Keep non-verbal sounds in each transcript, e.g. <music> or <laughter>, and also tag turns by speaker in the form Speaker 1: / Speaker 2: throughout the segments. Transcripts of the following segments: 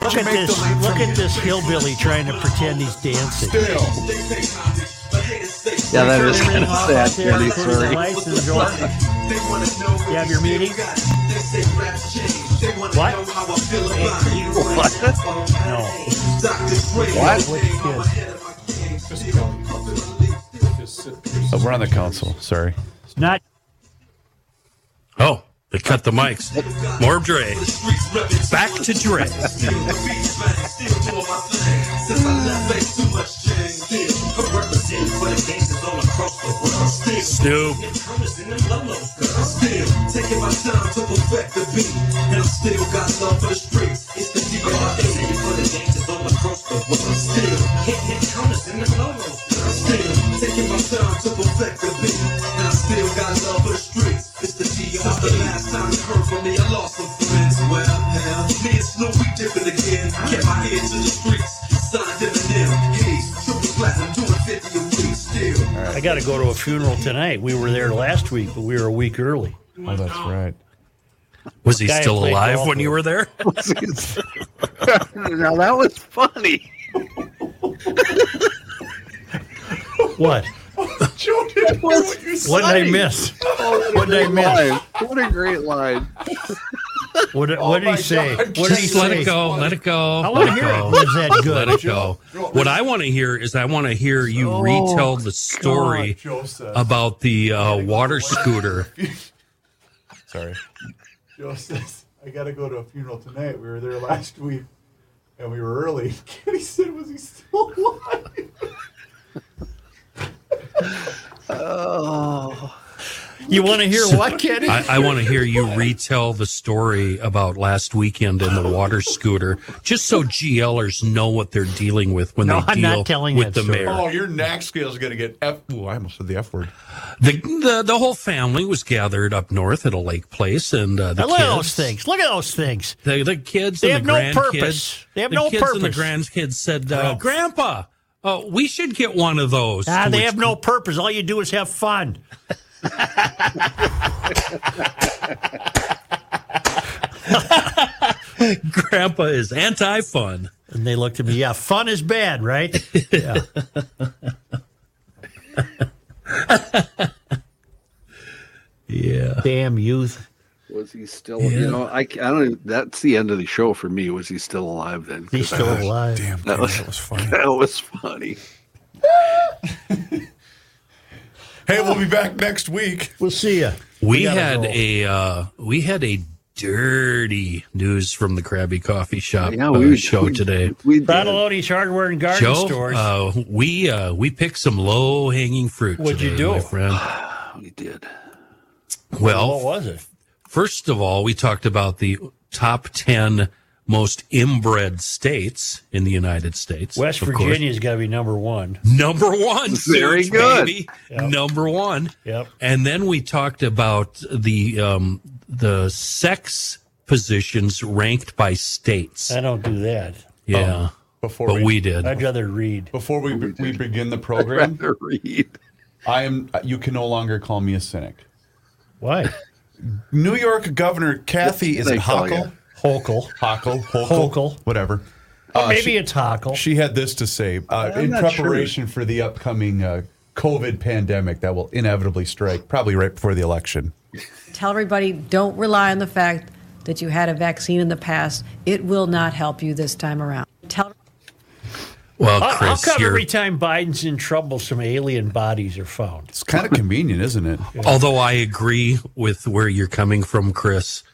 Speaker 1: Look at
Speaker 2: Jamaica
Speaker 1: this.
Speaker 2: lead
Speaker 1: Look
Speaker 2: from-
Speaker 1: at this hillbilly trying to pretend he's dancing.
Speaker 2: Still,
Speaker 3: Yeah, that is
Speaker 1: Everything
Speaker 3: kind of
Speaker 1: off out
Speaker 3: sad,
Speaker 1: there,
Speaker 3: Candy.
Speaker 1: push the
Speaker 3: Sorry.
Speaker 1: lights in the door. You have your meeting? What? No.
Speaker 3: What?
Speaker 1: What kids?
Speaker 2: just go. Just sit there.
Speaker 4: Oh, we're on the council. Sorry.
Speaker 1: Not
Speaker 5: Oh, they cut the mics. More Dre. Back to Dre. Stu.
Speaker 1: I got to go to a funeral tonight. We were there last week, but we were a week early.
Speaker 4: Oh, that's right.
Speaker 5: Was he
Speaker 1: Guy who
Speaker 5: still
Speaker 1: played
Speaker 5: alive
Speaker 1: golf
Speaker 5: when you
Speaker 1: with-
Speaker 5: were there?
Speaker 4: <laughs>
Speaker 3: now that was funny.
Speaker 1: What?
Speaker 2: Joe didn't know what you said.
Speaker 1: What did I miss?
Speaker 3: What
Speaker 1: did I
Speaker 3: a great
Speaker 1: miss?
Speaker 3: line. What a great line.
Speaker 1: What did, what did
Speaker 2: my
Speaker 1: he say?
Speaker 2: God,
Speaker 1: What did he
Speaker 5: Just let
Speaker 1: say?
Speaker 5: it go. Let it go.
Speaker 1: I
Speaker 5: let
Speaker 1: want to
Speaker 5: it
Speaker 1: hear it.
Speaker 5: go.
Speaker 1: Was that
Speaker 5: Let
Speaker 1: good?
Speaker 5: it go. What I want to hear is I want to hear you
Speaker 1: Oh,
Speaker 5: retell the story
Speaker 2: Joe said.
Speaker 5: about the uh, water scooter.
Speaker 4: Sorry.
Speaker 2: Joe says, I got to go to a funeral tonight. We were there last week and we were early. And he said, Was he still alive?
Speaker 3: Oh,
Speaker 1: You want to hear what, Kenny?
Speaker 5: I, I want to
Speaker 1: <laughs>
Speaker 5: hear you retell the story about last weekend and the water scooter, just so GLers know what they're dealing with when
Speaker 1: No,
Speaker 5: they
Speaker 1: I'm
Speaker 5: deal
Speaker 1: not telling that
Speaker 5: with the
Speaker 1: story.
Speaker 5: mayor.
Speaker 2: Oh, your neck scale is going to get F. Ooh, I almost said the F word.
Speaker 5: The, the the whole family was gathered up north at a lake place, and uh, the
Speaker 1: Look at
Speaker 5: kids,
Speaker 1: those things. Look at those things.
Speaker 5: the, the kids,
Speaker 1: They have
Speaker 5: and the
Speaker 1: no
Speaker 5: grandkids-
Speaker 1: purpose. They have
Speaker 5: the
Speaker 1: no
Speaker 5: kids And the
Speaker 1: purpose.
Speaker 5: grandkids said, uh, "Grandpa, uh, we should get one of those."
Speaker 1: Ah,
Speaker 5: To
Speaker 1: they
Speaker 5: which
Speaker 1: have no purpose. All you do is have fun.
Speaker 5: <laughs> Grandpa is anti fun.
Speaker 1: And they looked at me. Yeah, fun is bad, right? Yeah.
Speaker 5: <laughs> Yeah.
Speaker 1: Damn youth.
Speaker 3: was he still? You know, I, I don't. even- That's the end of the show for me. Was he still alive then? 'Cause
Speaker 1: He's still alive.
Speaker 4: Damn,
Speaker 3: That
Speaker 4: that
Speaker 3: was-
Speaker 4: was, that was
Speaker 2: <laughs>
Speaker 4: funny.
Speaker 3: <laughs> That was funny.
Speaker 4: Hey, we'll be back next week.
Speaker 1: We'll see you.
Speaker 5: We,
Speaker 1: gotta
Speaker 5: had
Speaker 1: go.
Speaker 5: a uh, we had a dirty news from the Krabby Coffee Shop
Speaker 3: Yeah,
Speaker 5: uh,
Speaker 3: we
Speaker 5: show
Speaker 3: we-
Speaker 5: today.
Speaker 3: We did.
Speaker 1: Bradalone's Hardware and Garden
Speaker 5: Joe,
Speaker 1: Stores.
Speaker 5: uh, we uh, we picked some low hanging fruit.
Speaker 1: What'd you
Speaker 5: today,
Speaker 1: do?
Speaker 5: my friend?
Speaker 3: We did.
Speaker 5: Well,
Speaker 1: what was it?
Speaker 5: First of all, we talked about the top 10 most inbred states in the United States.
Speaker 1: West
Speaker 5: of course.
Speaker 1: Virginia's got to be number one.
Speaker 5: Number one.
Speaker 3: <laughs> Very
Speaker 5: Serge,
Speaker 3: good.
Speaker 5: Baby. Number one.
Speaker 1: Yep.
Speaker 5: And then we talked about the, um, the sex positions ranked by states.
Speaker 1: I don't do that.
Speaker 5: yeah.
Speaker 2: Before
Speaker 5: But we did.
Speaker 1: I'd rather read.
Speaker 2: before we, we begin the
Speaker 3: I'd
Speaker 5: <laughs>
Speaker 2: program,
Speaker 3: rather read.
Speaker 2: I am. uh, You can no longer call me a cynic.
Speaker 1: Why?
Speaker 2: New York Governor Kathy is
Speaker 3: They
Speaker 2: it
Speaker 3: call
Speaker 2: Hochul?
Speaker 3: you.
Speaker 1: Hokel.
Speaker 2: Hochul, Hochul,
Speaker 1: Hochul.
Speaker 2: whatever.
Speaker 5: Uh,
Speaker 2: Uh,
Speaker 1: Or maybe it's Hockle.
Speaker 2: She had this to say uh,
Speaker 3: I'm
Speaker 2: in
Speaker 3: not sure.
Speaker 2: preparation for the upcoming uh, COVID pandemic that will inevitably strike probably right before the election.
Speaker 6: Tell everybody don't rely on the fact that you had a vaccine in the past. It will not help you this time around. Tell
Speaker 5: Well,
Speaker 1: How-
Speaker 5: Chris,
Speaker 1: How come
Speaker 5: you're-
Speaker 1: every time Biden's in trouble, some alien bodies are found?
Speaker 2: It's
Speaker 3: <laughs>
Speaker 2: kind of convenient, isn't it?
Speaker 5: although I agree with where you're coming from, Chris,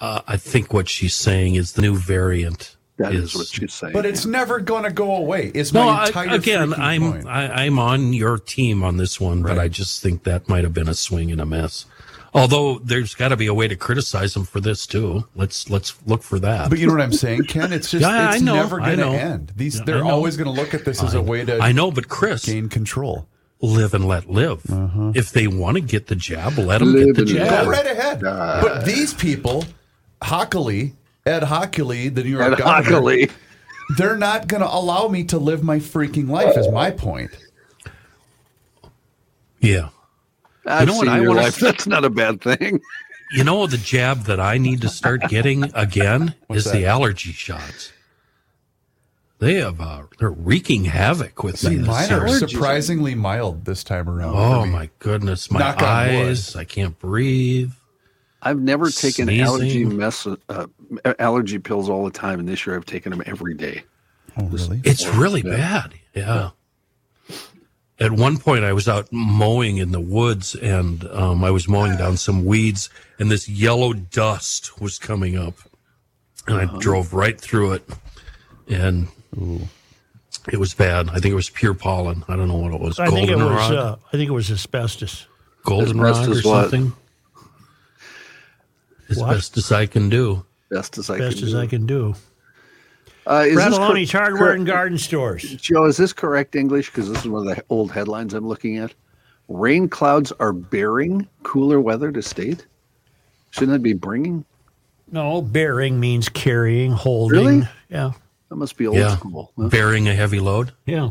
Speaker 5: uh, I think what she's saying is the new variant
Speaker 3: That is what she's saying.
Speaker 2: But it's never going to go away. It's
Speaker 5: No,
Speaker 2: my
Speaker 5: I,
Speaker 2: entire
Speaker 5: again,
Speaker 2: freaking
Speaker 5: I'm
Speaker 2: point.
Speaker 5: I, I'm on your team on this one, but I just think that might have been a swing and a miss. Although there's got to be a way to criticize them for this too. Let's let's look for that.
Speaker 2: But you know what I'm saying, Ken? It's just
Speaker 5: <laughs> Yeah, I
Speaker 2: it's
Speaker 5: know,
Speaker 2: never
Speaker 5: I
Speaker 2: going to
Speaker 5: know.
Speaker 2: end. These
Speaker 5: Yeah, I
Speaker 2: they're
Speaker 5: know.
Speaker 2: always going to look at this as a way to
Speaker 5: I know, but Chris,
Speaker 2: gain control.
Speaker 5: live and let live.
Speaker 2: Uh-huh.
Speaker 5: If they want to get the jab, let them get
Speaker 3: Live
Speaker 5: the
Speaker 3: and
Speaker 5: jab.
Speaker 2: Go right ahead. but these people, Hockley, Ed Hockley, the New York
Speaker 3: and
Speaker 2: governor,
Speaker 3: Hockley.
Speaker 2: they're not going to allow me to live my freaking life. Is my point.
Speaker 5: Yeah,
Speaker 3: I've
Speaker 5: know what
Speaker 3: seen
Speaker 5: I
Speaker 3: your
Speaker 5: wanna
Speaker 3: life.
Speaker 5: s-
Speaker 3: That's not a bad thing.
Speaker 2: <laughs>
Speaker 5: you know the jab that I need to start getting again is the allergy shots. They have uh, they're wreaking havoc with
Speaker 4: See,
Speaker 5: me this
Speaker 4: mine are
Speaker 5: year.
Speaker 4: surprisingly mild this time around.
Speaker 5: Oh
Speaker 4: for me.
Speaker 5: my goodness, my
Speaker 4: Knock on wood.
Speaker 5: eyes! I can't breathe.
Speaker 3: I've never taken allergy
Speaker 5: Sneezing.
Speaker 3: mess uh, allergy pills all the time, and this year I've taken them every day.
Speaker 4: Oh, really?
Speaker 5: It's really bad. Yeah. At one point, I was out mowing in the woods, and um, I was mowing down some weeds, and this yellow dust was coming up, and I
Speaker 3: Uh-huh.
Speaker 5: drove right through it, and it was bad. I think it was pure pollen. I don't know what it was.
Speaker 1: I think it was.
Speaker 5: goldenrod,
Speaker 1: Uh, I think it was asbestos.
Speaker 5: goldenrod or
Speaker 3: Asbestos what?
Speaker 5: something. As
Speaker 1: What?
Speaker 5: best as I can do.
Speaker 3: Best as I
Speaker 1: Best
Speaker 3: can.
Speaker 1: as
Speaker 3: do.
Speaker 1: I can do.
Speaker 3: Uh, is this cor-
Speaker 1: Bradaloni's Hardware and
Speaker 3: cor-
Speaker 1: Garden Stores.
Speaker 3: Joe, is this correct English? Because this is one of the old headlines I'm looking at. Rain clouds are bearing cooler weather to state. Shouldn't that be bringing?
Speaker 1: No, bearing means carrying, holding.
Speaker 3: Really?
Speaker 1: Yeah.
Speaker 3: That must be old
Speaker 5: Yeah,
Speaker 3: school. huh?
Speaker 5: bearing a heavy load.
Speaker 1: Yeah.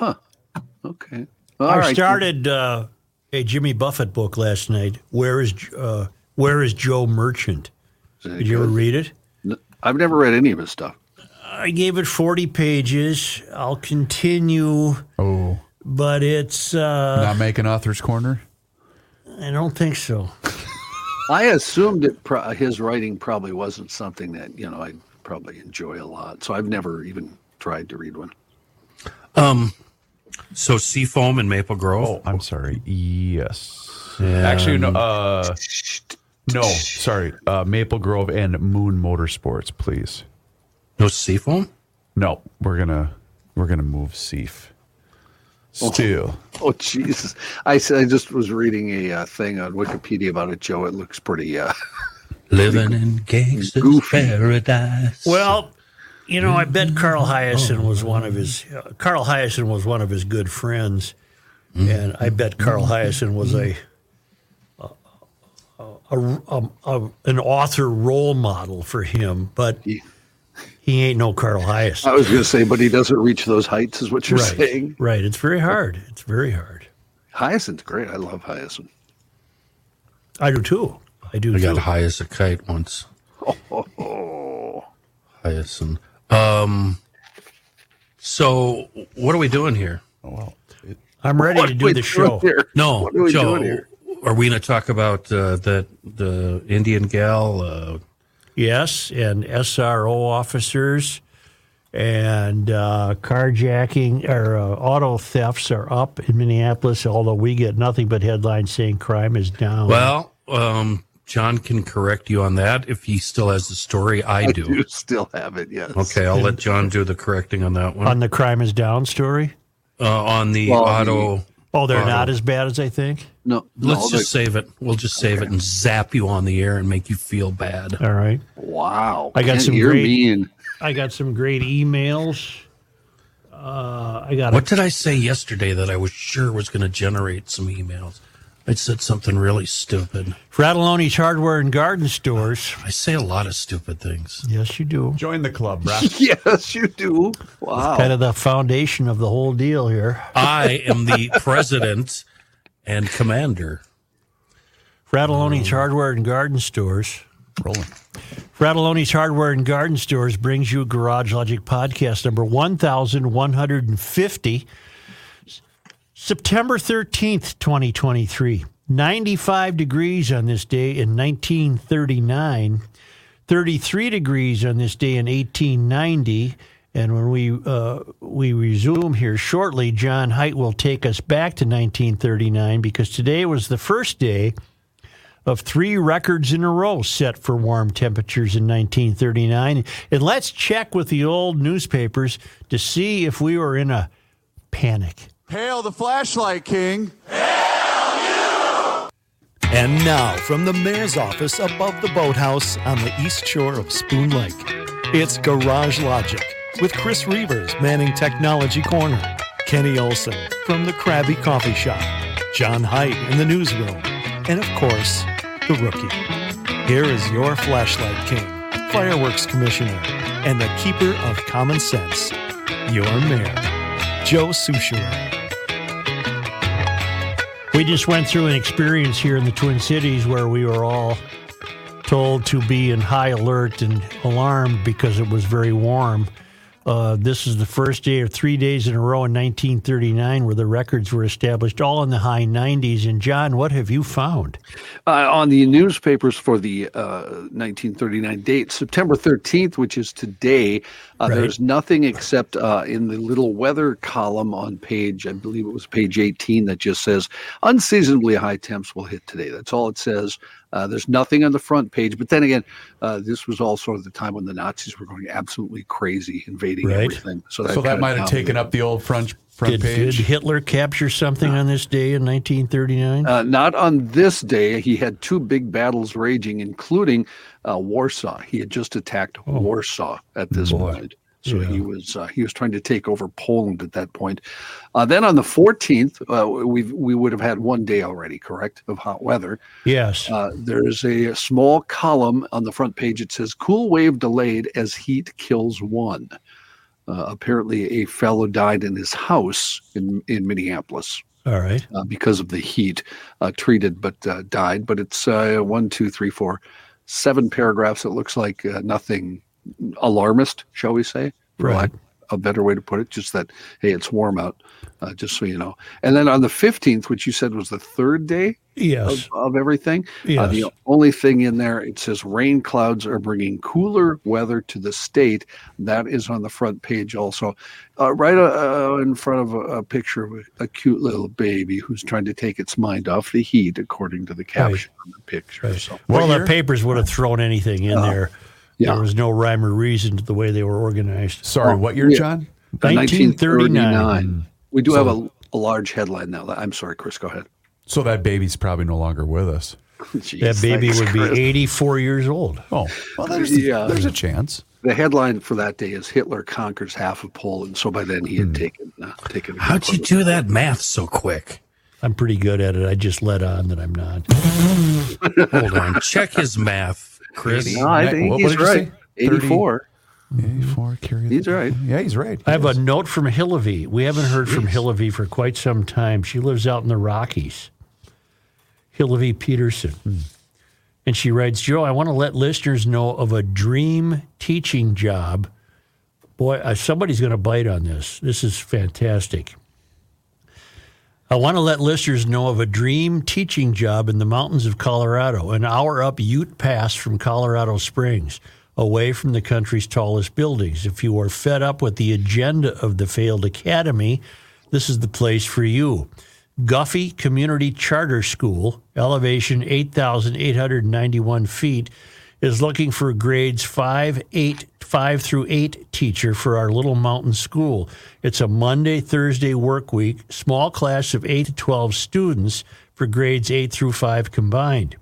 Speaker 3: Okay. All
Speaker 1: I
Speaker 3: right.
Speaker 1: started uh, a Jimmy Buffett book last night. Where is uh, Where is Joe Merchant?
Speaker 3: Is it
Speaker 1: Did you ever
Speaker 3: good?
Speaker 1: read it?
Speaker 3: N- I've never read any of his stuff.
Speaker 1: I gave it 40 pages. I'll continue,
Speaker 4: Oh,
Speaker 1: but it's uh,
Speaker 4: not making author's corner.
Speaker 1: I don't think so.
Speaker 3: I assumed it. Pro- his writing probably wasn't something that you know I probably enjoy a lot. So I've never even tried to read one.
Speaker 5: So seafoam and maple grove.
Speaker 3: Oh.
Speaker 4: I'm sorry. Yes.
Speaker 5: And-
Speaker 4: Actually, no. Uh, no, sorry. Uh, Maple Grove and Moon Motorsports, please.
Speaker 5: No seafoam.
Speaker 4: No, we're gonna we're gonna move Seif. Still,
Speaker 3: <laughs> Oh Jesus! I, s- I just was reading a uh, thing on Wikipedia about it, Joe. It looks pretty. Uh, <laughs>
Speaker 5: Living in gangster's
Speaker 3: Goofy.
Speaker 5: paradise.
Speaker 1: Well, you know, I bet Carl Hyacin was one of his. Uh, Carl Hyacin was one of his good friends, and I bet Carl Hyacin was a, a, a, a, a- an author role model for him. But he ain't no Carl Hyacin.
Speaker 3: I was going to say, but he doesn't reach those heights, is what you're
Speaker 1: right,
Speaker 3: saying.
Speaker 1: right. It's very hard. It's very hard.
Speaker 3: Hyacinth's great. I love Hyacinth.
Speaker 1: I do too. I do
Speaker 5: I
Speaker 1: too.
Speaker 5: got high as a kite
Speaker 3: <laughs>
Speaker 5: once.
Speaker 3: Oh,
Speaker 5: Hyacinth. Um. So what are we doing here?
Speaker 4: well, it,
Speaker 1: I'm ready to do the show.
Speaker 5: No,
Speaker 3: What are we
Speaker 5: Joe.
Speaker 3: doing here?
Speaker 5: Are we going to talk about uh, that the Indian gal? Uh,
Speaker 1: Yes, and SRO officers and uh, carjacking or uh, auto thefts are up in Minneapolis, although we get nothing but headlines saying crime is down.
Speaker 5: well, um, John can correct you on that if he still has the story. I,
Speaker 3: I
Speaker 5: do.
Speaker 3: do still have it. Yes.
Speaker 5: Okay, I'll let John do the correcting on that one.
Speaker 1: on the crime is down story?
Speaker 5: uh, on the
Speaker 3: Well,
Speaker 5: auto.
Speaker 1: Oh, they're not as bad as I think.
Speaker 3: No.
Speaker 5: Let's
Speaker 3: no,
Speaker 5: just save it. We'll just save it and zap you on the air and make you feel bad.
Speaker 1: All right.
Speaker 3: the- Wow.
Speaker 1: I got
Speaker 3: Ken,
Speaker 1: some
Speaker 3: You're
Speaker 1: great-
Speaker 3: mean.
Speaker 1: I got some great emails. Uh, I got
Speaker 5: What did I say yesterday that I was sure was going to generate some emails? I said something really stupid.
Speaker 1: Fratelloni's Hardware and Garden Stores.
Speaker 5: I say a lot of stupid things.
Speaker 1: Yes, you do.
Speaker 4: join the club, bro.
Speaker 3: <laughs>
Speaker 4: <laughs>
Speaker 3: Yes, you do. Wow.
Speaker 1: Kind of the foundation of the whole deal here.
Speaker 5: I am the president and commander.
Speaker 1: Fratelloni's Hardware and Garden Stores.
Speaker 4: Rolling.
Speaker 1: Fratelloni's Hardware and Garden Stores brings you Garage Logic Podcast number 1150, September 13th, 2023. 95 degrees on this day in 1939, 33 degrees on this day in 1890. And when we uh, we resume here shortly, John Height will take us back to 1939 because today was the first day of three records in a row set for warm temperatures in 1939. And let's check with the old newspapers to see if we were in a panic.
Speaker 7: Hail the flashlight king.
Speaker 8: And now, from the mayor's office above the boathouse on the east shore of Spoon Lake, it's Garage Logic with Chris Reavers manning Technology Corner, Kenny Olson from the Krabby Coffee Shop, John Height in the newsroom, and of course, the rookie. Here is your flashlight king, fireworks commissioner, and the keeper of common sense, your mayor, Joe Sushiro.
Speaker 1: We just went through an experience here in the Twin Cities where we were all told to be in high alert and alarmed because it was very warm. Uh, this is the first day of three days in a row in 1939 where the records were established, all in the high 90s. And John, what have you found?
Speaker 3: Uh, on the newspapers for the uh, 1939 date, September 13th, which is today, uh, there's nothing except uh, in the little weather column on page, I believe it was page 18, that just says unseasonably high temps will hit today. That's all it says. Uh, there's nothing on the front page. But then again, uh, this was also the time when the Nazis were going absolutely crazy, invading
Speaker 1: Right.
Speaker 3: everything. So that,
Speaker 4: So that
Speaker 3: kinda
Speaker 4: might have
Speaker 3: dominated.
Speaker 4: taken up the old front front
Speaker 1: Did, did
Speaker 4: page.
Speaker 1: Hitler capture something on this day in 1939?
Speaker 3: Uh, not on this day. He had two big battles raging, including uh, Warsaw. He had just attacked Warsaw at this point. So he was uh, he was trying to take over Poland at that point. Uh, then on the 14th, uh, we we would have had one day already, correct, of hot weather.
Speaker 1: yes.
Speaker 3: Uh, there is a small column on the front page. It says "Cool wave delayed as heat kills one." Uh, apparently, a fellow died in his house in in Minneapolis
Speaker 1: all right.
Speaker 3: uh, because of the heat, uh, treated but uh, died. But it's uh, one, two, three, four, seven paragraphs. It looks like uh, nothing alarmist, shall we say, for
Speaker 1: Right.
Speaker 3: lack a better way to put it. Just that, hey, it's warm out, uh, just so you know. And then on the 15th, which you said was the third day
Speaker 1: Yes.
Speaker 3: of, of everything, uh, the
Speaker 1: Yes.
Speaker 3: only thing in there, it says rain clouds are bringing cooler weather to the state. That is on the front page also. Uh, right uh, in front of a, a picture of a, a cute little baby who's trying to take its mind off the heat, according to the caption on the picture. So,
Speaker 1: Well, the papers would have thrown anything in there.
Speaker 3: Uh, yeah.
Speaker 1: There was no rhyme or reason to the way they were organized.
Speaker 4: Sorry, what year,
Speaker 3: yeah.
Speaker 4: John?
Speaker 1: 1939.
Speaker 3: We do have a, a large headline now. I'm sorry, Chris, go ahead. <laughs>
Speaker 4: So that baby's probably no longer with us.
Speaker 3: Jeez,
Speaker 1: That baby
Speaker 3: thanks,
Speaker 1: would be
Speaker 3: Chris.
Speaker 1: 84 years old.
Speaker 4: Oh, well, there's
Speaker 3: Yeah.
Speaker 4: there's a chance.
Speaker 3: The headline for that day is Hitler conquers half of Poland. So by then
Speaker 1: Hmm.
Speaker 3: he had taken uh, taken. a good
Speaker 5: How'd you
Speaker 3: part of
Speaker 5: do that math so quick?
Speaker 1: I'm pretty good at it. I just let on that I'm not.
Speaker 5: Hold on. Check his math, Chris.
Speaker 3: it. No, I
Speaker 4: Ni-
Speaker 3: think
Speaker 4: what- what
Speaker 3: he's
Speaker 4: did you
Speaker 3: right.
Speaker 4: say?
Speaker 3: 84.
Speaker 4: Eighty-four. Carry
Speaker 3: He's
Speaker 4: the-
Speaker 3: right.
Speaker 4: Yeah, he's right.
Speaker 1: I have a note from Hillary. We haven't heard from Hillary for quite some time. She lives out in the Rockies. Hillary Peterson. And she writes, Joe, I want to let listeners know of a dream teaching job. Boy, uh, somebody's going to bite on this. This is fantastic. I want to let listeners know of a dream teaching job in the mountains of Colorado, an hour up Ute Pass from Colorado Springs, away from the country's tallest buildings. If you are fed up with the agenda of the failed academy, this is the place for you. Guffey Community Charter School, elevation 8,891 feet, is looking for grades 5, 8, 5 through 8 teacher for our little mountain school. It's a Monday, Thursday work week, small class of 8 to 12 students for grades 8 through 5 combined.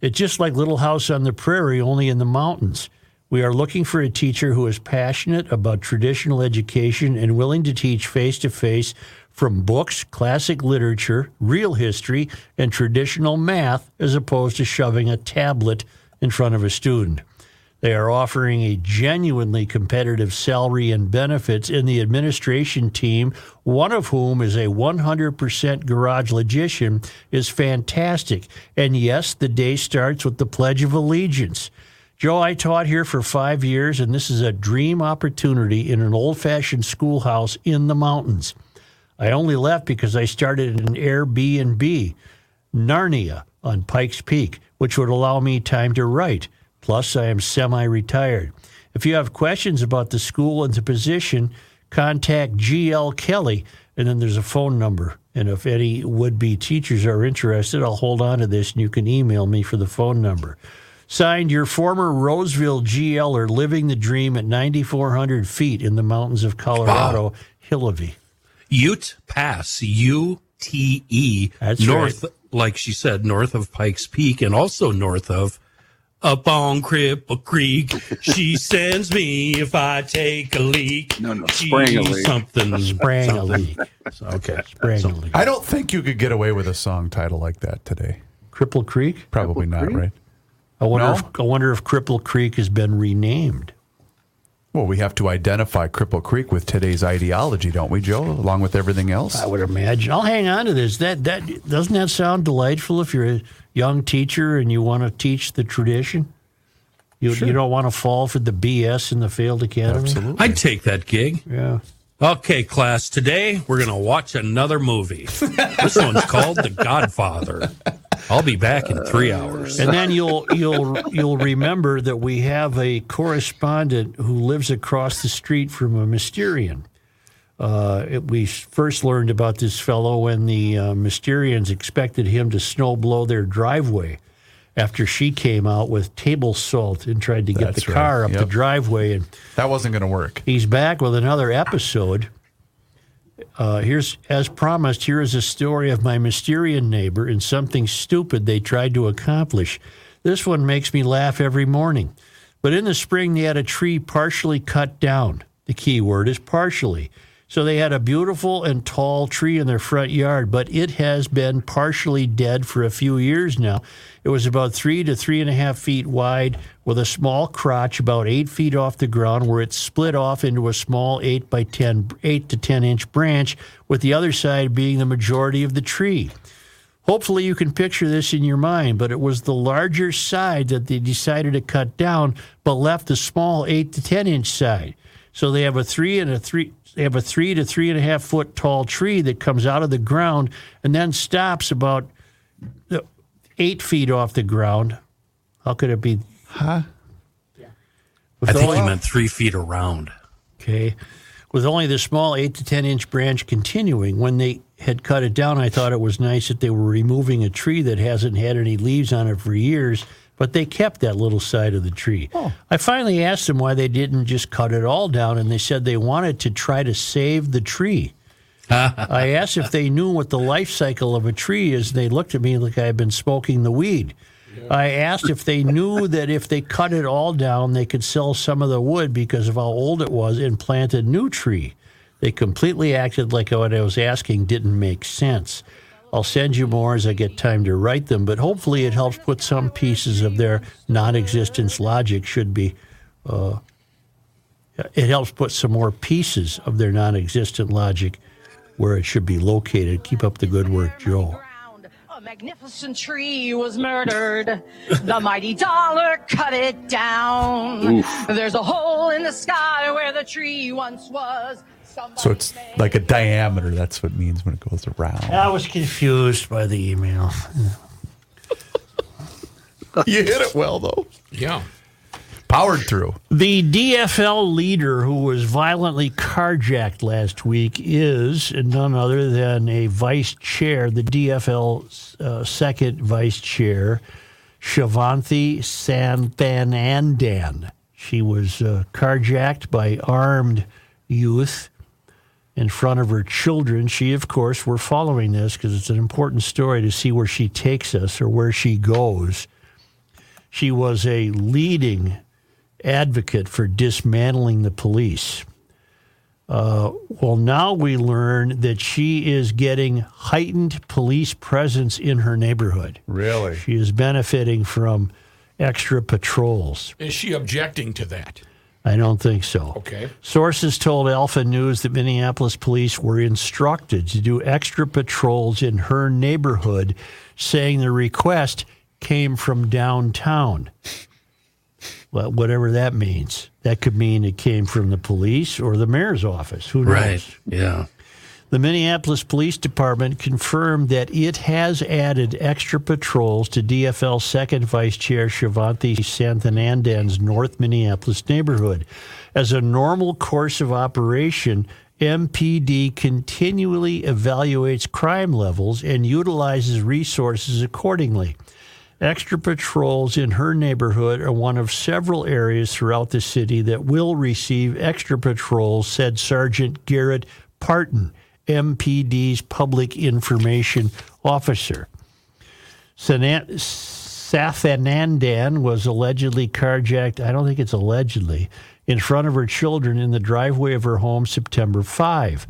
Speaker 1: It's just like Little House on the Prairie, only in the mountains. We are looking for a teacher who is passionate about traditional education and willing to teach face to face from books, classic literature, real history, and traditional math, as opposed to shoving a tablet in front of a student. They are offering a genuinely competitive salary and benefits in the administration team, one of whom is a 100% garage logician, is fantastic. And yes, the day starts with the Pledge of Allegiance. Joe, I taught here for five years, and this is a dream opportunity in an old fashioned schoolhouse in the mountains. I only left because I started an Airbnb. Narnia on Pikes Peak, which would allow me time to write. Plus, I am semi retired. If you have questions about the school and the position, contact G.L. Kelly, and then there's a phone number. And if any would be teachers are interested, I'll hold on to this and you can email me for the phone number. Signed, your former Roseville GLer living the dream at 9,400 feet in the mountains of Colorado, Hillary.
Speaker 5: Ute Pass, U T E,
Speaker 1: That's
Speaker 5: north, like she said, north of Pikes Peak and also north of up on Cripple Creek.
Speaker 3: <laughs>
Speaker 5: she sends me if I take a leak.
Speaker 3: No, no,
Speaker 5: She
Speaker 3: sprang a leak.
Speaker 5: Something.
Speaker 1: Sprang a
Speaker 4: <laughs>
Speaker 1: leak.
Speaker 5: Okay.
Speaker 1: Sprang a leak.
Speaker 4: I don't think you could get away with a song title like that today.
Speaker 1: Cripple Creek?
Speaker 4: Probably not,
Speaker 3: Creek?
Speaker 4: right?
Speaker 1: I wonder,
Speaker 4: No?
Speaker 1: if, I wonder if Cripple Creek has been renamed.
Speaker 4: Well, we have to identify Cripple Creek with today's ideology, don't we, Joe? Along with everything else.
Speaker 1: I would imagine. I'll hang on to this. That that doesn't that sound delightful? If you're a young teacher and you want to teach the tradition, you You, you don't want to fall for the BS in the failed academy.
Speaker 4: Absolutely.
Speaker 5: I'd take that gig.
Speaker 1: Yeah.
Speaker 5: Okay, class. Today we're gonna watch another movie. this one's called The Godfather. I'll be back in three
Speaker 3: Uh,
Speaker 5: hours.
Speaker 1: And then you'll you'll you'll remember that we have a correspondent who lives across the street from a Mysterian. Uh, it- we first learned about this fellow when the uh, Mysterians expected him to snow blow their driveway after she came out with table salt and tried to get
Speaker 4: That's
Speaker 1: the
Speaker 4: right.
Speaker 1: car up the
Speaker 4: Yep.
Speaker 1: driveway and
Speaker 4: That wasn't going to work.
Speaker 1: He's back with another episode. Uh, here's, as promised, here is a story of my Mysterian neighbor and something stupid they tried to accomplish. This one makes me laugh every morning. But in the spring, they had a tree partially cut down. The key word is partially. So they had a beautiful and tall tree in their front yard, but it has been partially dead for a few years now. It was about three to three and a half feet wide, with a small crotch about eight feet off the ground, where it split off into a small eight by ten, eight to ten inch branch, with the other side being the majority of the tree. Hopefully, you can picture this in your mind, but it was the larger side that they decided to cut down, but left the small eight to ten inch side. So they have a three and a three. They have a three to three and a half foot tall tree that comes out of the ground and then stops about uh, eight feet off the ground. How could it be? Huh?
Speaker 5: I think he meant three feet around.
Speaker 1: Okay. With only the small eight to 10 inch branch continuing, when they had cut it down, I thought it was nice that they were removing a tree that hasn't had any leaves on it for years, but they kept that little side of the tree. I finally asked them why they didn't just cut it all down, and they said they wanted to try to save the tree. I asked if they knew what the life cycle of a tree is. They looked at me like I had been smoking the weed. I asked if they knew that if they cut it all down, they could sell some of the wood because of how old it was and plant a new tree. They completely acted like what I was asking didn't make sense. I'll send you more as I get time to write them, but hopefully it helps put some pieces of their non existence logic should be uh, it helps put some more pieces of their non existent logic where it should be located. Keep up the good work, Joe.
Speaker 9: A magnificent tree was murdered. the mighty dollar cut it down. There's a hole in the sky where the tree once was. Somebody
Speaker 4: So it's
Speaker 9: made
Speaker 4: like a diameter. That's what it means when it goes around.
Speaker 1: I was confused by the email.
Speaker 4: you hit it well, though.
Speaker 5: Yeah.
Speaker 4: Powered through.
Speaker 1: The DFL leader who was violently carjacked last week is none other than a vice chair, the DFL's uh, second vice chair, Shavanthi Santhanandan. She was uh, carjacked by armed youth in front of her children. She, of course, we're following this because it's an important story to see where she takes us or where she goes. She was a leading advocate for dismantling the police. Uh, well, now we learn that she is getting heightened police presence in her neighborhood.
Speaker 4: Really?
Speaker 1: She is benefiting from extra patrols.
Speaker 10: Is she objecting to that?
Speaker 1: I don't think so.
Speaker 10: Okay.
Speaker 1: Sources told Alpha News that Minneapolis police were instructed to do extra patrols in her neighborhood, saying the request came from downtown. Well, whatever that means. That could mean it came from the police or the mayor's office. Who knows?
Speaker 5: Right. Yeah.
Speaker 1: The Minneapolis Police Department confirmed that it has added extra patrols to DFL second vice chair Shavanti Santanandan's North Minneapolis neighborhood. As a normal course of operation, MPD continually evaluates crime levels and utilizes resources accordingly. Extra patrols in her neighborhood are one of several areas throughout the city that will receive extra patrols, said Sergeant Garrett Parton, MPD's public information officer. Sanan- Sathanandan was allegedly carjacked, I don't think it's allegedly, in front of her children in the driveway of her home September 5.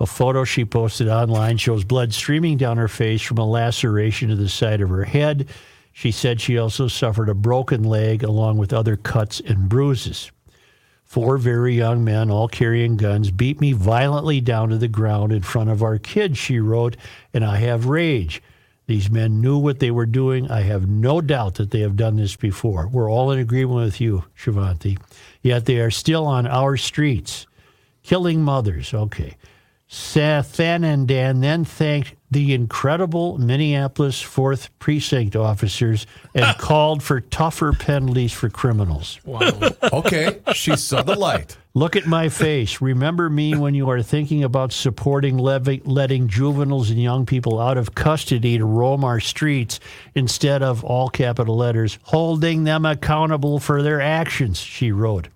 Speaker 1: A photo she posted online shows blood streaming down her face from a laceration to the side of her head. She said she also suffered a broken leg along with other cuts and bruises. Four very young men, all carrying guns, beat me violently down to the ground in front of our kids, she wrote, and I have rage. These men knew what they were doing. I have no doubt that they have done this before. We're all in agreement with you, Shivanti. Yet they are still on our streets, killing mothers. Okay. Sathanandan then thanked the incredible Minneapolis 4th Precinct officers and called for tougher penalties for criminals.
Speaker 10: Wow. Okay. She saw the light.
Speaker 1: Look at my face. Remember me when you are thinking about supporting levi- letting juveniles and young people out of custody to roam our streets instead of all capital letters, holding them accountable for their actions, she wrote.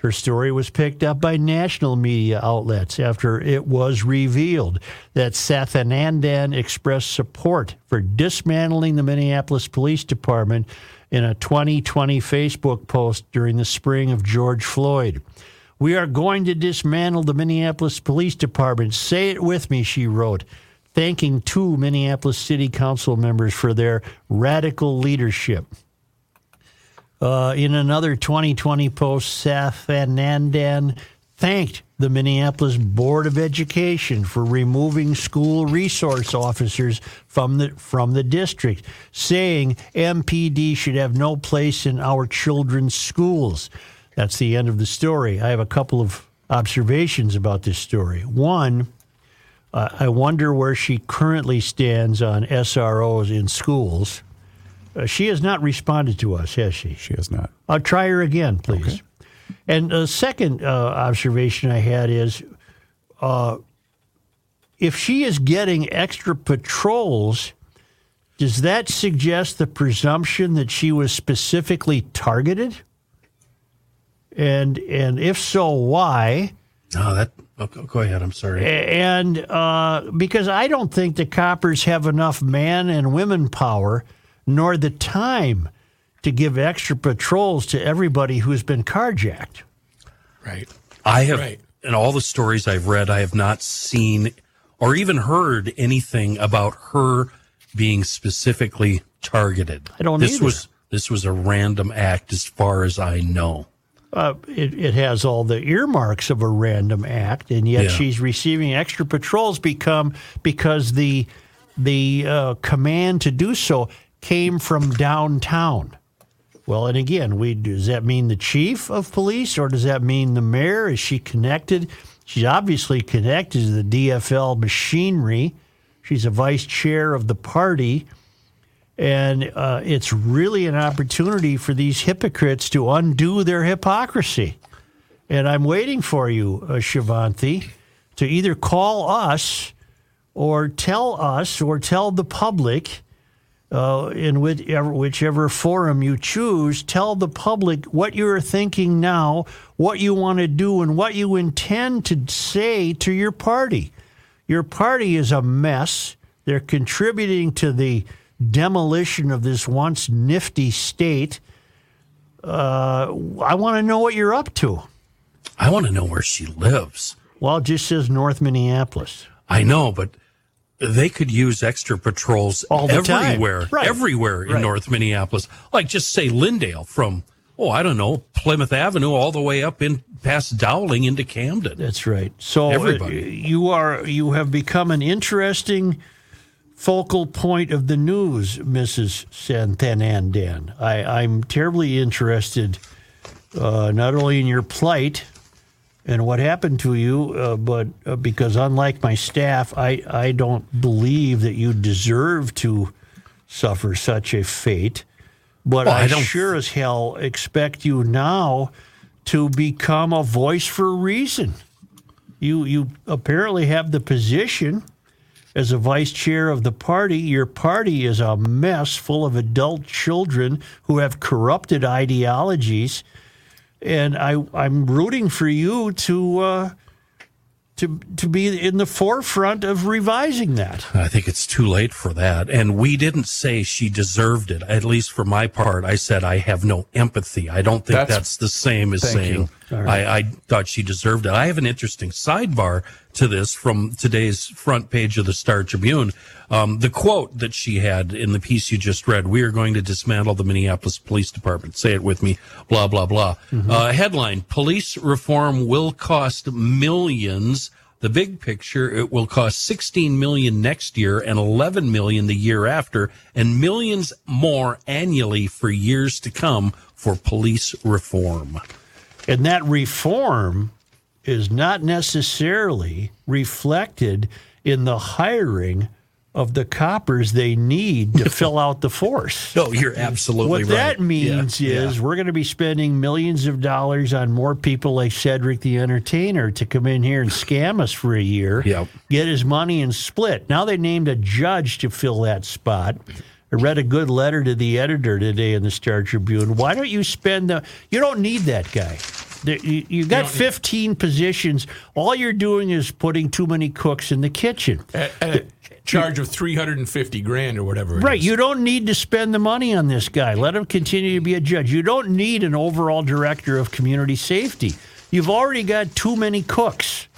Speaker 1: Her story was picked up by national media outlets after it was revealed that Sathanandan expressed support for dismantling the Minneapolis Police Department in a 2020 Facebook post during the spring of George Floyd. We are going to dismantle the Minneapolis Police Department. Say it with me, she wrote, thanking two Minneapolis City Council members for their radical leadership. Uh, in another 2020 post, Safanandan thanked the Minneapolis Board of Education for removing school resource officers from the from the district, saying MPD should have no place in our children's schools. That's the end of the story. I have a couple of observations about this story. One, uh, I wonder where she currently stands on SROs in schools. Uh, she has not responded to us, has she?
Speaker 4: She has not.
Speaker 1: I'll try her again, please. And the second uh, observation I had is uh, if she is getting extra patrols, does that suggest the presumption that she was specifically targeted? And and if so, why?
Speaker 5: No, that. oh, go go ahead. I'm sorry.
Speaker 1: A- And uh, because I don't think the coppers have enough man and women power, nor the time to give extra patrols to everybody who's been carjacked.
Speaker 10: Right.
Speaker 5: I have,
Speaker 10: Right.
Speaker 5: in all the stories I've read, I have not seen or even heard anything about her being specifically targeted.
Speaker 1: I don't
Speaker 5: This
Speaker 1: either.
Speaker 5: was this was a random act, as far as I know.
Speaker 1: Uh, it, it has all the earmarks of a random act, and yet
Speaker 5: Yeah.
Speaker 1: she's receiving extra patrols become because the the uh, command to do so came from downtown. Well, and again, we does that mean the chief of police or does that mean the mayor? Is she connected? She's obviously connected to the DFL machinery. She's a vice chair of the party. And uh, it's really an opportunity for these hypocrites to undo their hypocrisy. And I'm waiting for you, uh, Shivanti, to either call us or tell us or tell the public uh, in whichever, whichever forum you choose, tell the public what you're thinking now, what you want to do, and what you intend to say to your party. Your party is a mess. They're contributing to the demolition of this once nifty state. Uh, I want to know what you're up to.
Speaker 5: I want to know where she lives.
Speaker 1: Well, it just says North Minneapolis.
Speaker 5: I know, but they could use extra patrols
Speaker 1: All the time.
Speaker 5: everywhere,
Speaker 1: Right.
Speaker 5: everywhere in
Speaker 1: Right.
Speaker 5: North Minneapolis. Like just say Lindale from oh I don't know Plymouth Avenue all the way up in past Dowling into Camden.
Speaker 1: That's right. So uh,
Speaker 5: Everybody.
Speaker 1: you are you have become an interesting focal point of the news, Mrs. Santanandan. I, I'm terribly interested uh, not only in your plight and what happened to you, uh, but uh, because unlike my staff, I, I don't believe that you deserve to suffer such a fate. But
Speaker 5: Well,
Speaker 1: I,
Speaker 5: I don't-
Speaker 1: sure as hell expect you now to become a voice for a reason. You you apparently have the position as a vice chair of the party. Your party is a mess full of adult children who have corrupted ideologies, and I I'm rooting for you to. Uh, to, to be in the forefront of revising that.
Speaker 5: I think it's too late for that. And we didn't say she deserved it. At least for my part, I said I have no empathy. I don't think that's,
Speaker 10: That's-
Speaker 5: the same as saying I, I thought she deserved it. I have an interesting sidebar to this from today's front page of the Star Tribune. Um, the quote that she had in the piece you just read: "We are going to dismantle the Minneapolis Police Department." Say it with me. Blah blah blah. Uh, headline: Police reform will cost millions The big picture, it will cost 16 million next year and 11 million the year after and millions more annually for years to come for police reform.
Speaker 1: And that reform is not necessarily reflected in the hiring of the coppers they need to fill out the force.
Speaker 5: No, Oh, you're absolutely
Speaker 1: what
Speaker 5: right.
Speaker 1: that means
Speaker 5: Yeah,
Speaker 1: is we're going to be spending millions of dollars on more people like Cedric the Entertainer to come in here and scam us for a year,
Speaker 5: Yep.
Speaker 1: get his money and split. Now they named a judge to fill that spot. I read a good letter to the editor today in the Star Tribune. Why don't you spend the? You don't need that guy. There- You, you got 15 positions. All you're doing is putting too many cooks in the kitchen.
Speaker 10: At, at a charge of 350 grand or whatever. it
Speaker 1: Right.
Speaker 10: is.
Speaker 1: You don't need to spend the money on this guy. Let him continue to be a judge. You don't need an overall director of community safety. You've already got too many cooks.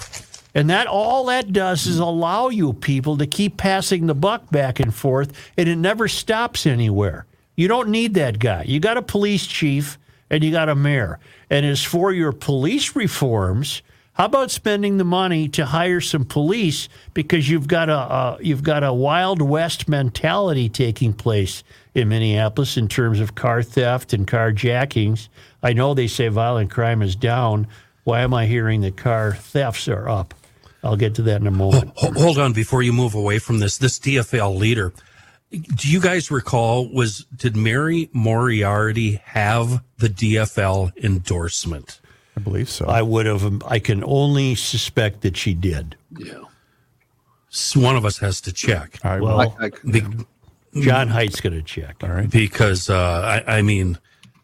Speaker 1: And that all that does is allow you people to keep passing the buck back and forth, and it never stops anywhere. You don't need that guy. You got a police chief and you got a mayor. And as for your police reforms, how about spending the money to hire some police because you've got a uh, you've got a wild west mentality taking place in Minneapolis in terms of car theft and carjackings. I know they say violent crime is down. Why am I hearing that car thefts are up? I'll get to that in a moment.
Speaker 5: Ho- Hold on before you move away from this. This DFL leader, do you guys recall was did Mary Moriarty have the DFL endorsement?
Speaker 4: I believe so.
Speaker 1: I would have. I can only suspect that she did.
Speaker 3: Yeah.
Speaker 5: S- One of us has to check
Speaker 4: I will.
Speaker 1: Well,
Speaker 3: I, I, could-
Speaker 5: Be-
Speaker 1: John Height's going to check. All right.
Speaker 5: because uh, I, I mean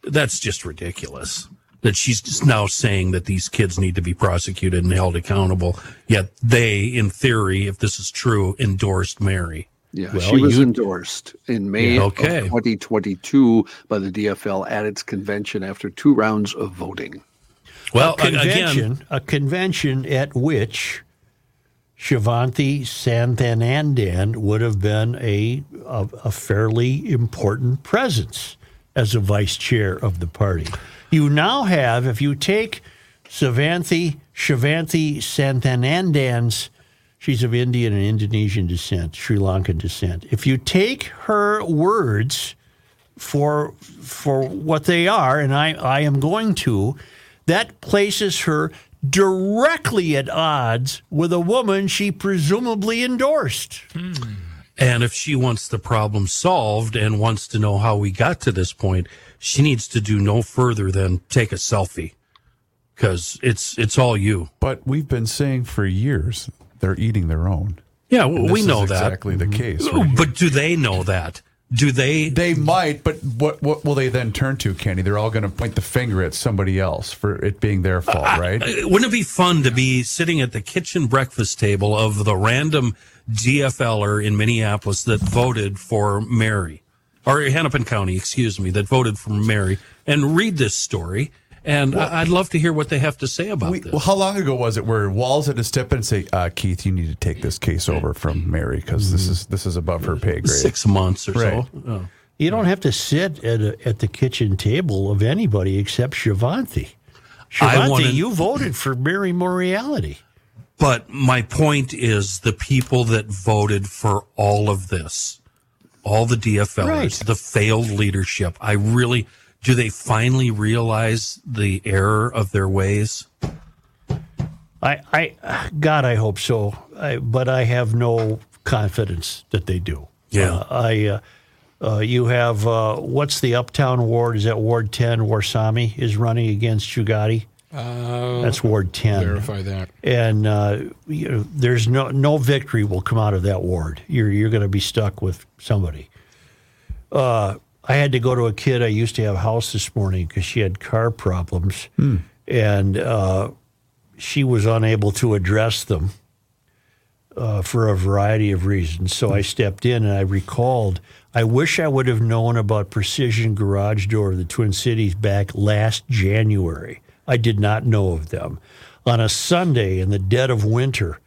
Speaker 5: that's just ridiculous that she's just now saying that these kids need to be prosecuted and held accountable. Yet they, in theory, if this is true, endorsed Mary.
Speaker 3: Yeah,
Speaker 1: Well,
Speaker 3: she was
Speaker 1: you-
Speaker 3: endorsed in May
Speaker 5: Yeah, okay.
Speaker 3: of 2022 by the DFL at its convention after two rounds of voting.
Speaker 5: Well, a-
Speaker 1: convention,
Speaker 5: again,
Speaker 1: a convention at which Shivanti Santhanandan would have been a, a a fairly important presence as a vice chair of the party. You now have, if you take Savanthi Shivanti Santhanandan's, she's of Indian and Indonesian descent, Sri Lankan descent. If you take her words for for what they are, and I, I am going to, that places her directly at odds with a woman she presumably endorsed.
Speaker 5: And if she wants the problem solved and wants to know how we got to this point, she needs to do no further than take a selfie because it's it's all you.
Speaker 4: But we've been saying for years they're eating their own.
Speaker 5: Yeah, w-
Speaker 4: This
Speaker 5: we
Speaker 4: is
Speaker 5: know
Speaker 4: exactly the case.
Speaker 5: that.
Speaker 4: right here.
Speaker 5: But do they know that? Do they?
Speaker 4: They might, but what what will they then turn to, Kenny? They're all going to point the finger at somebody else for it being their <laughs> fault, right?
Speaker 5: wouldn't it be fun to be sitting at the kitchen breakfast table of the random DFLer er in Minneapolis that voted for Mary, or Hennepin County, excuse me, that voted for Mary, and read this story? And I I'd love to hear what they have to say about
Speaker 4: We,
Speaker 5: this.
Speaker 4: well, how long ago was it where Walls had to step in and say, uh, "Keith, you need to take this case over from Mary because this is this is above her pay grade." <laughs>
Speaker 5: six months or
Speaker 4: Right.
Speaker 5: so. Oh.
Speaker 1: You don't have to sit at a, at the kitchen table of anybody except Shivanti.
Speaker 5: I
Speaker 1: Shivanti,
Speaker 5: wanted-
Speaker 1: you voted for Mary Moriality.
Speaker 5: But my point is the people that voted for all of this, all the DFLers,
Speaker 1: Right.
Speaker 5: the failed leadership, I really do they finally realize the error of their ways?
Speaker 1: I, I, God, I hope so. I, but I have no confidence that they do.
Speaker 5: Yeah.
Speaker 1: Uh, I, uh, uh, you have uh, what's the Uptown ward? Is that Ward Ten? Warsami is running against Chugati.
Speaker 10: Uh,
Speaker 1: That's Ward Ten.
Speaker 10: verify that.
Speaker 1: And uh, you know, there's no no victory will come out of that ward. You're you're going to be stuck with somebody. Uh, I had to go to a kid I used to have house this morning because she had car problems, and uh, she was unable to address them uh, for a variety of reasons. So I stepped in and I recalled. I wish I would have known about Precision Garage Door of the Twin Cities back last January. I did not know of them. On a Sunday in the dead of winter,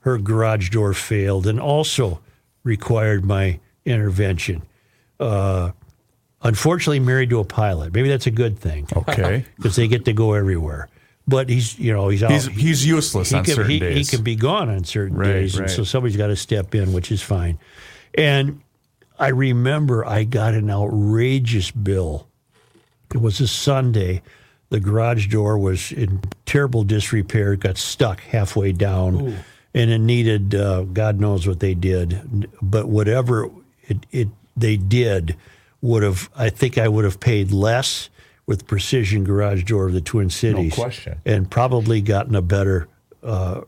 Speaker 1: her garage door failed and also required my intervention Uh, unfortunately married to a pilot. Maybe that's a good thing
Speaker 4: Okay.
Speaker 1: because they get to go everywhere. But he's, you know, he's out.
Speaker 4: He's- he's useless
Speaker 1: he
Speaker 4: on
Speaker 1: can,
Speaker 4: certain
Speaker 1: he,
Speaker 4: days.
Speaker 1: He can be gone on certain
Speaker 4: Right,
Speaker 1: days, and
Speaker 4: right.
Speaker 1: so somebody's got to step in, which is fine. And I remember I got an outrageous bill. It was a Sunday. The garage door was in terrible disrepair. It got stuck halfway down, and it needed uh, God knows what they did. But whatever it, it they did would have, I think I would have paid less with Precision Garage Door of the Twin Cities,
Speaker 4: question.
Speaker 1: and probably gotten a better uh,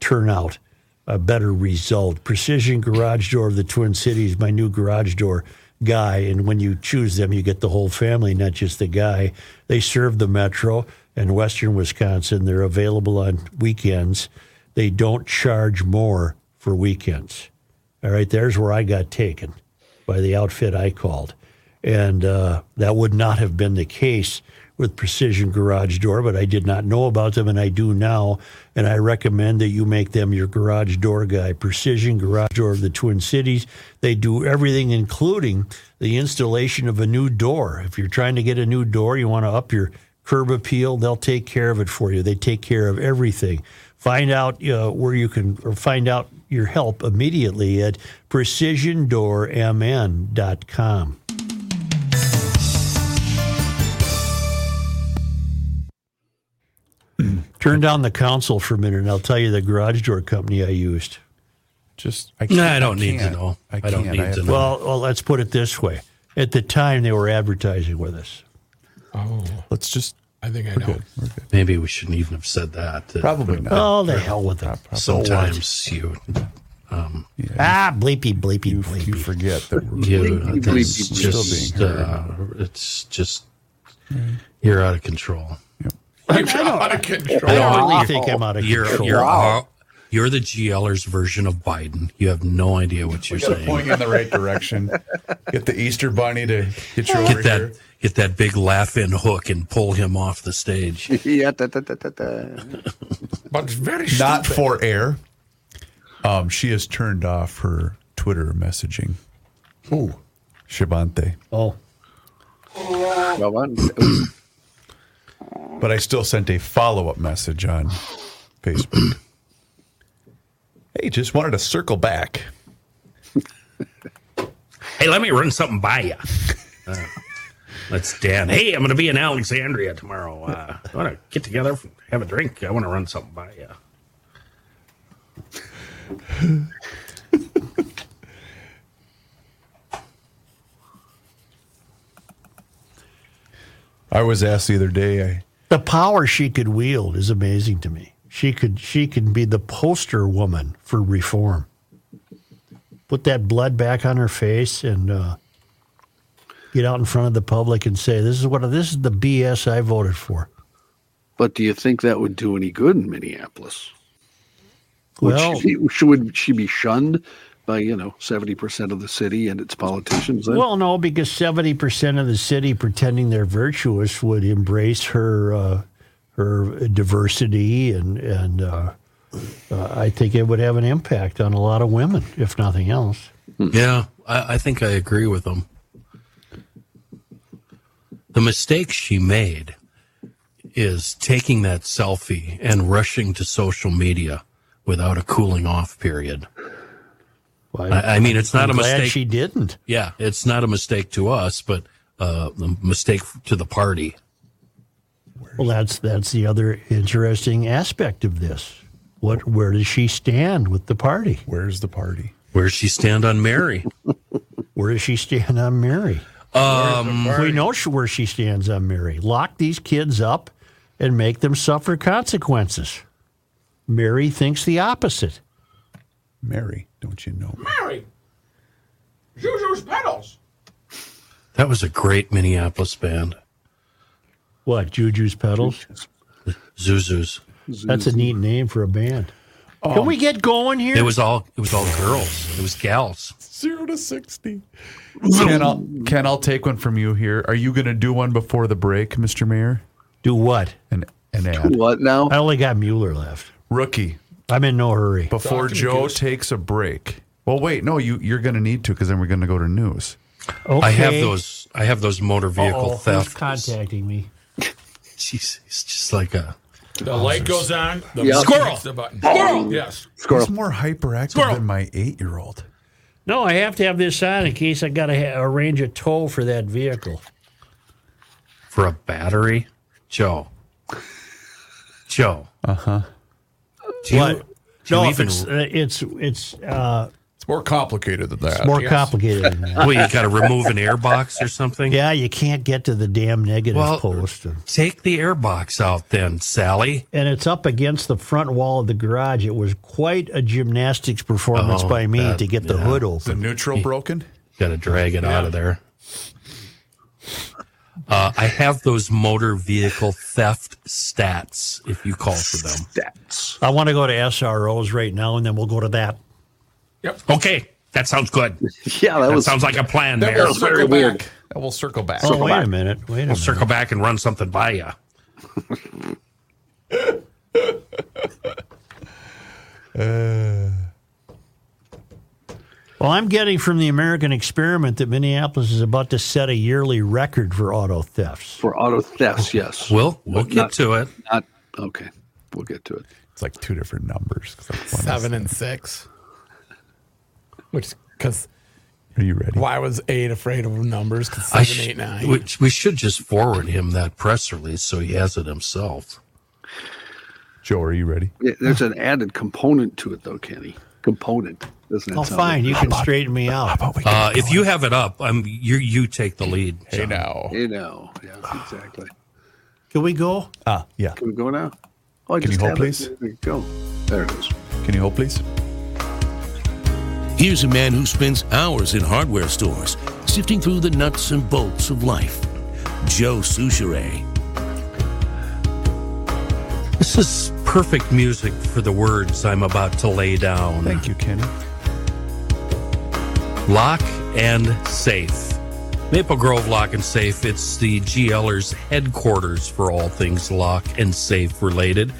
Speaker 1: turnout, a better result. Precision Garage Door of the Twin Cities, my new garage door guy. And when you choose them, you get the whole family, not just the guy. They serve the metro and western Wisconsin. They're available on weekends. They don't charge more for weekends. All right, there's where I got taken by the outfit I called. And uh, that would not have been the case with Precision Garage Door, but I did not know about them and I do now. And I recommend that you make them your garage door guy. Precision Garage Door of the Twin Cities. They do everything, including the installation of a new door. If you're trying to get a new door, you want to up your curb appeal, they'll take care of it for you. They take care of everything. Find out uh, where you can, or find out your help immediately at precisiondoormn.com. <clears throat> Turn down the council for a minute, and I'll tell you the garage door company I used.
Speaker 4: Just
Speaker 5: No, I don't need to know. I, don't need to know.
Speaker 1: Well, well, let's put it this way: at the time, they were advertising with us.
Speaker 10: Oh,
Speaker 4: let's just.
Speaker 10: I think I know.
Speaker 5: Maybe we shouldn't even have said that.
Speaker 4: Probably not.
Speaker 1: Oh, the hell with them!
Speaker 5: Sometimes you, um,
Speaker 1: Ah, bleepy, bleepy, bleepy.
Speaker 4: You forget <laughs> that we're
Speaker 5: you
Speaker 4: we're
Speaker 5: that's
Speaker 4: still
Speaker 5: just,
Speaker 4: being heard.
Speaker 5: uh, it's just you're out of control.
Speaker 1: I don't really think I'm out of
Speaker 5: You're
Speaker 1: control.
Speaker 5: you're uh, you're the GLers version of Biden. You have no idea what you're
Speaker 4: Get a
Speaker 5: saying.
Speaker 4: point in the right <laughs> direction. Get the Easter bunny to get you over
Speaker 5: Get
Speaker 4: here.
Speaker 5: that get that big laugh in hook and pull him off the stage.
Speaker 3: yeah, da, da, da, da, da.
Speaker 10: But it's very
Speaker 4: Not
Speaker 10: stupid.
Speaker 4: for air. Um, she has turned off her Twitter messaging. Ooh, Shabante.
Speaker 1: Oh,
Speaker 3: Well, I'm- uh,
Speaker 4: But I still sent a follow up message on Facebook. <clears throat> hey, just wanted to circle back.
Speaker 5: Hey, let me run something by you. That's Dan. Hey, I'm going to be in Alexandria tomorrow. Uh, I want to get together, have a drink. I want to run something by you.
Speaker 4: I was asked the other day. I,
Speaker 1: the power she could wield is amazing to me. She could she can be the poster woman for reform. Put that blood back on her face and uh, get out in front of the public and say, "This is what this is the BS I voted for."
Speaker 3: but do you think that would do any good in Minneapolis? Would,
Speaker 1: Well,
Speaker 3: she, be- would she be shunned by, you know, 70% of the city and its politicians? Then?
Speaker 1: well, no, because seventy percent of the city pretending they're virtuous would embrace her uh, her diversity, and and uh, uh, I think it would have an impact on a lot of women, if nothing else.
Speaker 5: Yeah, I, I think I agree with him. The mistake she made is taking that selfie and rushing to social media without a cooling off period.
Speaker 1: Why-
Speaker 5: I, I mean, it's not
Speaker 1: I'm
Speaker 5: a
Speaker 1: glad
Speaker 5: mistake.
Speaker 1: she didn't.
Speaker 5: yeah, it's not a mistake to us, but uh, a mistake to the party.
Speaker 1: Well, that's that's the other interesting aspect of this. What where does she stand with the party?
Speaker 4: where's the party?
Speaker 5: Where's she stand on Mary?
Speaker 1: Where does she stand on Mary?
Speaker 5: Um,
Speaker 1: We know she, where she stands on Mary. Lock these kids up and make them suffer consequences. Mary thinks the opposite.
Speaker 4: Mary, don't you know?
Speaker 10: <laughs> Mary, Juju's pedals.
Speaker 5: that was a great Minneapolis band,
Speaker 1: What Juju's pedals?
Speaker 5: Zuzu's.
Speaker 1: That's a neat name for a band. Can we get going here?
Speaker 5: It was all it was all girls. It was gals.
Speaker 4: Zero to 60. Ken, I'll, Ken, I'll take one from you here. Are you going to do one before the break, Mr. Mayor?
Speaker 1: Do what?
Speaker 4: An, an ad.
Speaker 3: what now?
Speaker 1: I only got Mueller left.
Speaker 4: Rookie,
Speaker 1: I'm in no hurry.
Speaker 4: before Joe takes a break. Well, wait, no, you, you're going to need to because then we're going to go to news.
Speaker 1: Okay. Oh,
Speaker 5: I have those. I have those motor vehicle
Speaker 1: Uh-oh, who's
Speaker 5: theft.
Speaker 1: contacting me?
Speaker 5: Jeez, it's just like a
Speaker 10: The light goes on. The
Speaker 4: Yeah.
Speaker 10: squirrel. hits The button.
Speaker 4: Squirrel!
Speaker 10: Yes.
Speaker 4: He's more hyperactive than my eight year old.
Speaker 1: No, I have to have this on in case I got to ha- arrange a toll for that vehicle.
Speaker 5: for a battery, Joe. Joe. Uh huh.
Speaker 1: Uh-huh. What?
Speaker 5: Do you
Speaker 1: no, if
Speaker 5: even-
Speaker 1: it's, uh, it's it's uh,
Speaker 4: it's more complicated than
Speaker 1: It's more complicated. Than
Speaker 5: <laughs>
Speaker 1: that.
Speaker 5: well, you got to remove an air box or something.
Speaker 1: Yeah, you can't get to the damn negative
Speaker 5: Well,
Speaker 1: post, and,
Speaker 5: Take the air box out then, Sally.
Speaker 1: and it's up against the front wall of the garage. It was quite a gymnastics performance
Speaker 5: Oh,
Speaker 1: by me
Speaker 5: that-
Speaker 1: to get the
Speaker 5: yeah.
Speaker 1: hood
Speaker 4: The
Speaker 1: open.
Speaker 4: neutral broken?
Speaker 5: Got to drag it out of there. Uh, I have those motor vehicle theft stats. If you call for them,
Speaker 3: stats.
Speaker 1: I want to go to SROs right now, and then we'll go to that.
Speaker 10: Yep.
Speaker 5: Okay, that sounds good.
Speaker 3: Yeah, that,
Speaker 5: That
Speaker 3: was
Speaker 5: sounds like a plan.
Speaker 4: That
Speaker 5: There,
Speaker 4: will
Speaker 5: we'll,
Speaker 4: circle
Speaker 3: very
Speaker 4: back.
Speaker 3: weird.
Speaker 4: That will circle back.
Speaker 1: Oh, wait
Speaker 3: back.
Speaker 1: a minute. Wait a minute.
Speaker 5: circle back and run something by you.
Speaker 1: Well, I'm getting from the American experiment that Minneapolis is about to set a yearly record for auto thefts.
Speaker 3: for auto thefts. Yes,
Speaker 5: We'll we'll get to it.
Speaker 3: not okay. We'll get to it.
Speaker 4: It's like two different numbers. 'cause like one is-
Speaker 11: seven and six. Which, because
Speaker 4: Are you ready?
Speaker 11: why was eight afraid of numbers? 'Cause
Speaker 5: I
Speaker 11: seven,
Speaker 5: sh-
Speaker 11: eight, nine.
Speaker 5: We, we should just forward him that press release so he has it himself.
Speaker 4: Joe, are you ready?
Speaker 3: Yeah, There's an added component to it, though, Kenny. Component, doesn't it?
Speaker 1: Oh,
Speaker 3: sound
Speaker 1: fine.
Speaker 3: like-
Speaker 1: You can straighten me out.
Speaker 4: But we can
Speaker 5: Uh, if you have it up, um, you you take the lead.
Speaker 4: hey
Speaker 5: John.
Speaker 4: now.
Speaker 3: You know, yeah, exactly.
Speaker 1: Can we go?
Speaker 4: Ah, yeah.
Speaker 3: Can we go now? Oh, I
Speaker 4: Can you
Speaker 3: just
Speaker 4: hold,
Speaker 3: have it.
Speaker 4: please?
Speaker 3: There you go. There it is.
Speaker 4: Can you hold, please?
Speaker 12: Here's a man who spends hours in hardware stores sifting through the nuts and bolts of life. Joe Souchere.
Speaker 5: This is perfect music for the words I'm about to lay down.
Speaker 4: Thank you, Kenny.
Speaker 5: Lock and Safe. Maple Grove Lock and Safe, it's the GLers headquarters for all things lock and safe related.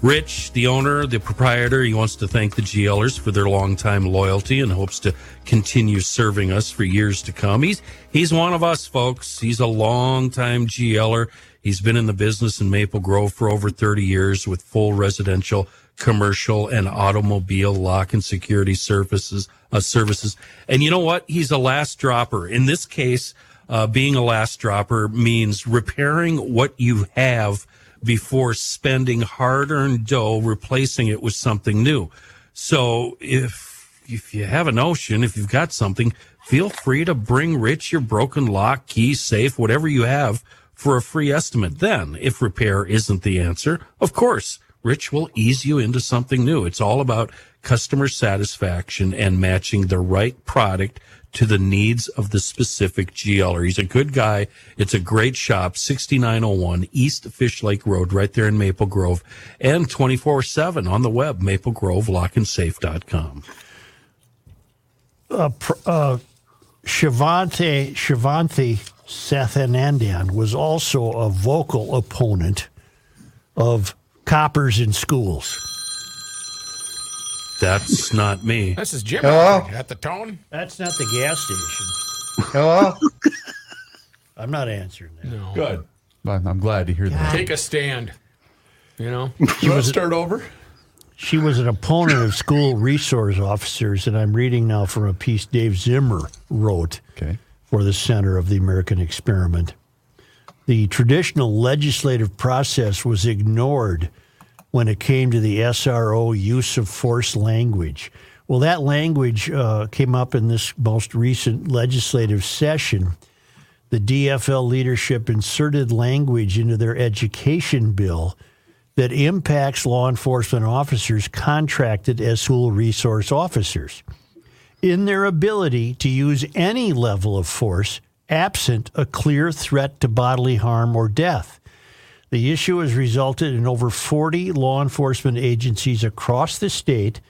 Speaker 5: Rich, the owner, the proprietor, he wants to thank the GLers for their longtime loyalty and hopes to continue serving us for years to come. He's he's one of us, folks. He's a longtime GLer. He's been in the business in Maple Grove for over 30 years with full residential, commercial, and automobile lock and security services. Uh, services. And you know what? He's a last dropper. In this case, uh, being a last dropper means repairing what you have before spending hard earned dough, replacing it with something new. So if if you have a notion, if you've got something, feel free to bring Rich your broken lock, key, safe, whatever you have for a free estimate. Then, if repair isn't the answer, of course, Rich will ease you into something new. It's all about customer satisfaction and matching the right product to the needs of the specific GLer. He's a good guy. It's a great shop, 6901 East Fish Lake Road, right there in Maple Grove, and 24 7 on the web, maplegrovelockandsafe.com.
Speaker 1: Shivanti Shivanti Sathanandan was also a vocal opponent of coppers in schools.
Speaker 5: That's not me.
Speaker 10: This is Jim. At the tone.
Speaker 1: That's not the gas station.
Speaker 2: Hello?
Speaker 1: <laughs> I'm not answering that.
Speaker 10: Good.
Speaker 4: I'm I'm glad to hear that.
Speaker 10: Take a stand. You know.
Speaker 4: You want to start over?
Speaker 1: She was an opponent of school resource officers, and I'm reading now from a piece Dave Zimmer wrote
Speaker 4: Okay.
Speaker 1: for the Center of the American Experiment. The traditional legislative process was ignored when it came to the SRO use of force language. Well, that language uh, came up in this most recent legislative session. The DFL leadership inserted language into their education bill that impacts law enforcement officers contracted as school resource officers in their ability to use any level of force absent a clear threat to bodily harm or death. The issue has resulted in over 40 law enforcement agencies across the state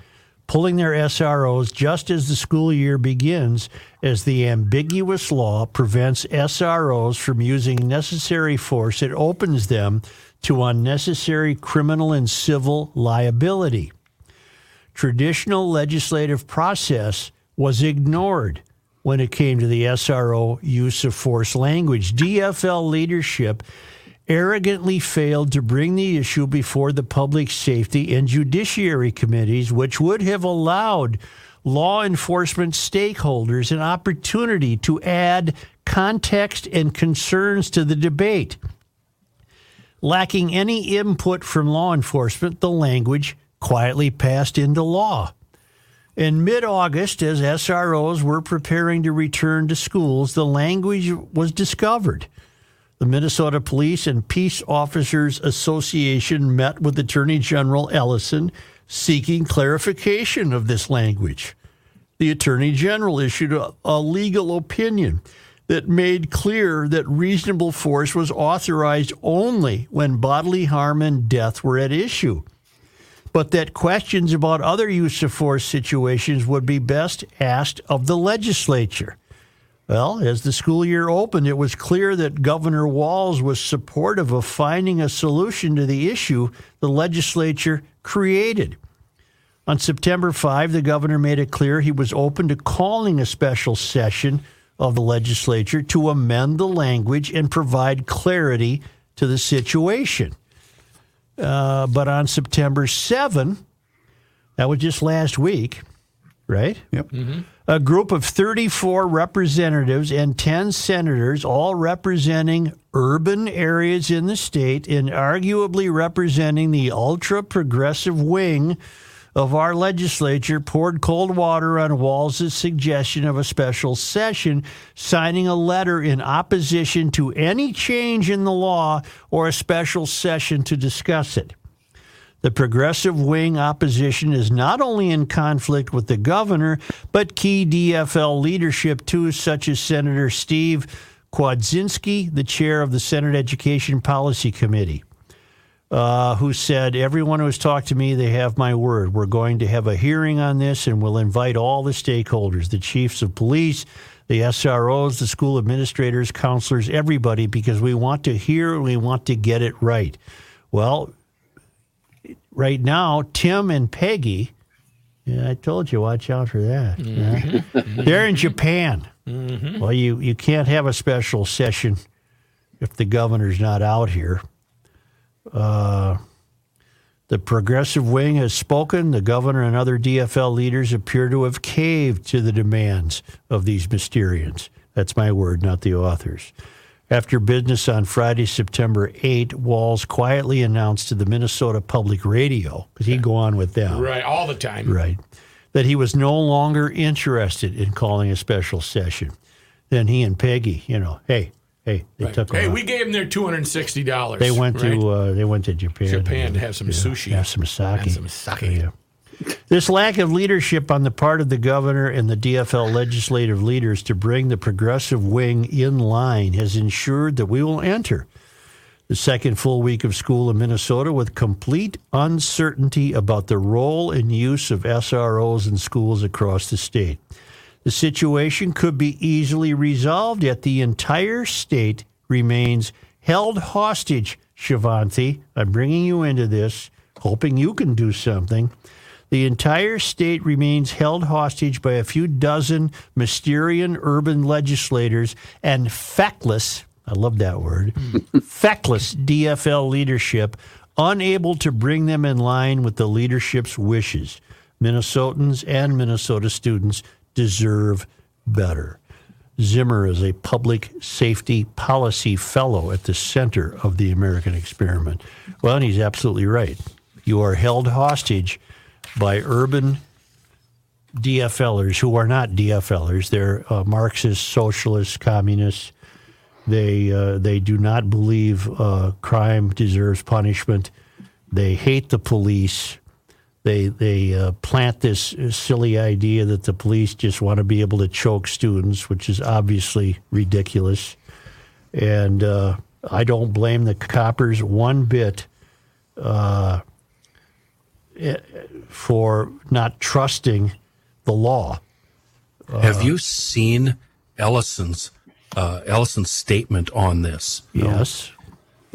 Speaker 1: pulling their SROs just as the school year begins, as the ambiguous law prevents SROs from using necessary force. It opens them to unnecessary criminal and civil liability traditional legislative process was ignored when it came to the SRO use of force language. DFL leadership arrogantly failed to bring the issue before the Public Safety and Judiciary Committees, which would have allowed law enforcement stakeholders an opportunity to add context and concerns to the debate. Lacking any input from law enforcement, the language quietly passed into law. In mid August, as SROs were preparing to return to schools, the language was discovered. The Minnesota Police and Peace Officers Association met with Attorney General Ellison seeking clarification of this language. The Attorney General issued a, a legal opinion that made clear that reasonable force was authorized only when bodily harm and death were at issue, but that questions about other use of force situations would be best asked of the legislature. Well, as the school year opened, it was clear that Governor Walls was supportive of finding a solution to the issue the legislature created. On September 5, the governor made it clear he was open to calling a special session of the legislature to amend the language and provide clarity to the situation. Uh, but on September 7, that was just last week, right?
Speaker 4: Yep.
Speaker 1: A group of 34 representatives and 10 senators, all representing urban areas in the state and arguably representing the ultra progressive wing of our legislature, poured cold water on Walz's suggestion of a special session, signing a letter in opposition to any change in the law or a special session to discuss it. The progressive wing opposition is not only in conflict with the governor, but key DFL leadership too, such as Senator Steve Kwadzinski, the chair of the Senate Education Policy Committee, uh, who said, Everyone who has talked to me, they have my word. We're going to have a hearing on this and we'll invite all the stakeholders, the chiefs of police, the SROs, the school administrators, counselors, everybody, because we want to hear and we want to get it right. Well, right now, Tim and Peggy. Yeah, I told you, watch out for that. yeah. They're in Japan. Well, you, you can't have a special session if the governor's not out here. Uh, the progressive wing has spoken. The governor and other DFL leaders appear to have caved to the demands of these Mysterians. That's my word, not the author's. After business on Friday, September 8, Walls quietly announced to the Minnesota Public Radio, because he'd go on with them.
Speaker 11: Right, all the time.
Speaker 1: Right. That he was no longer interested in calling a special session. Then he and Peggy, you know, hey, hey, they took
Speaker 11: Hey,
Speaker 1: off.
Speaker 11: we gave them their two hundred and sixty dollars.
Speaker 1: They went to uh, they went to Japan.
Speaker 11: Japan to have some sushi.
Speaker 1: Have some sake.
Speaker 11: Have some sake.
Speaker 1: Yeah. This lack of leadership on the part of the governor and the DFL legislative leaders to bring the progressive wing in line has ensured that we will enter the second full week of school in Minnesota with complete uncertainty about the role and use of SROs in schools across the state. The situation could be easily resolved, yet the entire state remains held hostage. Shivanti, I'm bringing you into this, hoping you can do something. The entire state remains held hostage by a few dozen Mysterian urban legislators and feckless, I love that word, feckless DFL leadership, unable to bring them in line with the leadership's wishes. Minnesotans and Minnesota students deserve better. Zimmer is a public safety policy fellow at the center of the American experiment. Well, and he's absolutely right. You are held hostage by urban DFLers who are not DFLers. They're uh, Marxists, socialists, communists. They uh, they do not believe uh, crime deserves punishment. They hate the police. They they uh, plant this silly idea that the police just want to be able to choke students, which is obviously ridiculous. And uh, I don't blame the coppers one bit. Uh, eh, for not trusting the law.
Speaker 5: Have you seen Ellison's uh, Ellison's statement on this?
Speaker 1: Yes.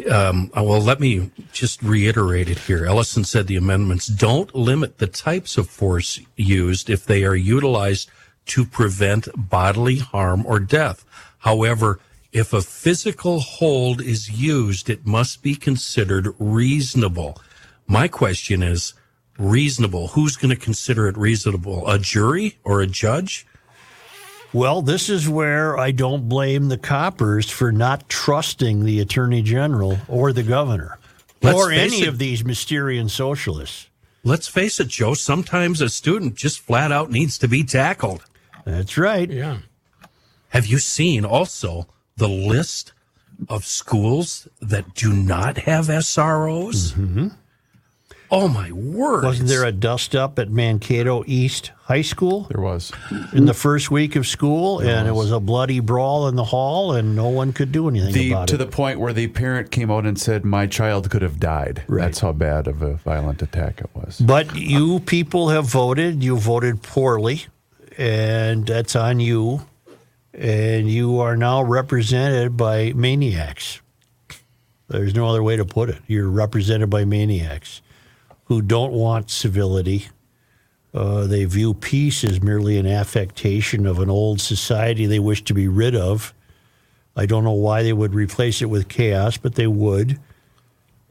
Speaker 5: Um, uh, well, let me just reiterate it here. Ellison said the amendments don't limit the types of force used if they are utilized to prevent bodily harm or death. However, If a physical hold is used, it must be considered reasonable. My question is reasonable. Who's going to consider it reasonable? A jury or a judge?
Speaker 1: Well, this is where I don't blame the coppers for not trusting the attorney general or the governor
Speaker 5: Let's
Speaker 1: or
Speaker 5: face
Speaker 1: any
Speaker 5: it-
Speaker 1: of these Mysterian socialists.
Speaker 5: Let's face it, Joe, sometimes a student just flat out needs to be tackled.
Speaker 1: That's right.
Speaker 11: Yeah.
Speaker 5: Have you seen also the list of schools that do not have SROs? Oh, my word.
Speaker 1: Mm-hmm. Wasn't there a dust up at Mankato East High School? There
Speaker 4: was.
Speaker 1: In
Speaker 4: Mm-hmm.
Speaker 1: the first week of school, and it was a bloody brawl in the hall, and no one could do anything
Speaker 4: The,
Speaker 1: about
Speaker 4: to
Speaker 1: it.
Speaker 4: the point where the parent came out and said, "My child could have died." That's how bad of a violent attack it was.
Speaker 1: But you people have voted. You voted poorly, and that's on you. And you are now represented by maniacs. There's no other way to put it. You're represented by maniacs who don't want civility. Uh, they view peace as merely an affectation of an old society they wish to be rid of. I don't know why they would replace it with chaos, but they would.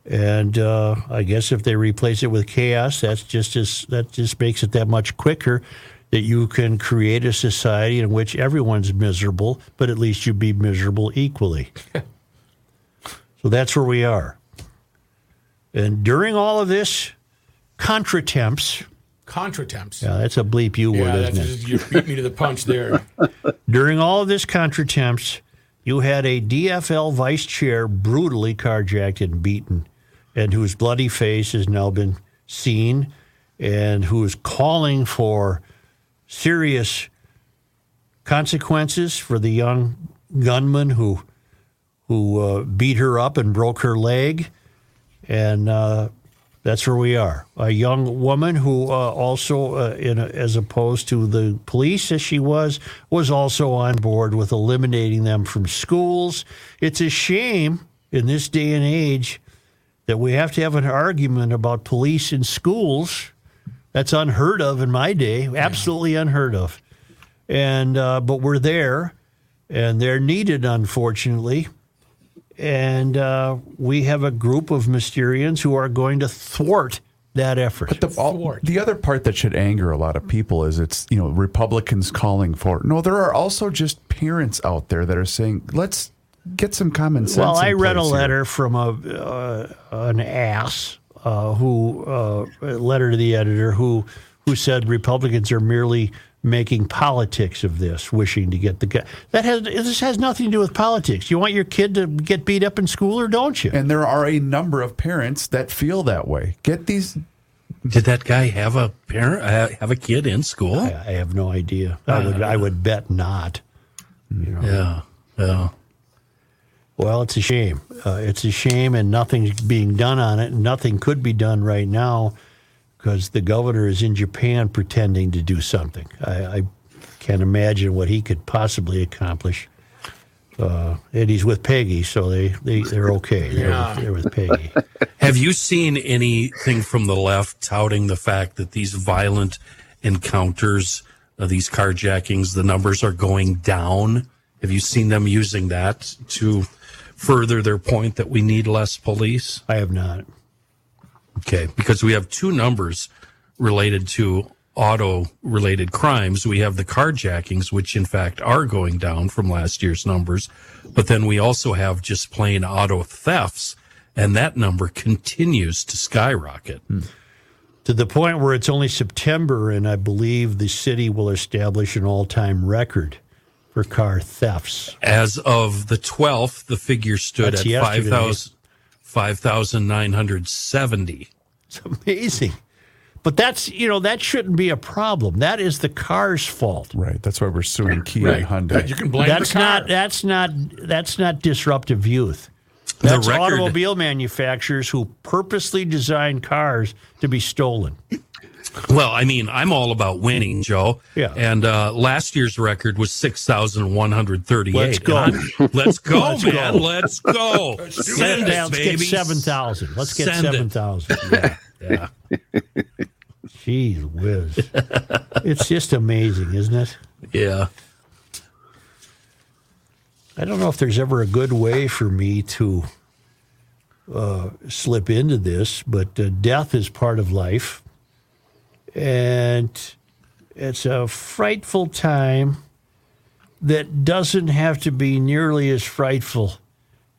Speaker 1: And uh, I guess if they replace it with chaos, that's just as, that just makes it that much quicker that you can create a society in which everyone's miserable, but at least you'd be miserable
Speaker 11: <laughs>
Speaker 1: equally. so that's where we are. And during all of this, contratemps.
Speaker 11: Contratemps.
Speaker 1: Yeah, that's a bleep you word,
Speaker 11: Yeah,
Speaker 1: isn't
Speaker 11: that's
Speaker 1: it?
Speaker 11: just, you beat me to the punch there.
Speaker 1: During all of this contretemps, you had a DFL vice chair brutally carjacked and beaten, and whose bloody face has now been seen, and who is calling for serious consequences for the young gunman who who uh, beat her up and broke her leg, and uh, that's where we are. A young woman who uh, also, uh, in a, as opposed to the police as she was, was also on board with eliminating them from schools. It's a shame in this day and age that we have to have an argument about police in schools. That's unheard of in my day, absolutely unheard of. And uh, but we're there, and they're needed, unfortunately and uh, we have a group of Mysterians who are going to thwart that effort.
Speaker 4: But the, all, the other part that should anger a lot of people is it's you know Republicans calling for no. There are also just parents out there that are saying, "Let's get some common sense."
Speaker 1: Well, I
Speaker 4: in
Speaker 1: read a
Speaker 4: place here."
Speaker 1: letter from a uh, an ass uh, who uh, a letter to the editor who who said Republicans are merely making politics of this, wishing to get the guy. That has this has nothing to do with politics. You want your kid to get beat up in school, or don't you?
Speaker 4: And there are a number of parents that feel that way. Get these.
Speaker 5: <laughs> Did that guy have a parent uh, have a kid in school? I,
Speaker 1: I have no idea. I would I would bet not. You know?
Speaker 5: Yeah, yeah.
Speaker 1: Well, it's a shame. Uh, it's a shame, and nothing's being done on it. Nothing could be done right now because the governor is in Japan pretending to do something. I, I can't imagine what he could possibly accomplish. Uh, and he's with Peggy, so they, they, they're okay. They're,
Speaker 5: Yeah.
Speaker 1: with, they're with Peggy.
Speaker 5: Have you seen anything from the left touting the fact that these violent encounters, uh, these carjackings, the numbers are going down? Have you seen them using that to further their point that we need less police?
Speaker 1: I have not.
Speaker 5: Okay, because we have two numbers related to auto related crimes. We have the carjackings, which in fact are going down from last year's numbers, but then we also have just plain auto thefts, and that number continues to skyrocket.
Speaker 1: Hmm. to the point where it's only September, and I believe the city will establish an all time record for car thefts.
Speaker 5: As of the 12th, the figure stood
Speaker 1: That's
Speaker 5: at
Speaker 1: yesterday.
Speaker 5: 5,000 5,970.
Speaker 1: It's amazing. But that's, you know, that shouldn't be a problem. That is the car's fault.
Speaker 4: Right. That's why we're suing Kia
Speaker 1: Right.
Speaker 4: and
Speaker 5: <laughs>
Speaker 4: Hyundai.
Speaker 1: that's not that's not that's not disruptive youth.
Speaker 4: The
Speaker 1: That's
Speaker 4: record-
Speaker 1: automobile manufacturers who purposely design cars to be stolen.
Speaker 5: Well, I mean, I'm all about winning, Joe.
Speaker 1: Yeah.
Speaker 5: And uh, last year's record was 6,138.
Speaker 1: Let's go.
Speaker 5: And I- Let's go,
Speaker 1: Let's go.
Speaker 5: man. Let's go.
Speaker 1: Let's do
Speaker 5: Send
Speaker 1: it.
Speaker 5: it,
Speaker 1: Yeah, let's get
Speaker 5: baby.
Speaker 1: 7,000. Let's get
Speaker 5: Send it.
Speaker 1: 7,000. Yeah.
Speaker 5: Yeah.
Speaker 1: Jeez whiz. it's just amazing, isn't it?
Speaker 5: Yeah.
Speaker 1: I don't know if there's ever a good way for me to uh, slip into this, but uh, death is part of life. And it's a frightful time that doesn't have to be nearly as frightful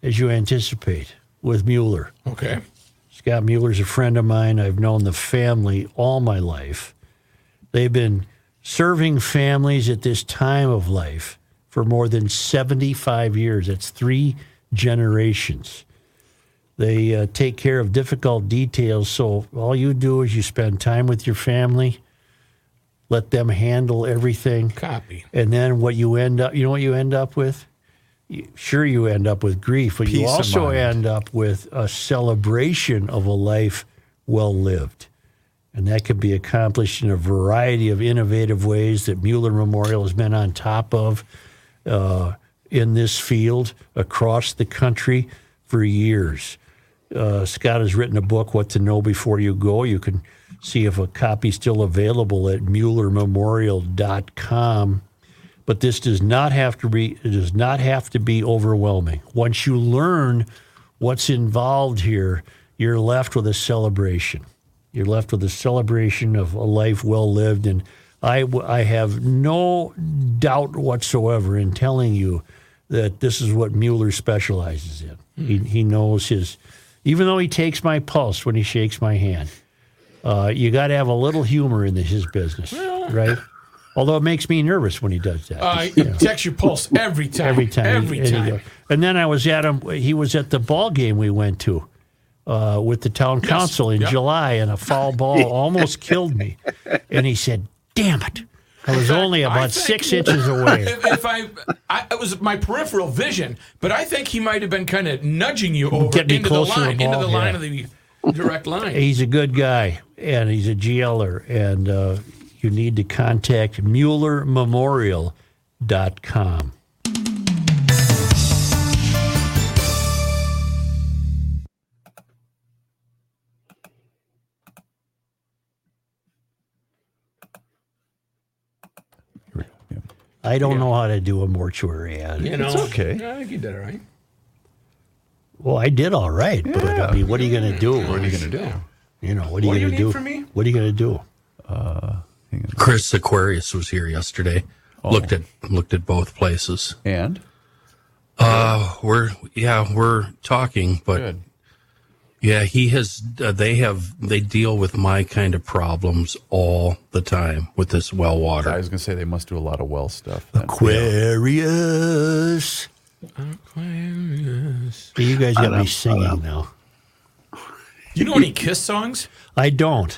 Speaker 1: as you anticipate with Mueller.
Speaker 11: Okay.
Speaker 1: Scott Mueller's a friend of mine. I've known the family all my life. They've been serving families at this time of life for more than 75 years. That's three generations. They uh, take care of difficult details. So all you do is you spend time with your family, let them handle everything.
Speaker 11: Copy.
Speaker 1: And then what you end up, you know what you end up with? You- Sure, you end up with grief, but you
Speaker 11: Peace of
Speaker 1: also
Speaker 11: mind.
Speaker 1: end up with a celebration of a life well lived. And that can be accomplished in a variety of innovative ways that Mueller Memorial has been on top of uh, in this field across the country for years. Uh, Scott has written a book, What to Know Before You Go. You can see if a copy's still available at MuellerMemorial.com. But this does not have to be it does not have to be overwhelming. Once you learn what's involved here, you're left with a celebration. You're left with a celebration of a life well lived. And I, w- I have no doubt whatsoever in telling you that this is what Mueller specializes in. He, he knows his, even though he takes my pulse when he shakes my hand, uh, you got to have a little humor in his business, right? Although it makes me nervous when he does that.
Speaker 11: Uh, you text your pulse every time.
Speaker 1: Every time.
Speaker 11: Every
Speaker 1: And he
Speaker 11: time.
Speaker 1: go- And then I was at him. He was at the ball game we went to uh, with the town council in
Speaker 11: Yep.
Speaker 1: July, and
Speaker 11: <laughs>
Speaker 1: a foul ball almost killed me. And he said, "Damn it!" I was only about
Speaker 11: <laughs>
Speaker 1: six inches away.
Speaker 11: if, if I, I, it was my peripheral vision, but I think he might have been kind of nudging you over
Speaker 1: Get me
Speaker 11: into the
Speaker 1: closer to the
Speaker 11: line, into
Speaker 1: ball,
Speaker 11: the line
Speaker 1: yeah.
Speaker 11: of the direct line.
Speaker 1: He's a good guy, and he's a GLer, and uh, you need to contact MuellerMemorial.com. I don't know how to do a mortuary ad.
Speaker 11: You know,
Speaker 1: it's okay.
Speaker 11: I think you did all right.
Speaker 1: Well, I did all right, but I mean, what are you going to do? What
Speaker 5: are you gonna do?
Speaker 1: You know, what are
Speaker 5: What do
Speaker 1: you
Speaker 5: you
Speaker 1: going to
Speaker 5: need
Speaker 1: do?
Speaker 5: from me?
Speaker 1: What are you going to do?
Speaker 5: Uh, Chris Aquarius was here yesterday.
Speaker 1: Oh.
Speaker 5: Looked at looked at both places.
Speaker 4: And
Speaker 5: uh, we're yeah we're talking, but yeah, he has. Uh, they have they deal with my kind of problems all the time with this well water. I was
Speaker 4: gonna say they must do a lot of well stuff.
Speaker 1: Aquarius. You guys got me singing now.
Speaker 11: You know any Kiss songs?
Speaker 1: I don't.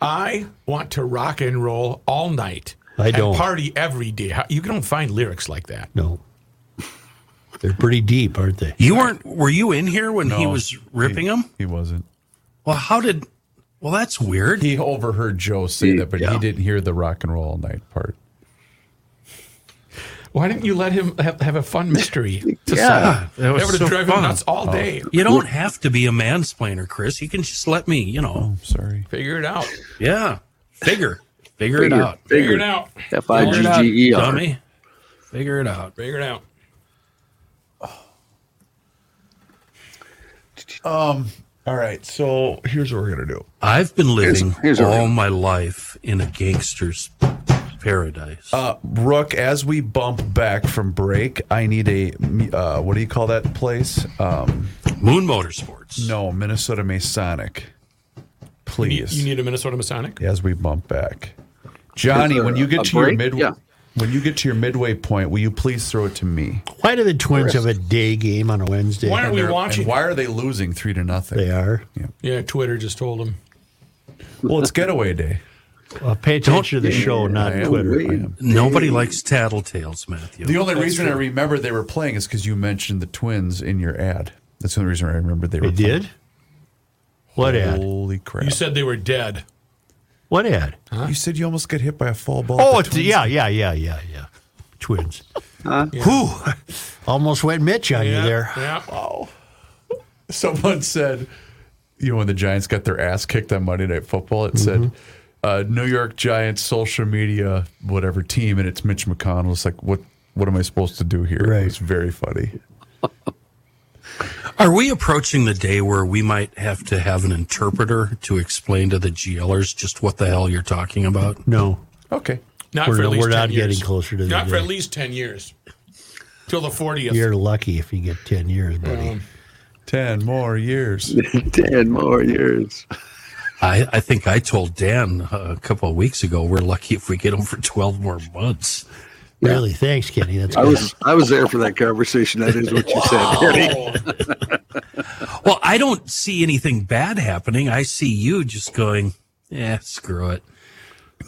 Speaker 11: I want to rock and roll all night.
Speaker 1: I don't.
Speaker 11: And party every day. How- You don't find lyrics like that.
Speaker 1: No. They're pretty deep, aren't they?
Speaker 5: You weren't. Were you in here when he
Speaker 4: No,
Speaker 5: was ripping him?
Speaker 4: He wasn't.
Speaker 5: Well, how did? Well, that's weird.
Speaker 4: He overheard Joe say that, but he didn't hear the rock and roll all night part.
Speaker 11: Why didn't you let him have, have a fun
Speaker 5: <laughs>
Speaker 11: mystery to solve?
Speaker 5: that was
Speaker 11: that would
Speaker 5: so
Speaker 11: have driven
Speaker 5: fun.
Speaker 11: him nuts
Speaker 1: Oh.
Speaker 11: all day.
Speaker 5: You don't have to be a mansplainer, Chris. You can just let me. You know.
Speaker 4: sorry.
Speaker 11: figure it out.
Speaker 5: Oh. Yeah. Figure. Figure, it
Speaker 11: Figure.
Speaker 5: out.
Speaker 11: Figure it out.
Speaker 5: F I G G E R. Dummy.
Speaker 11: Figure it out. Figure it out.
Speaker 4: Um. All right. So here's what we're gonna do.
Speaker 5: I've been living
Speaker 4: here's a
Speaker 5: all
Speaker 4: ring.
Speaker 5: my life in a gangster's paradise.
Speaker 4: Uh, Rook, as we bump back from break, I need a uh, what do you call that place? Um,
Speaker 5: Moon Motorsports.
Speaker 4: No, Minnesota Masonic.
Speaker 11: You need-
Speaker 4: Please.
Speaker 11: You need a Minnesota Masonic?
Speaker 4: as we bump back. Johnny,
Speaker 11: there
Speaker 4: when you
Speaker 11: a
Speaker 4: get to your
Speaker 11: break?
Speaker 4: midway,
Speaker 11: Yeah.
Speaker 4: when you get to your midway point, will you please throw it to me?
Speaker 1: Why do the Twins have a day game on a Wednesday?
Speaker 11: Why aren't we watching?
Speaker 4: Why are they losing three to nothing?
Speaker 1: They are.
Speaker 11: Yeah, Twitter just told him.
Speaker 4: Well, it's
Speaker 11: <laughs>
Speaker 4: getaway day.
Speaker 1: Uh, pay attention to the show, not
Speaker 4: I am.
Speaker 1: Twitter.
Speaker 4: I am.
Speaker 5: Nobody likes tattletales, Matthew.
Speaker 4: The only
Speaker 5: That's
Speaker 4: reason I
Speaker 5: true.
Speaker 4: remember they were playing is because you mentioned the Twins in your ad. That's the only reason I remember they were.
Speaker 1: They did? What
Speaker 4: Holy
Speaker 1: ad?
Speaker 4: Holy crap!
Speaker 11: You said they were dead.
Speaker 1: What ad?
Speaker 4: You said you almost got hit by a fall ball.
Speaker 1: Oh,
Speaker 4: The
Speaker 1: it's,
Speaker 4: Twins-
Speaker 1: yeah, yeah, yeah, yeah, yeah. Twins. Whew. Almost went Mitch on you there.
Speaker 11: Yeah.
Speaker 4: Wow. <laughs> Someone said, you know, when the Giants got their ass kicked on Monday Night Football, it said, uh, New York Giants social media, whatever team, and it's Mitch McConnell. It's like, what? what am I supposed to do here? Right. It's very funny.
Speaker 5: Are we approaching the day where we might have to have an interpreter to explain to the GLers just what the hell you're talking about?
Speaker 1: No.
Speaker 4: Okay.
Speaker 10: Not
Speaker 1: we're
Speaker 10: for at least
Speaker 1: we're
Speaker 10: 10
Speaker 1: not
Speaker 10: years.
Speaker 1: getting closer to the
Speaker 10: Not
Speaker 1: day.
Speaker 10: for at least 10 years. Till the 40th.
Speaker 1: You're lucky if you get 10 years, buddy.
Speaker 10: Um,
Speaker 4: 10 more years.
Speaker 3: <laughs> 10 more years.
Speaker 5: I, I think I told Dan uh, a couple of weeks ago we're lucky if we get them for 12 more months.
Speaker 1: Really? Thanks, Kenny. That's
Speaker 3: I
Speaker 1: good.
Speaker 3: was I was there for that conversation. That is what you said,
Speaker 10: <laughs>
Speaker 3: Kenny.
Speaker 5: Well, I don't see anything bad happening. I see you just going, eh, screw it.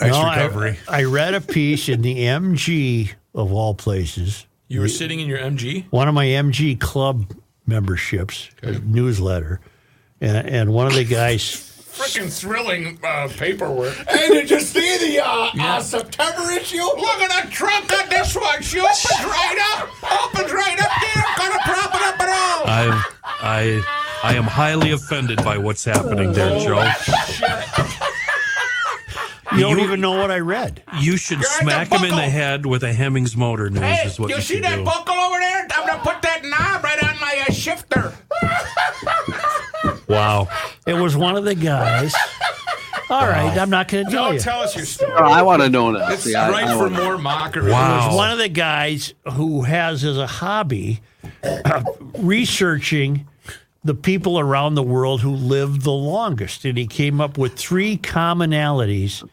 Speaker 4: Nice
Speaker 1: No, I-
Speaker 4: recovery.
Speaker 1: I, read a piece in the MG of all places.
Speaker 10: You were sitting in your MG?
Speaker 1: One of my MG club memberships a newsletter, and, and one of the guys.
Speaker 10: Freaking thrilling uh, paperwork. Hey, did you see the uh, uh, September issue? Look at that Trump got this one. She opens right up. Opens right up there. Gonna prop it up at all.
Speaker 5: I, I, I am highly offended by what's happening there, Joe.
Speaker 1: You don't even know what I read.
Speaker 5: You should smack him in the head with a Hemmings motor news.
Speaker 10: Hey,
Speaker 5: is what you,
Speaker 10: you,
Speaker 5: should
Speaker 10: see that
Speaker 5: do.
Speaker 10: buckle over there? I'm gonna put that knob right on my uh, shifter.
Speaker 5: Wow.
Speaker 1: It was one of the guys. All right, I'm not going to tell you.
Speaker 10: us your story.
Speaker 3: Oh, I want to know now.
Speaker 10: It's
Speaker 3: See, I-
Speaker 10: right
Speaker 3: I
Speaker 10: for
Speaker 3: wanna-
Speaker 10: more mockery.
Speaker 1: It was
Speaker 5: Wow.
Speaker 1: one of the guys who has as a hobby uh, researching the people around the world who live the longest. And he came up with three commonalities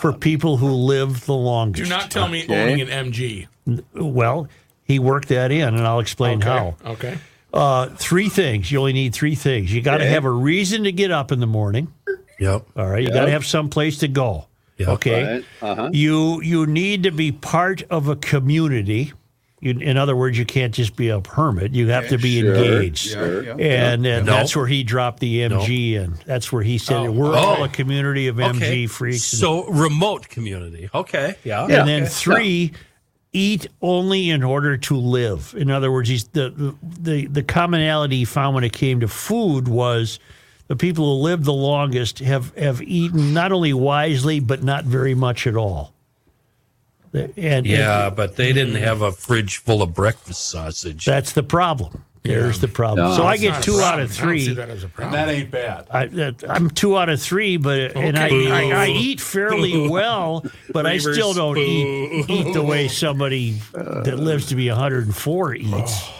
Speaker 1: for people who live the
Speaker 10: Do
Speaker 1: longest.
Speaker 10: not tell me
Speaker 3: Okay.
Speaker 10: owning an MG.
Speaker 1: well, he worked that in, and I'll explain how.
Speaker 10: Okay.
Speaker 1: Uh, three things. You only need three things. You got to have a reason to get up in the morning.
Speaker 5: Yep.
Speaker 1: All right. You got to have some place to go. Okay.
Speaker 3: Right. Uh-huh.
Speaker 1: You you need to be part of a community. You, in other words, you can't just be a hermit. You have to be engaged. And, and
Speaker 5: No.
Speaker 1: that's where he dropped the MG in. That's where he said, We're all a community of
Speaker 5: Oh. Okay.
Speaker 1: MG freaks. And-
Speaker 5: So remote community. Okay. Yeah.
Speaker 1: and then three, eat only in order to live. In other words, he's, the, the the commonality he found when it came to food was the people who live the longest have have eaten not only wisely but not very much at all. The- And
Speaker 5: Yeah, but they didn't have a fridge full of breakfast sausage.
Speaker 1: that's the problem. There's the problem. so I get two out of
Speaker 10: I don't see
Speaker 1: three.
Speaker 10: that as a problem.
Speaker 13: That ain't bad.
Speaker 1: I, that- I'm two out of three, but and I,
Speaker 5: Okay.
Speaker 1: I, I eat fairly well, but I still
Speaker 5: Reavers,
Speaker 1: don't eat eat the way somebody that lives to be 104 eats.
Speaker 10: Oh.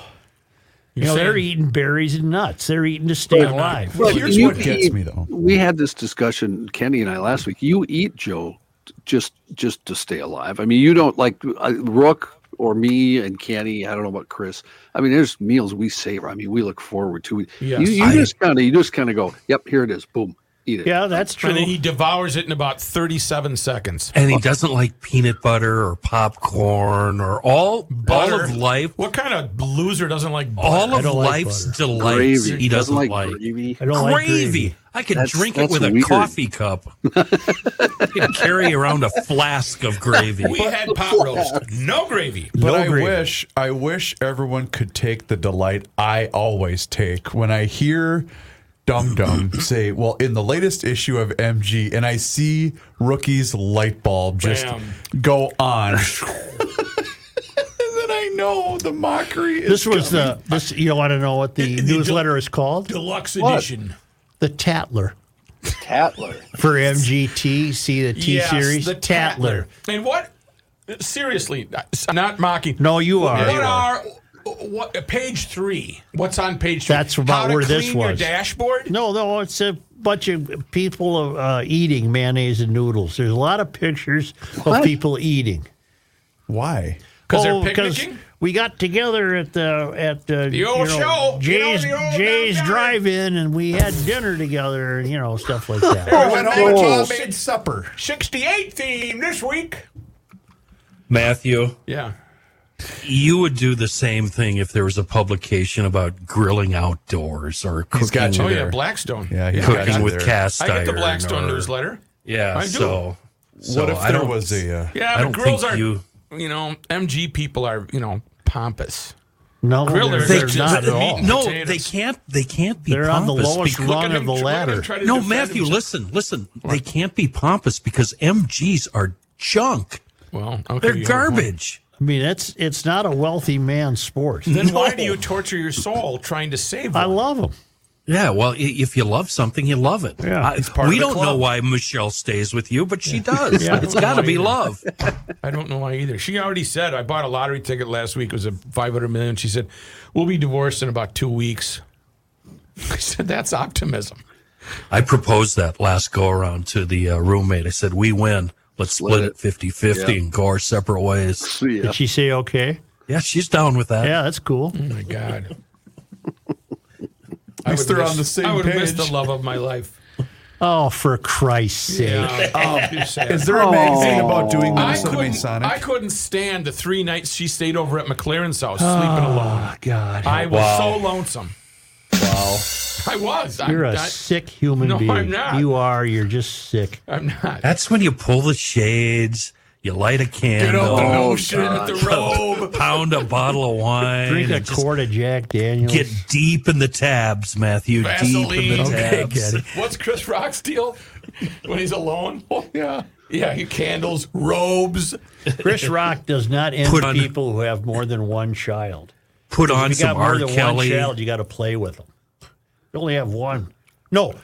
Speaker 1: You know, they're
Speaker 10: saying-
Speaker 1: eating berries and nuts. They're eating to stay alive.
Speaker 3: But
Speaker 4: Here's
Speaker 3: you
Speaker 4: what gets
Speaker 3: eat-
Speaker 4: me, though.
Speaker 3: We had this discussion, Kenny and I, last week. You eat Joe t- just just to stay alive. I mean, you don't like uh, Rook or me and Kenny. I don't know about Chris. I mean, there's meals we savor. I mean, we look forward to. it.
Speaker 10: Yes.
Speaker 3: you, you just kind of you just kind of go, yep, here it is, boom, eat it.
Speaker 1: Yeah, that's
Speaker 10: And then
Speaker 1: true.
Speaker 10: he devours it in about 37 seconds.
Speaker 5: and he doesn't like peanut butter or popcorn or all all
Speaker 10: Butter.
Speaker 5: of life.
Speaker 10: What kind of loser doesn't like butter?
Speaker 5: All of
Speaker 1: don't like
Speaker 5: life's
Speaker 1: butter.
Speaker 5: delights he doesn't, like.
Speaker 3: gravy.
Speaker 1: I don't like
Speaker 5: gravy.
Speaker 1: gravy.
Speaker 5: I could
Speaker 3: That's-
Speaker 5: drink it
Speaker 3: that's
Speaker 5: with a
Speaker 3: weird. <laughs>
Speaker 5: coffee cup. I could carry around a flask of gravy.
Speaker 10: <laughs> We had pot roast. No gravy.
Speaker 4: But
Speaker 1: No
Speaker 4: I
Speaker 1: gravy.
Speaker 4: wish I wish everyone could take the delight I always take when I hear Dum Dum say, "Well, in the latest issue of MG," and I see Rookie's light bulb just
Speaker 10: Bam.
Speaker 4: go on. <laughs> and then I know the mockery is
Speaker 1: This was the this. You want to know what the newsletter is called?
Speaker 10: Deluxe edition.
Speaker 1: The Tatler
Speaker 3: Tatler.
Speaker 1: for MGT. See the T series.
Speaker 10: the Tatler. And what? Seriously, I'm not mocking.
Speaker 1: No, you are.
Speaker 10: What
Speaker 1: You
Speaker 10: are? What page three? What's on page three?
Speaker 1: That's about
Speaker 10: How to
Speaker 1: where
Speaker 10: clean
Speaker 1: this
Speaker 10: Your
Speaker 1: was.
Speaker 10: dashboard.
Speaker 1: No, no, it's a bunch of people uh, eating mayonnaise and noodles. There's a lot of pictures of people eating.
Speaker 4: why.
Speaker 10: Because
Speaker 1: Oh,
Speaker 10: they're picnicking.
Speaker 1: we got together at the at the,
Speaker 10: The old show. You know,
Speaker 1: Jay's
Speaker 10: the old
Speaker 1: Jay's
Speaker 10: downtown.
Speaker 1: drive-in, and we had dinner together, and you know stuff like
Speaker 10: <laughs>
Speaker 1: that.
Speaker 10: Went
Speaker 4: Now it's all
Speaker 10: over to
Speaker 4: made supper.
Speaker 10: 68 theme this week. Oh,
Speaker 5: Matthew,
Speaker 10: Yeah.
Speaker 5: you would do the same thing if there was a publication about grilling outdoors or cooking,
Speaker 4: He's got you
Speaker 10: Oh
Speaker 4: there.
Speaker 10: yeah, Blackstone.
Speaker 4: Yeah, he's got
Speaker 5: cooking
Speaker 4: you
Speaker 5: with
Speaker 4: there.
Speaker 5: cast
Speaker 10: I get the
Speaker 5: iron
Speaker 10: Blackstone
Speaker 5: or-
Speaker 10: newsletter.
Speaker 5: Yeah,
Speaker 10: I do.
Speaker 5: so, so
Speaker 4: what if
Speaker 5: I
Speaker 4: there
Speaker 5: don't-
Speaker 4: was a? Uh,
Speaker 10: Yeah,
Speaker 5: I
Speaker 10: but
Speaker 5: don't
Speaker 10: grills
Speaker 5: think
Speaker 10: are you...
Speaker 5: you-
Speaker 10: know, MG people are, you know, pompous.
Speaker 1: No,
Speaker 10: Grillers
Speaker 1: they're
Speaker 10: are just-
Speaker 1: not at
Speaker 10: I mean,
Speaker 1: all.
Speaker 5: No,
Speaker 10: Potatoes.
Speaker 5: they can't. They can't be.
Speaker 1: They're on the
Speaker 5: pompous
Speaker 1: lowest rung
Speaker 5: because-
Speaker 10: Look at
Speaker 1: of
Speaker 10: him-
Speaker 1: the
Speaker 10: look at him
Speaker 1: ladder.
Speaker 10: try to
Speaker 5: No,
Speaker 10: defend
Speaker 5: Matthew,
Speaker 10: himself.
Speaker 5: listen, listen. They can't be pompous because MGs are junk.
Speaker 10: Well, okay,
Speaker 5: They're
Speaker 10: you have a point.
Speaker 5: garbage.
Speaker 1: I mean, that's it's not a wealthy man's sport.
Speaker 10: Then why do you torture your soul trying to save?
Speaker 1: I love him.
Speaker 5: Yeah, well, i- if you love something, you love it.
Speaker 10: Yeah.
Speaker 5: I-
Speaker 10: It's part
Speaker 5: we
Speaker 10: of the
Speaker 5: don't
Speaker 10: club.
Speaker 5: know why Michelle stays with you, but she does.
Speaker 10: <laughs> Yeah, I
Speaker 5: it's
Speaker 10: don't
Speaker 5: got to
Speaker 10: know
Speaker 5: be
Speaker 10: either.
Speaker 5: love.
Speaker 10: I don't know why either. She already said I bought a lottery ticket last week. It was a five hundred million. She said we'll be divorced in about two weeks. <laughs> I said that's optimism.
Speaker 5: I proposed that last go around to the uh, roommate. I said, We win. Let's split it 50 50
Speaker 1: Yeah.
Speaker 5: and go our separate ways.
Speaker 1: Did she say okay?
Speaker 5: Yeah, she's down with that.
Speaker 1: Yeah, that's cool. Oh
Speaker 10: my god.
Speaker 1: At least
Speaker 10: would
Speaker 1: they're
Speaker 10: miss-
Speaker 1: on the same
Speaker 10: I would miss
Speaker 1: page.
Speaker 10: the love of my life.
Speaker 1: Oh, for Christ's sake! Oh,
Speaker 10: Yeah. Um,
Speaker 4: Is there a magazine about doing
Speaker 10: I
Speaker 4: Minnesota
Speaker 10: couldn't-
Speaker 4: Masonic?
Speaker 10: I couldn't stand the three nights she stayed over at McLaren's house, sleeping
Speaker 1: Oh,
Speaker 10: alone.
Speaker 1: God.
Speaker 10: I was
Speaker 1: Wow.
Speaker 10: so lonesome.
Speaker 1: Wow.
Speaker 10: I was.
Speaker 1: You're
Speaker 10: I'm
Speaker 1: a
Speaker 10: not-
Speaker 1: sick human
Speaker 10: No, I'm
Speaker 1: being.
Speaker 10: not.
Speaker 1: You are. You're just sick.
Speaker 10: I'm not.
Speaker 5: That's when you pull the shades, you light a candle,
Speaker 10: out the notion with the robe.
Speaker 5: pound a bottle of wine,
Speaker 1: Drink a
Speaker 5: and just
Speaker 1: quart of Jack Daniels.
Speaker 5: get deep in the tabs, Matthew. Deep in
Speaker 10: Vaseline.
Speaker 5: the tabs.
Speaker 10: What's Chris Rock's deal when he's alone? Oh, yeah. Yeah, he candles, robes.
Speaker 1: <laughs> Chris Rock does not end
Speaker 10: Put on-
Speaker 1: people who have more than one child.
Speaker 5: Put on
Speaker 1: if you got
Speaker 5: some
Speaker 1: more
Speaker 5: R.
Speaker 1: than One
Speaker 5: Kelly.
Speaker 1: child, you got to play with them. You only have one. No,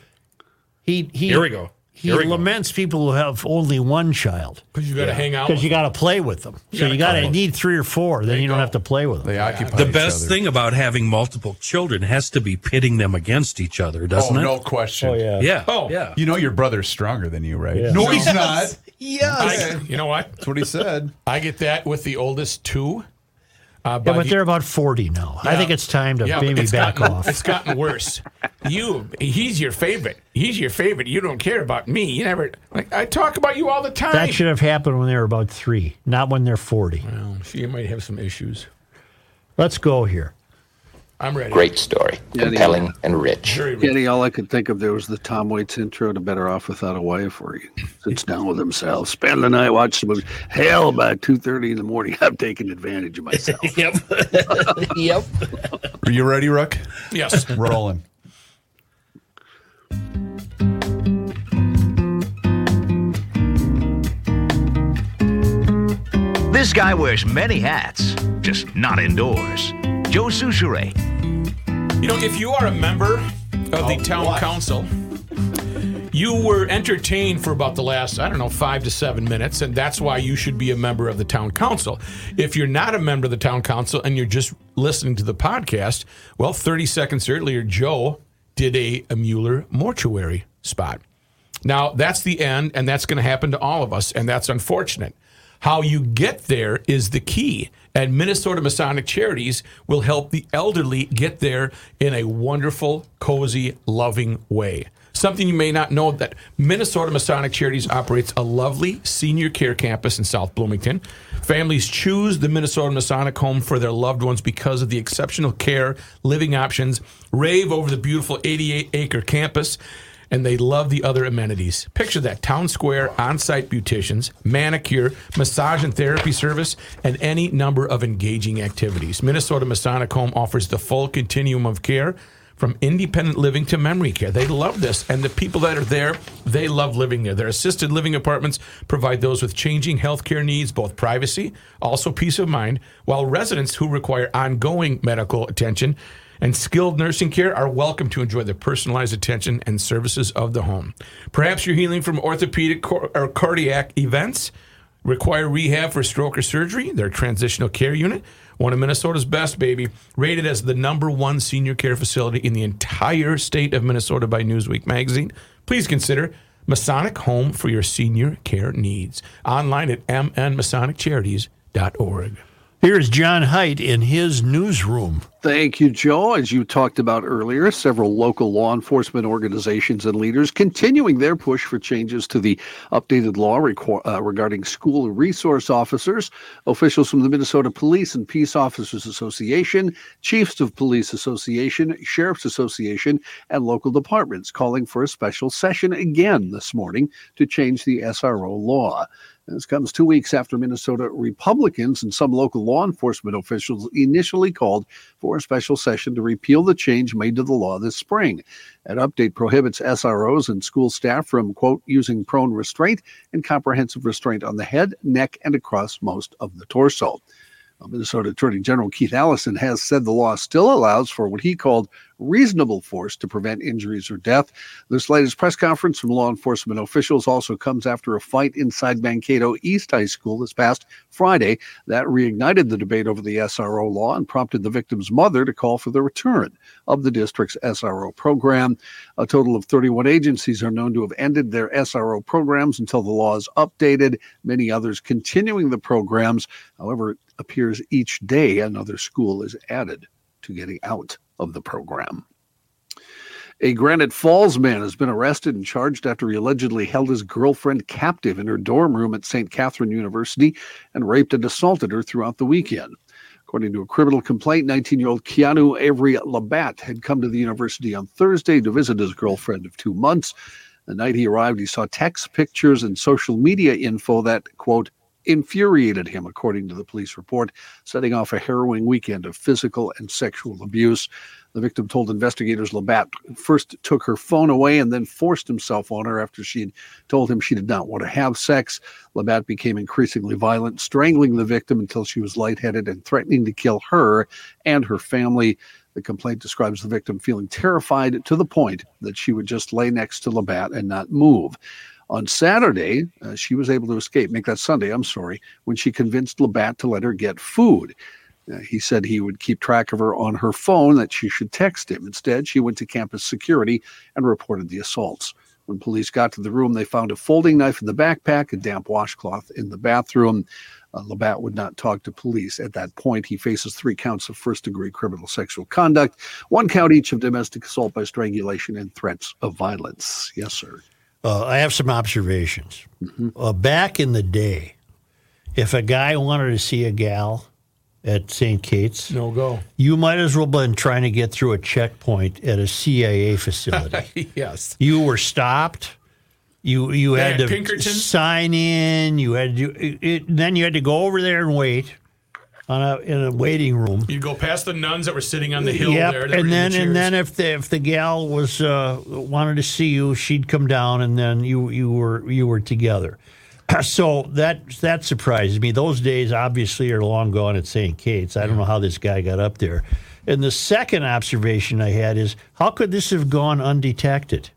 Speaker 1: he he.
Speaker 5: Here we go.
Speaker 1: He
Speaker 5: Here we go.
Speaker 1: laments people who have only one child
Speaker 10: 'Cause you gotta hang out
Speaker 1: because
Speaker 10: with
Speaker 1: you
Speaker 10: them.
Speaker 1: got to play with them.
Speaker 10: You
Speaker 1: so
Speaker 10: gotta
Speaker 1: you got to
Speaker 10: cuddle.
Speaker 1: need three or four. Then you, don't have to play with them. They
Speaker 4: occupy
Speaker 5: The best thing about having multiple children has to be pitting them against each other, doesn't
Speaker 4: oh,
Speaker 5: it?
Speaker 4: no question.
Speaker 5: Oh, yeah. Yeah.
Speaker 4: Oh,
Speaker 5: Yeah.
Speaker 4: You know your brother's stronger than you, right?
Speaker 5: Yeah.
Speaker 4: No,
Speaker 5: No.
Speaker 4: he's not.
Speaker 10: Yes. you know what? That's
Speaker 4: what he said.
Speaker 10: I get that with the oldest two. Uh,
Speaker 1: Yeah, but they're about forty now. I
Speaker 10: Yeah.
Speaker 1: think it's time to
Speaker 10: Yeah, but
Speaker 1: maybe
Speaker 10: it's
Speaker 1: back
Speaker 10: gotten-
Speaker 1: off.
Speaker 10: It's gotten worse. You, he's your favorite. He's your favorite. You don't care about me. You never. Like, I talk about you all the time.
Speaker 1: That should have happened when they were about three, not when they're forty.
Speaker 10: Well, she might have some issues.
Speaker 1: Let's go here.
Speaker 10: I'm ready.
Speaker 14: Great story. Compelling and rich.
Speaker 3: Kenny, all I could think of there was the Tom Waits intro to Better Off Without a Wife, where
Speaker 4: <laughs>
Speaker 3: he sits down with himself, spend the night, watch the movie. Hell, by 2.30 in the morning, <laughs> I'm taking advantage of myself.
Speaker 5: yep. yep.
Speaker 4: Are you ready, Ruck?
Speaker 10: Yes.
Speaker 4: Rolling.
Speaker 15: This guy wears many hats, just not indoors. Joe Souchere.
Speaker 10: You know, if you are a member of the town council, you were entertained for about the last, I don't know, five to seven minutes, and that's why you should be a member of the town council. If you're not a member of the town council and you're just listening to the podcast, well, 30 seconds earlier, Joe did a, a Mueller mortuary spot. Now, that's the end, and that's going to happen to all of us, and that's unfortunate. How you get there is the key. And Minnesota Masonic Charities will help the elderly get there in a wonderful, cozy, loving way. Something you may not know that Minnesota Masonic Charities operates a lovely senior care campus in South Bloomington. Families choose the Minnesota Masonic home for their loved ones because of the exceptional care, living options, rave over the beautiful 88 acre campus and they love the other amenities. Picture that town square, on site beauticians, manicure, massage and therapy service, and any number of engaging activities. Minnesota Masonic Home offers the full continuum of care from independent living to memory care. They love this, and the people that are there, they love living there. Their assisted living apartments provide those with changing healthcare needs, both privacy, also peace of mind, while residents who require ongoing medical attention and skilled nursing care are welcome to enjoy the personalized attention and services of the home. Perhaps you're healing from orthopedic cor- or cardiac events, require rehab for stroke or surgery, their transitional care unit, one of Minnesota's best, baby, rated as the number one senior care facility in the entire state of Minnesota by Newsweek magazine. Please consider Masonic Home for your senior care needs. Online at mnmasoniccharities.org.
Speaker 1: Here's John Haidt in his newsroom.
Speaker 3: Thank you, Joe. As you talked about earlier, several local law enforcement organizations and leaders continuing their push for changes to the updated law requ- uh, regarding school resource officers. Officials from the Minnesota Police and Peace Officers Association, Chiefs of Police Association, Sheriff's Association, and local departments calling for a special session again this morning to change the SRO law. This comes two weeks after Minnesota Republicans and some local law enforcement officials initially called for a special session to repeal the change made to the law this spring. An update prohibits SROs and school staff from, quote, using prone restraint and comprehensive restraint on the head, neck, and across most of the torso. Uh, Minnesota Attorney General Keith Allison has said the law still allows for what he called reasonable force to prevent injuries or death. This latest press conference from law enforcement officials also comes after a fight inside Mankato East High School this past Friday that reignited the debate over the SRO law and prompted the victim's mother to call for the return of the district's SRO program. A total of 31 agencies are known to have ended their SRO programs until the law is updated, many others continuing the programs. However, it appears each day another school is added to getting out of the program. A Granite Falls man has been arrested and charged after he allegedly held his girlfriend captive in her dorm room at St. Catherine University and raped and assaulted her throughout the weekend. According to a criminal complaint, 19 year old Keanu Avery Labatt had come to the university on Thursday to visit his girlfriend of two months. The night he arrived, he saw text pictures and social media info that, quote, infuriated him, according to the police report, setting off a harrowing weekend of physical and sexual abuse. The victim told investigators Labatt first took her phone away and then forced himself on her after she had told him she did not want to have sex. Labatt became increasingly violent, strangling the victim until she was lightheaded and threatening to kill her and her family. The complaint describes the victim feeling terrified to the point that she would just lay next to Labatt and not move. On Saturday, uh, she was able to escape, make that Sunday, I'm sorry, when she convinced Labatt to let her get food. Uh, he said he would keep track of her on her phone, that she should text him. Instead, she went to campus security and reported the assaults. When police got to the room, they found a folding knife in the backpack, a damp washcloth in the bathroom. Uh, Labatt would not talk to police at that point. He faces three counts of first degree criminal sexual conduct, one count each of domestic assault by strangulation and threats of violence. Yes, sir.
Speaker 1: Uh, I have some observations.
Speaker 10: Mm-hmm.
Speaker 1: Uh, back in the day, if a guy wanted to see a gal at St. Kate's,
Speaker 10: no go.
Speaker 1: you might as well been trying to get through a checkpoint at a CIA facility.
Speaker 10: <laughs> yes.
Speaker 1: you were stopped. You you
Speaker 10: They
Speaker 1: had to
Speaker 10: had Pinkerton?
Speaker 1: sign in. You had to it, it, then you had to go over there and wait on a in a waiting room.
Speaker 10: You go past the nuns that were sitting on the hill
Speaker 1: yep.
Speaker 10: there. that were in
Speaker 1: and
Speaker 10: the
Speaker 1: then
Speaker 10: chairs.
Speaker 1: and then if the if the gal was uh, wanted to see you, she'd come down, and then you you were you were together. <clears throat> So that that surprises me. Those days obviously are long gone at St. Kate's. I don't know how this guy got up there. And the second observation I had is how could this have gone undetected?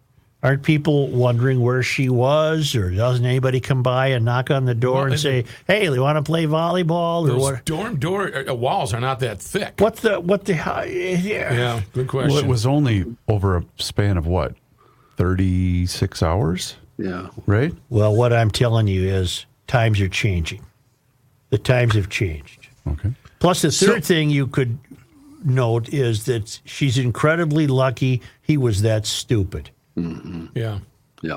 Speaker 1: Aren't people wondering where she was, or doesn't anybody come by and knock on the door and say, "Hey, you want to play volleyball?" or
Speaker 10: Those
Speaker 1: what?
Speaker 10: dorm door uh, walls are not that thick.
Speaker 1: What the what the? how- Yeah,
Speaker 10: Yeah, good question.
Speaker 4: Well, it was only over a span of what, 36 hours?
Speaker 3: Yeah.
Speaker 4: Right?
Speaker 1: Well, what I'm telling you is times are changing. The times have changed.
Speaker 4: Okay.
Speaker 1: Plus, the third thing you could note is that she's incredibly lucky he was that stupid.
Speaker 10: Yeah.
Speaker 3: Yeah.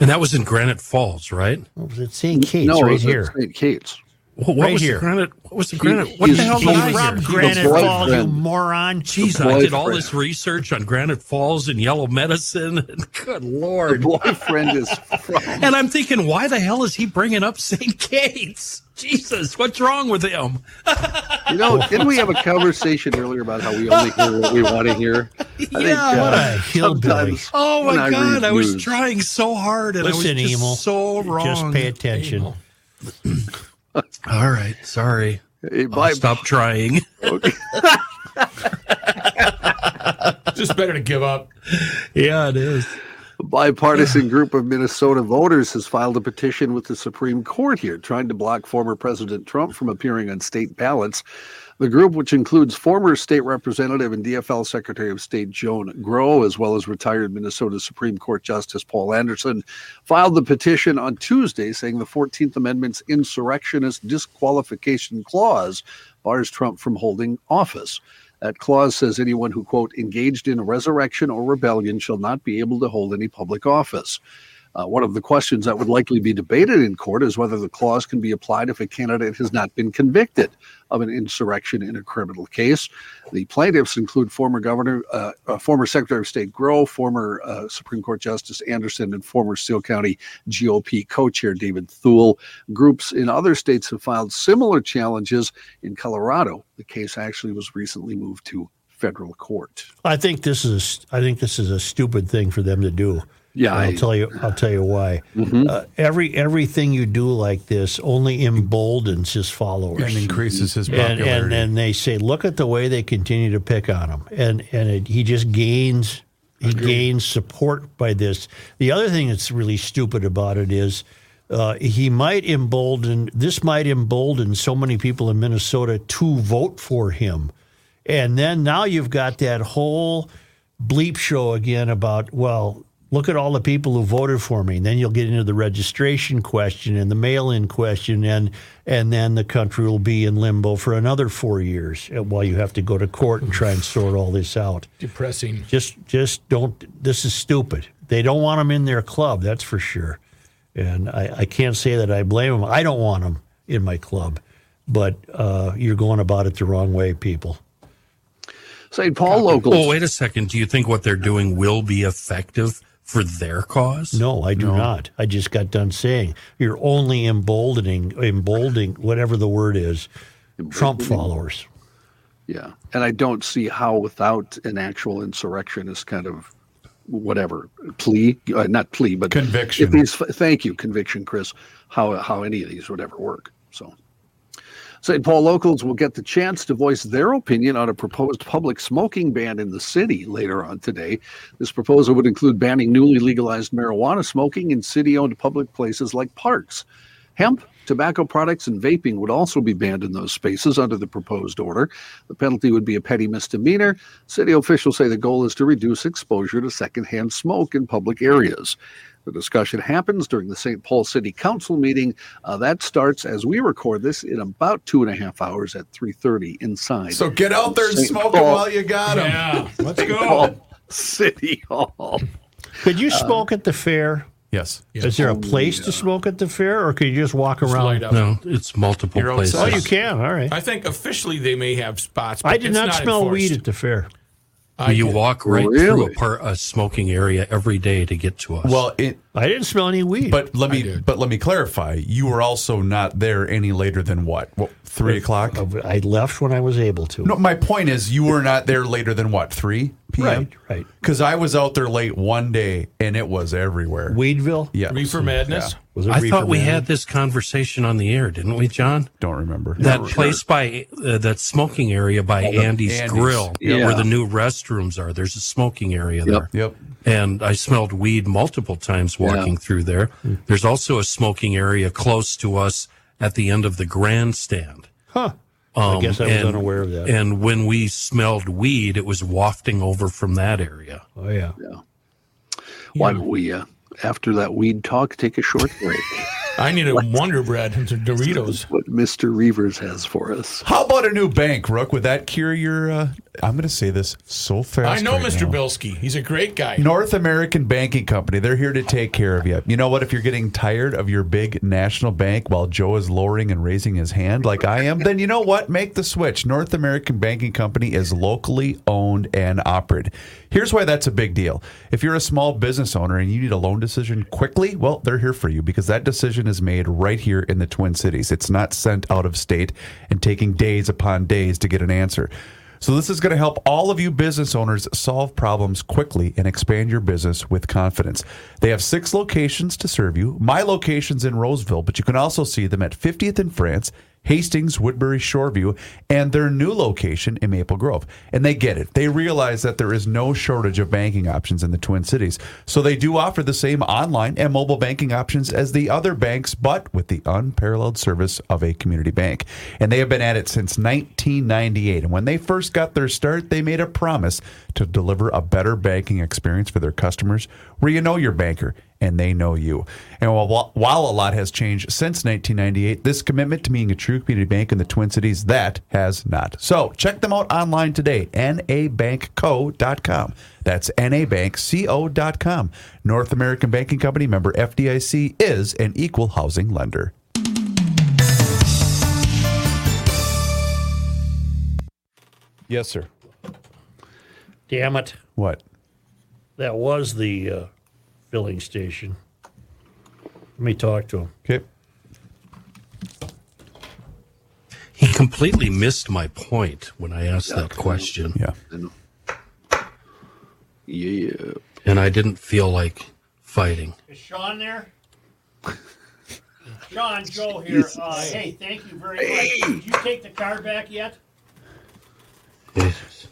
Speaker 5: And that was in Granite Falls, right?
Speaker 1: What was it St. Kate's
Speaker 5: No, it
Speaker 1: right
Speaker 5: was at
Speaker 1: here?
Speaker 3: St. Kate's.
Speaker 5: What, what
Speaker 1: Right
Speaker 5: was
Speaker 1: here.
Speaker 5: the granite? What was the
Speaker 1: He-
Speaker 5: granite? What the
Speaker 1: he's-
Speaker 5: hell did
Speaker 1: he's
Speaker 5: I
Speaker 1: from
Speaker 5: hear?
Speaker 1: Granite The Falls, you boyfriend. moron.
Speaker 5: Jeez,
Speaker 1: The
Speaker 5: I did all
Speaker 1: boyfriend.
Speaker 5: this research on Granite Falls and yellow medicine. And <laughs> good lord,
Speaker 3: the boyfriend is.
Speaker 5: and I'm thinking, why the hell is he bringing up St. Kate's? Jesus, what's wrong with him?
Speaker 3: You
Speaker 5: <laughs>
Speaker 3: know, didn't we have a conversation earlier about how we only hear what we want to hear? I uh,
Speaker 5: Yeah. What a
Speaker 1: hillbilly.
Speaker 5: Oh my
Speaker 3: when I
Speaker 5: God,
Speaker 3: read
Speaker 5: I was
Speaker 3: news-
Speaker 5: trying so hard, and I
Speaker 1: Listen,
Speaker 5: was just
Speaker 1: Emil,
Speaker 5: so
Speaker 1: just
Speaker 5: wrong.
Speaker 1: pay attention. Emil.
Speaker 5: all right, sorry.
Speaker 3: bye.
Speaker 5: I'll stop trying.
Speaker 10: just better to give up.
Speaker 5: <laughs> Yeah, it is.
Speaker 3: A bipartisan group of Minnesota voters has filed a petition with the Supreme Court here, trying to block former President Trump from appearing on state ballots. The group, which includes former state representative and DFL Secretary of State Joan Groh, as well as retired Minnesota Supreme Court Justice Paul Anderson, filed the petition on Tuesday saying the 14th Amendment's insurrectionist disqualification clause bars Trump from holding office. That clause says anyone who, quote, engaged in resurrection or rebellion shall not be able to hold any public office. Uh, one of the questions that would likely be debated in court is whether the clause can be applied if a candidate has not been convicted of an insurrection in a criminal case. The plaintiffs include former Governor, uh, uh, former Secretary of State Groh, former uh, Supreme Court Justice Anderson, and former Steele County GOP co-chair David Thule. Groups in other states have filed similar challenges. In Colorado, the case actually was recently moved to federal court.
Speaker 1: I think this is a, I think this is a stupid thing for them to do.
Speaker 3: Yeah,
Speaker 1: I'll tell you. I'll tell you why. Uh, every everything you do like this only emboldens his followers
Speaker 4: And increases his
Speaker 1: And- And, and
Speaker 4: popularity.
Speaker 1: they say, look at the way they continue to pick on him, and and it, he just gains he gains support by this. The other thing that's really stupid about it is. Uh, he might embolden this might embolden so many people in Minnesota to vote for him. And then now you've got that whole bleep show again about, well, look at all the people who voted for me. And then you'll get into the registration question and the mail in question. And, and then the country will be in limbo for another four years uh, while you have to go to court and try and sort all this out.
Speaker 10: Depressing.
Speaker 1: Just, just don't, this is stupid. They don't want them in their club, that's for sure. And I, I can't say that I blame them. I don't want them in my club. But uh, you're going about it the wrong way, people.
Speaker 3: St. Paul
Speaker 5: Oh, wait a second. Do you think what they're doing will be effective for their cause?
Speaker 1: No, I do not. I just got done saying you're only emboldening, emboldening, whatever the word is, Trump followers.
Speaker 3: Yeah. And I don't see how without an actual insurrectionist kind of whatever plea, uh, not plea, but conviction. If these, thank you, conviction, Chris, how, how any of these would ever work. So. St. Paul locals will get the chance to voice their opinion on a proposed public smoking ban in the city later on today. This proposal would include banning newly legalized marijuana smoking in city owned public places like parks. Hemp, tobacco products, and vaping would also be banned in those spaces under the proposed order. The penalty would be a petty misdemeanor. City officials say the goal is to reduce exposure to secondhand smoke in public areas. The discussion happens during the St. Paul City Council meeting. Uh, that starts as we record this in about two and a half hours at 3:30 inside.
Speaker 4: So get out there and
Speaker 3: St. Paul-
Speaker 4: smoke them while you got them.
Speaker 10: Yeah, let's
Speaker 3: St. Paul <laughs> City Hall.
Speaker 1: Could you
Speaker 3: Uh,
Speaker 1: smoke at the fair?
Speaker 4: Yes.
Speaker 1: Is there a place to smoke at the fair, or could you just walk around?
Speaker 10: light up. No,
Speaker 5: it's multiple
Speaker 10: Your own places.
Speaker 1: Oh, you can. All right.
Speaker 10: I think officially they may have spots. But
Speaker 1: I did
Speaker 10: it's
Speaker 1: not,
Speaker 10: not
Speaker 1: smell
Speaker 10: enforced.
Speaker 1: weed at the fair.
Speaker 5: you walk right through a,
Speaker 1: Really?
Speaker 5: par- a smoking area every day to get to us.
Speaker 4: Well, it,
Speaker 1: I didn't smell any weed.
Speaker 4: But let me but let me clarify. You were also not there any later than what? what three o'clock?
Speaker 1: I left when I was able to.
Speaker 4: No, my point is you were not there later than what? Three p.m.
Speaker 1: Right, right.
Speaker 4: Because I was out there late one day and it was everywhere.
Speaker 1: Weedville.
Speaker 4: Yeah.
Speaker 10: Reefer Madness?
Speaker 1: Was
Speaker 5: I thought we had this conversation on the air, didn't we, John?
Speaker 4: Don't remember
Speaker 5: that
Speaker 4: Don't
Speaker 5: place by uh, that smoking area by
Speaker 4: Oh, the
Speaker 5: Andy's,
Speaker 4: Andy's.
Speaker 5: Grill,
Speaker 4: Yeah.
Speaker 5: where the new restrooms are. There's a smoking area
Speaker 4: Yep.
Speaker 5: there.
Speaker 4: Yep.
Speaker 5: And I smelled weed multiple times walking through there. There's also a smoking area close to us at the end of the grandstand.
Speaker 1: Huh.
Speaker 5: Um,
Speaker 1: I guess I was unaware of that.
Speaker 5: And when we smelled weed, it was wafting over from that area.
Speaker 1: Oh yeah.
Speaker 3: Why don't we, uh, after that weed talk, take a short break?
Speaker 10: I need a Wonder Bread and some Doritos.
Speaker 3: what Mr. Reavers has for us.
Speaker 4: How about a new bank, Rook? Would that cure your? Uh, I'm going to say this so fast.
Speaker 10: I know
Speaker 4: right
Speaker 10: Mr.
Speaker 4: now.
Speaker 10: Bilski. He's a great guy.
Speaker 4: North American Banking Company. They're here to take care of you. You know what? If you're getting tired of your big national bank while Joe is lowering and raising his hand like I am, then you know what? Make the switch. North American Banking Company is locally owned and operated. Here's why that's a big deal. If you're a small business owner and you need a loan decision quickly, well, they're here for you because that decision is made right here in the Twin Cities. It's not sent out of state and taking days upon days to get an answer. So, this is going to help all of you business owners solve problems quickly and expand your business with confidence. They have six locations to serve you. My location's in Roseville, but you can also see them at 50th and France, Hastings, Woodbury, Shoreview, and their new location in Maple Grove. And they get it. They realize that there is no shortage of banking options in the Twin Cities. So, they do offer the same online and mobile banking options as the other banks, but with the unparalleled service of a community bank. And they have been at it since 1998. And when they first got their start, they made a promise to deliver a better banking experience for their customers where you know your banker and they know you. And while, while a lot has changed since 1998, this commitment to being a true community bank in the Twin Cities, that has not. So check them out online today, nabankco.com. That's nabankco.com. North American Banking Company member FDIC is an equal housing lender. Yes, sir.
Speaker 1: Damn it.
Speaker 4: What?
Speaker 1: That was the uh, filling station. Let me talk to him.
Speaker 4: Okay.
Speaker 5: He completely missed my point when I asked that question.
Speaker 4: Yeah.
Speaker 3: Yeah.
Speaker 5: And I didn't feel like fighting.
Speaker 16: Is Sean there? Sean, Joe here. Uh, hey, thank you very much. Did you take the car back yet?
Speaker 3: Is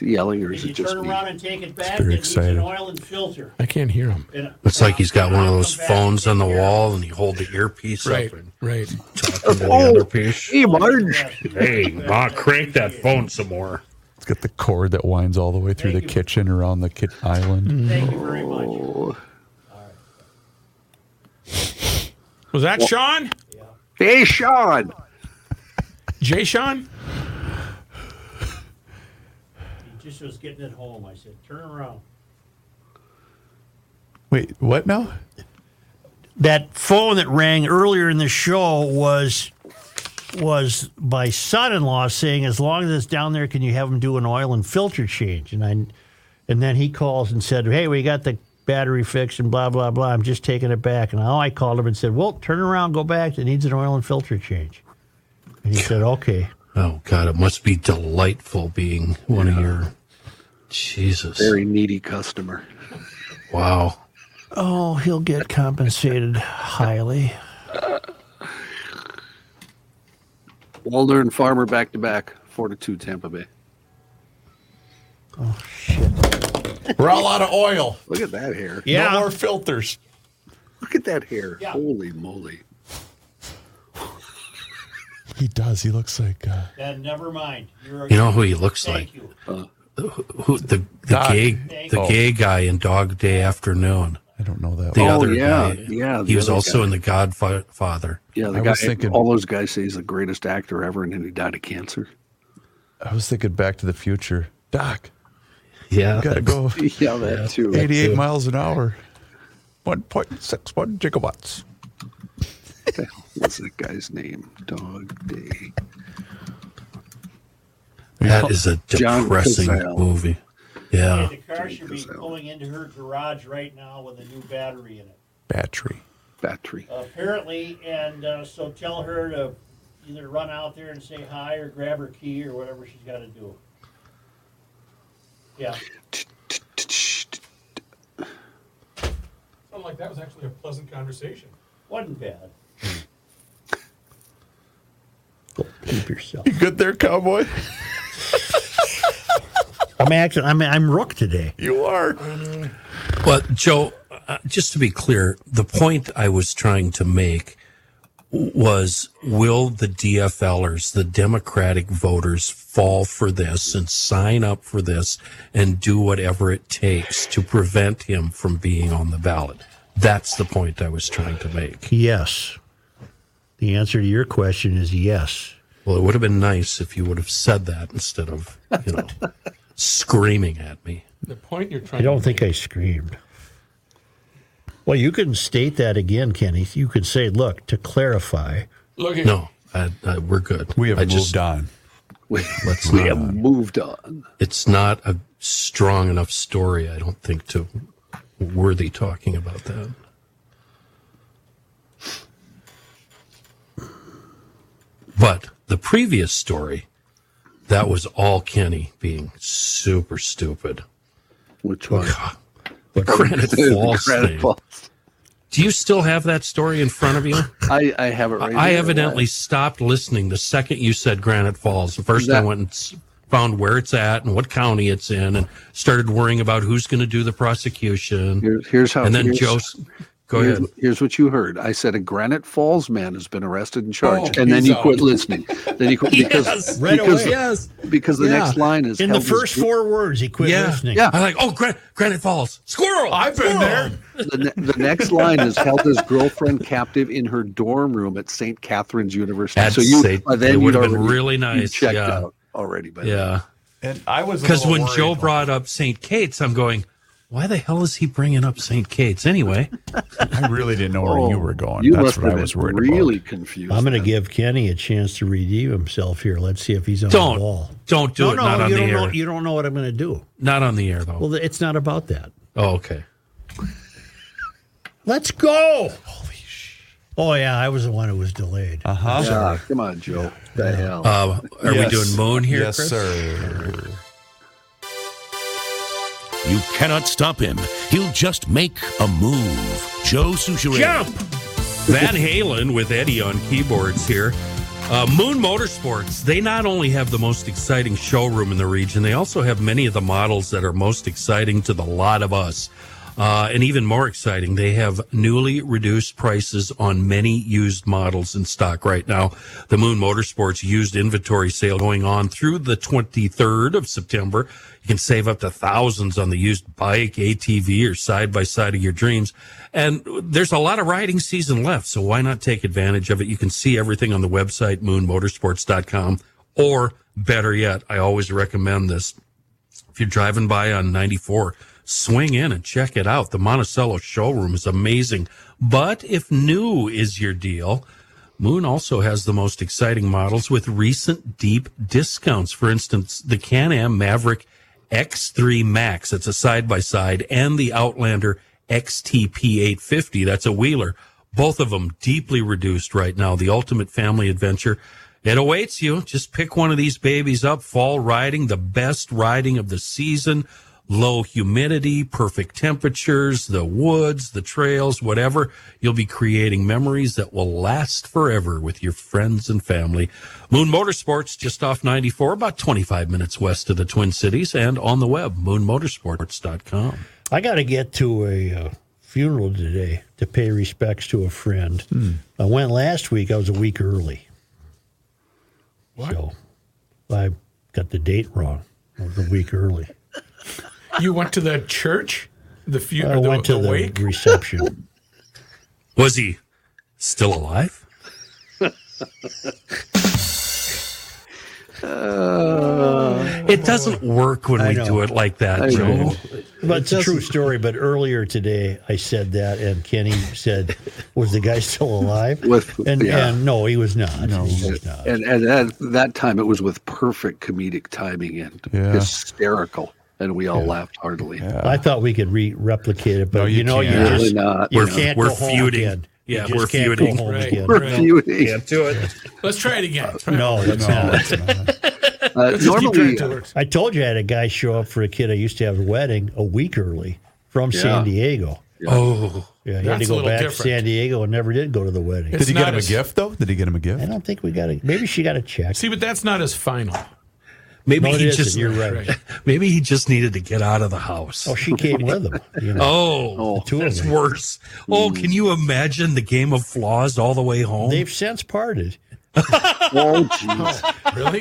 Speaker 3: he yelling or is
Speaker 16: Did
Speaker 3: it
Speaker 16: you
Speaker 3: just
Speaker 16: turn
Speaker 3: me?
Speaker 16: around and take it back?
Speaker 5: very
Speaker 16: It needs an
Speaker 5: excited.
Speaker 16: oil and filter.
Speaker 10: I can't hear him.
Speaker 16: And
Speaker 5: Looks like he's got one of those phones on the wall, and you hold the earpiece
Speaker 10: Right,
Speaker 5: up and
Speaker 10: right.
Speaker 5: talk into the
Speaker 10: Oh,
Speaker 5: earpiece.
Speaker 3: Hey, Marge.
Speaker 5: Hey, Ma, crank that phone some more.
Speaker 4: It's got the cord that winds all the way through the kitchen around the kit
Speaker 3: Mm-hmm.
Speaker 4: island.
Speaker 16: Thank you very much.
Speaker 10: Was that
Speaker 4: Wha-
Speaker 10: Sean?
Speaker 3: Hey, Sean.
Speaker 10: Jay Sean?
Speaker 16: He just was getting it home. I said, turn around.
Speaker 4: Wait, what now?
Speaker 1: That phone that rang earlier in the show was was my son-in-law saying, "As long as it's down there, can you have him do an oil and filter change?" And I, and then he calls and said, "Hey, we got the battery fixed and blah blah blah. I'm just taking it back." And now I called him and said, "Well, turn around, go back. It needs an oil and filter change." And he said, "Okay."
Speaker 5: Oh God, it must be delightful being one of your Jesus.
Speaker 3: Very needy customer.
Speaker 5: Wow.
Speaker 1: Oh, he'll get compensated highly.
Speaker 3: Walner and Farmer back to back, four to two, Tampa Bay.
Speaker 4: We're all out of oil.
Speaker 3: Look at that hair.
Speaker 1: Uh,
Speaker 4: No more filters.
Speaker 3: Look at that hair. Holy moly.
Speaker 4: He does. He looks like uh,
Speaker 16: Then never mind. You're a-
Speaker 5: You know who he looks
Speaker 16: Thank
Speaker 5: like?
Speaker 16: you.
Speaker 5: Who, who- the the
Speaker 4: Doc.
Speaker 5: gay
Speaker 4: Thank
Speaker 5: the
Speaker 3: Oh.
Speaker 4: you.
Speaker 5: gay guy in Dog Day Afternoon.
Speaker 4: I don't know that.
Speaker 5: The
Speaker 4: one.
Speaker 5: other guy.
Speaker 3: Oh, yeah, the
Speaker 5: he was
Speaker 3: other
Speaker 5: also
Speaker 3: guy.
Speaker 5: in The Godfather.
Speaker 3: Yeah, the
Speaker 4: I
Speaker 3: guy.
Speaker 4: was thinking-
Speaker 3: all those guys say he's the greatest actor ever, and then he died of cancer. <laughs>
Speaker 4: I was thinking Back to the Future. Doc.
Speaker 5: Yeah,
Speaker 4: You gotta go.
Speaker 3: that's- yeah, that Yeah, too. that
Speaker 4: 88
Speaker 3: too.
Speaker 4: miles an hour. 1.61 gigawatts.
Speaker 3: What the hell was that guy's name? Dog Day.
Speaker 5: That is a
Speaker 3: John
Speaker 5: depressing
Speaker 3: Cazale.
Speaker 5: movie.
Speaker 4: Oh.
Speaker 5: Yeah.
Speaker 16: Hey, the car should be going into her garage right now with a new battery in it.
Speaker 4: Battery.
Speaker 3: Battery.
Speaker 16: Apparently, and uh, so tell her to either run out there and say hi or grab her key or whatever she's got to do. Yeah.
Speaker 10: Sounded like that was actually a pleasant conversation.
Speaker 16: Wasn't bad.
Speaker 1: Keep yourself.
Speaker 4: You good there, cowboy?
Speaker 1: I'm actually, I'm, I'm Rook today.
Speaker 4: You are.
Speaker 5: But Joe, uh, just to be clear, the point I was trying to make was: Will the DFLers, the Democratic voters, fall for this and sign up for this and do whatever it takes to prevent him from being on the ballot? That's the point I was trying to make.
Speaker 1: Yes. The answer to your question is yes.
Speaker 5: Well, it would have been nice if you would have said that instead of
Speaker 4: <laughs>
Speaker 5: you know screaming at me.
Speaker 10: The point you're
Speaker 1: I
Speaker 10: trying
Speaker 1: don't
Speaker 10: to
Speaker 1: think I screamed. Well, you can state that again, Kenny. You could say, look, to clarify.
Speaker 10: Look at
Speaker 5: No, I, I, we're good.
Speaker 4: We have
Speaker 5: I
Speaker 4: moved on.
Speaker 3: <laughs> We,
Speaker 5: Let's
Speaker 3: we
Speaker 5: not.
Speaker 3: have moved on.
Speaker 5: It's not a strong enough story, I don't think, to worthy talking about that. But the previous story, that was all Kenny being super stupid.
Speaker 3: Which one?
Speaker 5: The Granite
Speaker 3: The
Speaker 5: Falls
Speaker 3: <laughs> Granite
Speaker 5: thing.
Speaker 3: Falls.
Speaker 5: Do you still have that story in front of you?
Speaker 3: I, I have it right
Speaker 5: I
Speaker 3: here.
Speaker 5: evidently stopped listening the second you said Granite Falls. The first I
Speaker 3: That-
Speaker 5: went and s- found where it's at and what county it's in, and started worrying about who's going to do the prosecution.
Speaker 3: Here- here's how-
Speaker 5: And then
Speaker 3: here's-
Speaker 5: Joe, s- go
Speaker 3: here's,
Speaker 5: ahead.
Speaker 3: Here's what you heard. I said a Granite Falls man has been arrested and charged,
Speaker 5: Oh,
Speaker 3: and then
Speaker 5: he's
Speaker 3: you quit
Speaker 5: out.
Speaker 3: listening. Then
Speaker 5: <laughs>
Speaker 3: you quit because because,
Speaker 1: Right away. Yes.
Speaker 3: because the
Speaker 1: Yeah.
Speaker 3: next line is
Speaker 1: In the
Speaker 3: held as
Speaker 1: first
Speaker 3: gu-
Speaker 1: four words, he quit listening.
Speaker 3: Yeah.
Speaker 5: I'm like, oh, Gran- Granite Falls, squirrel.
Speaker 10: I've been there.
Speaker 3: The, ne- the next line is held his girlfriend captive in her dorm room at St. Catherine's University.
Speaker 5: I'd
Speaker 3: so you
Speaker 5: say
Speaker 3: by
Speaker 5: it
Speaker 3: then
Speaker 5: would
Speaker 3: you'd
Speaker 5: have been
Speaker 3: already-
Speaker 5: really
Speaker 3: you
Speaker 5: nice,
Speaker 3: checked
Speaker 5: yeah.
Speaker 3: out already. By then.
Speaker 5: Yeah,
Speaker 4: And I was a
Speaker 5: because
Speaker 4: little
Speaker 5: when
Speaker 4: worried.
Speaker 5: Joe brought up St. Kate's, I'm going, why the hell is he bringing up St. Kate's anyway?
Speaker 4: I really didn't know where
Speaker 3: Oh,
Speaker 4: you were going.
Speaker 3: you must
Speaker 4: That's what
Speaker 3: have
Speaker 4: I
Speaker 3: been
Speaker 4: was worried
Speaker 3: really confused.
Speaker 1: I'm going to
Speaker 3: then.
Speaker 1: give Kenny a chance to redeem himself here. Let's see if he's on
Speaker 5: Don't.
Speaker 1: the ball.
Speaker 5: Don't do
Speaker 1: no,
Speaker 5: it.
Speaker 1: no,
Speaker 5: not on
Speaker 1: you
Speaker 5: the
Speaker 1: don't
Speaker 5: air.
Speaker 1: know. You don't know what I'm going to do.
Speaker 5: Not on the air though.
Speaker 1: Well, th- it's not about that.
Speaker 5: oh, okay.
Speaker 1: Let's go. Holy sh! Oh yeah, I was the one who was delayed.
Speaker 4: about. Uh huh.
Speaker 3: Yeah, come on, Joe. The hell.
Speaker 5: Uh, are we
Speaker 4: Yes.
Speaker 5: doing moon here,
Speaker 4: Yes,
Speaker 5: Chris?
Speaker 4: sir.
Speaker 12: You cannot stop him. He'll just make a move. Joe Souchere.
Speaker 5: Jump! Van Halen with Eddie on keyboards here. Uh, Moon Motorsports, they not only have the most exciting showroom in the region, they also have many of the models that are most exciting to the lot of us. Uh, and even more exciting, they have newly reduced prices on many used models in stock right now. The Moon Motorsports used inventory sale going on through the 23rd of September. You can save up to thousands on the used bike, ATV, or side by side of your dreams. And there's a lot of riding season left, so why not take advantage of it? You can see everything on the website, moonmotorsports.com, or better yet, I always recommend this. If you're driving by on 94, swing in and check it out. The Monticello showroom is amazing. But if new is your deal, Moon also has the most exciting models with recent deep discounts. For instance, the Can Am Maverick X3 Max, that's a side by side, and the Outlander XTP850, that's a wheeler. Both of them deeply reduced right now. The ultimate family adventure. It awaits you. Just pick one of these babies up. Fall riding, the best riding of the season low humidity, perfect temperatures, the woods, the trails, whatever. You'll be creating memories that will last forever with your friends and family. Moon Motorsports, just off 94, about 25 minutes west of the Twin Cities and on the web, moonmotorsports.com.
Speaker 1: I got to get to a uh, funeral today to pay respects to a friend. I went last week. I was a week early. So I got the date wrong. I was a week <laughs> early.
Speaker 10: You went to the church, the
Speaker 1: I
Speaker 10: funeral, the,
Speaker 1: went to
Speaker 10: the
Speaker 1: the <laughs>
Speaker 10: wake.
Speaker 1: reception.
Speaker 5: Was he still alive? it doesn't work when
Speaker 1: Uh, I
Speaker 5: we
Speaker 1: know.
Speaker 5: do it like that,
Speaker 1: I
Speaker 5: Joe.
Speaker 1: know. But it's a true story. But earlier today, I said that, and Kenny said, "Was the guy still alive?"
Speaker 3: With-
Speaker 1: and,
Speaker 3: yeah.
Speaker 1: and no, he was not. he was not.
Speaker 3: And, and at that time, it was with perfect comedic timing and
Speaker 1: Yeah.
Speaker 3: hysterical. And we all laughed heartily.
Speaker 1: I thought we could re- replicate it, but
Speaker 3: No,
Speaker 1: you,
Speaker 3: you
Speaker 1: know, you
Speaker 3: can't.
Speaker 1: just
Speaker 3: Really not.
Speaker 1: You
Speaker 3: We're-
Speaker 1: can't
Speaker 3: we're
Speaker 1: go home
Speaker 3: feuding.
Speaker 1: again. You
Speaker 5: Yeah,
Speaker 1: just
Speaker 5: we're
Speaker 1: can't go
Speaker 5: feuding.
Speaker 1: home
Speaker 5: Right,
Speaker 1: again.
Speaker 5: We're right.
Speaker 3: feuding.
Speaker 5: Can't do it.
Speaker 10: Let's try it again. Try it
Speaker 1: <laughs> No,
Speaker 10: again.
Speaker 1: that's not.
Speaker 3: Uh,
Speaker 10: Let's just keep trying to work.
Speaker 1: I told you I had a guy show up for a kid I used to have a wedding a week early from
Speaker 10: Yeah.
Speaker 1: San Diego.
Speaker 5: Oh,
Speaker 1: Yeah, he had to
Speaker 10: That's a
Speaker 1: go
Speaker 10: little
Speaker 1: back to
Speaker 10: different.
Speaker 1: San Diego and never did go to the wedding.
Speaker 10: Did It's he get not him a as-
Speaker 1: gift though? Did he get him a gift? I don't think we got a. Maybe she got a check.
Speaker 10: See, but that's not as final.
Speaker 5: Maybe
Speaker 1: No, it
Speaker 5: he
Speaker 1: isn't.
Speaker 5: just
Speaker 1: You're right.
Speaker 5: Maybe he just needed to get out of the house.
Speaker 1: Oh, she came with him. you know.
Speaker 5: Oh,
Speaker 1: The two of
Speaker 5: that's
Speaker 1: them.
Speaker 5: worse. Oh,
Speaker 1: Mm.
Speaker 5: can you imagine the game of flaws all the way home?
Speaker 1: They've since parted.
Speaker 3: oh,
Speaker 10: <laughs>
Speaker 3: jeez.
Speaker 10: Really?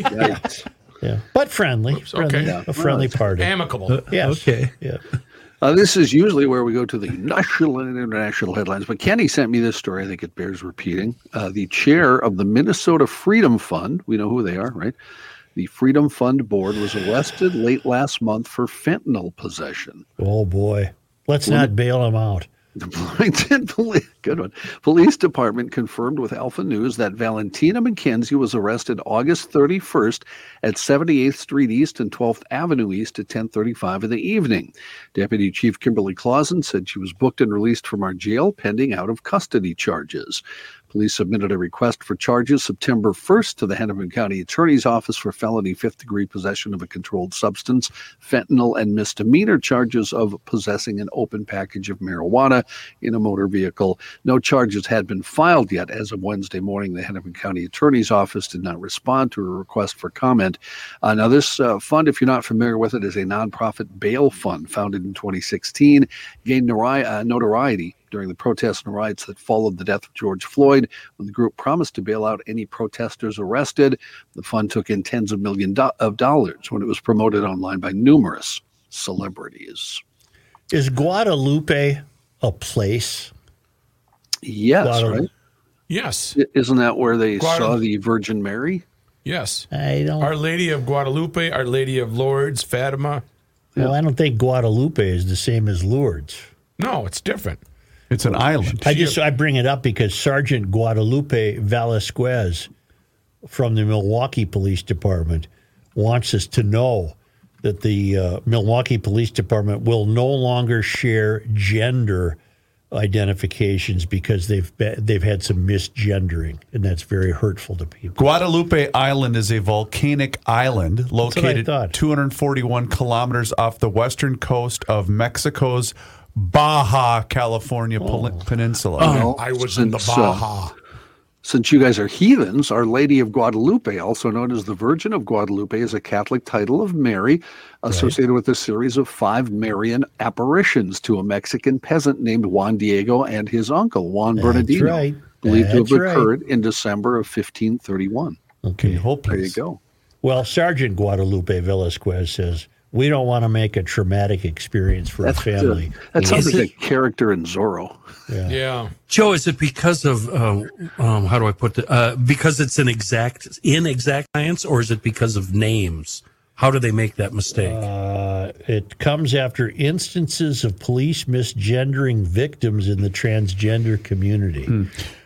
Speaker 1: Yeah, but friendly. friendly
Speaker 3: Yeah.
Speaker 1: A friendly party.
Speaker 10: Amicable.
Speaker 1: Yes.
Speaker 5: Okay.
Speaker 1: Yeah.
Speaker 3: Uh, this is usually where we go to the national and international headlines, but Kenny sent me this story. I think it bears repeating. Uh, the chair of the Minnesota Freedom Fund, we know who they are, right? The Freedom Fund board was arrested late last month for fentanyl possession.
Speaker 1: Oh boy, let's not bail him out.
Speaker 3: The <laughs> Bloomington Police, good one. Police Department confirmed with Alpha News that Valentina McKenzie was arrested August 31st at 78th Street East and 12th Avenue East at 10:35 in the evening. Deputy Chief Kimberly Clausen said she was booked and released from our jail pending out of custody charges. Police submitted a request for charges September 1st to the Hennepin County Attorney's Office for felony fifth degree possession of a controlled substance, fentanyl, and misdemeanor charges of possessing an open package of marijuana in a motor vehicle. No charges had been filed yet. As of Wednesday morning, the Hennepin County Attorney's Office did not respond to a request for comment. Uh, now, this uh, fund, if you're not familiar with it, is a nonprofit bail fund founded in 2016, gained nori- uh, notoriety during the protests and riots that followed the death of George Floyd, when the group promised to bail out any protesters arrested. The fund took in tens of millions of dollars when it was promoted online by numerous celebrities.
Speaker 1: Is Guadalupe a place?
Speaker 3: Yes,
Speaker 1: Guadalupe.
Speaker 3: right?
Speaker 10: Yes.
Speaker 3: I- Isn't that where they saw
Speaker 10: Guadalupe.
Speaker 3: the Virgin Mary?
Speaker 10: Yes.
Speaker 1: I don't.
Speaker 10: Our Lady of Guadalupe, Our Lady of Lourdes, Fatima.
Speaker 1: Well, I don't think Guadalupe is the same as Lourdes.
Speaker 10: No, it's different.
Speaker 4: It's an island.
Speaker 1: I just I bring it up because Sergeant Guadalupe Velasquez from the Milwaukee Police Department wants us to know that the uh, Milwaukee Police Department will no longer share gender identifications because they've be, they've had some misgendering, and that's very hurtful to people.
Speaker 4: Guadalupe Island is a volcanic island
Speaker 1: what I
Speaker 4: located
Speaker 1: thought.
Speaker 4: 241 kilometers off the western coast of Mexico's Baja California Pel-
Speaker 1: Oh.
Speaker 4: Peninsula.
Speaker 3: Well, since, uh, since you guys are heathens, Our Lady of Guadalupe, also known as the Virgin of Guadalupe, is a Catholic title of Mary associated with a series of five Marian apparitions to a Mexican peasant named Juan Diego and his uncle, Juan
Speaker 1: That's
Speaker 3: Bernardino,
Speaker 1: right.
Speaker 3: believed
Speaker 1: That's
Speaker 3: to have
Speaker 1: right.
Speaker 3: occurred in December of 1531.
Speaker 1: Okay,
Speaker 3: there you go.
Speaker 1: Well, Sergeant Guadalupe Velasquez says we don't want to make a traumatic experience for
Speaker 3: That's,
Speaker 1: a family.
Speaker 3: uh, that sounds like a character in Zorro.
Speaker 10: Yeah.
Speaker 5: Joe, is it because of um, um, how do I put it? Uh, because it's an exact inexact science, or is it because of names? How do they make that mistake?
Speaker 1: Uh, it comes after instances of police misgendering victims in the transgender community.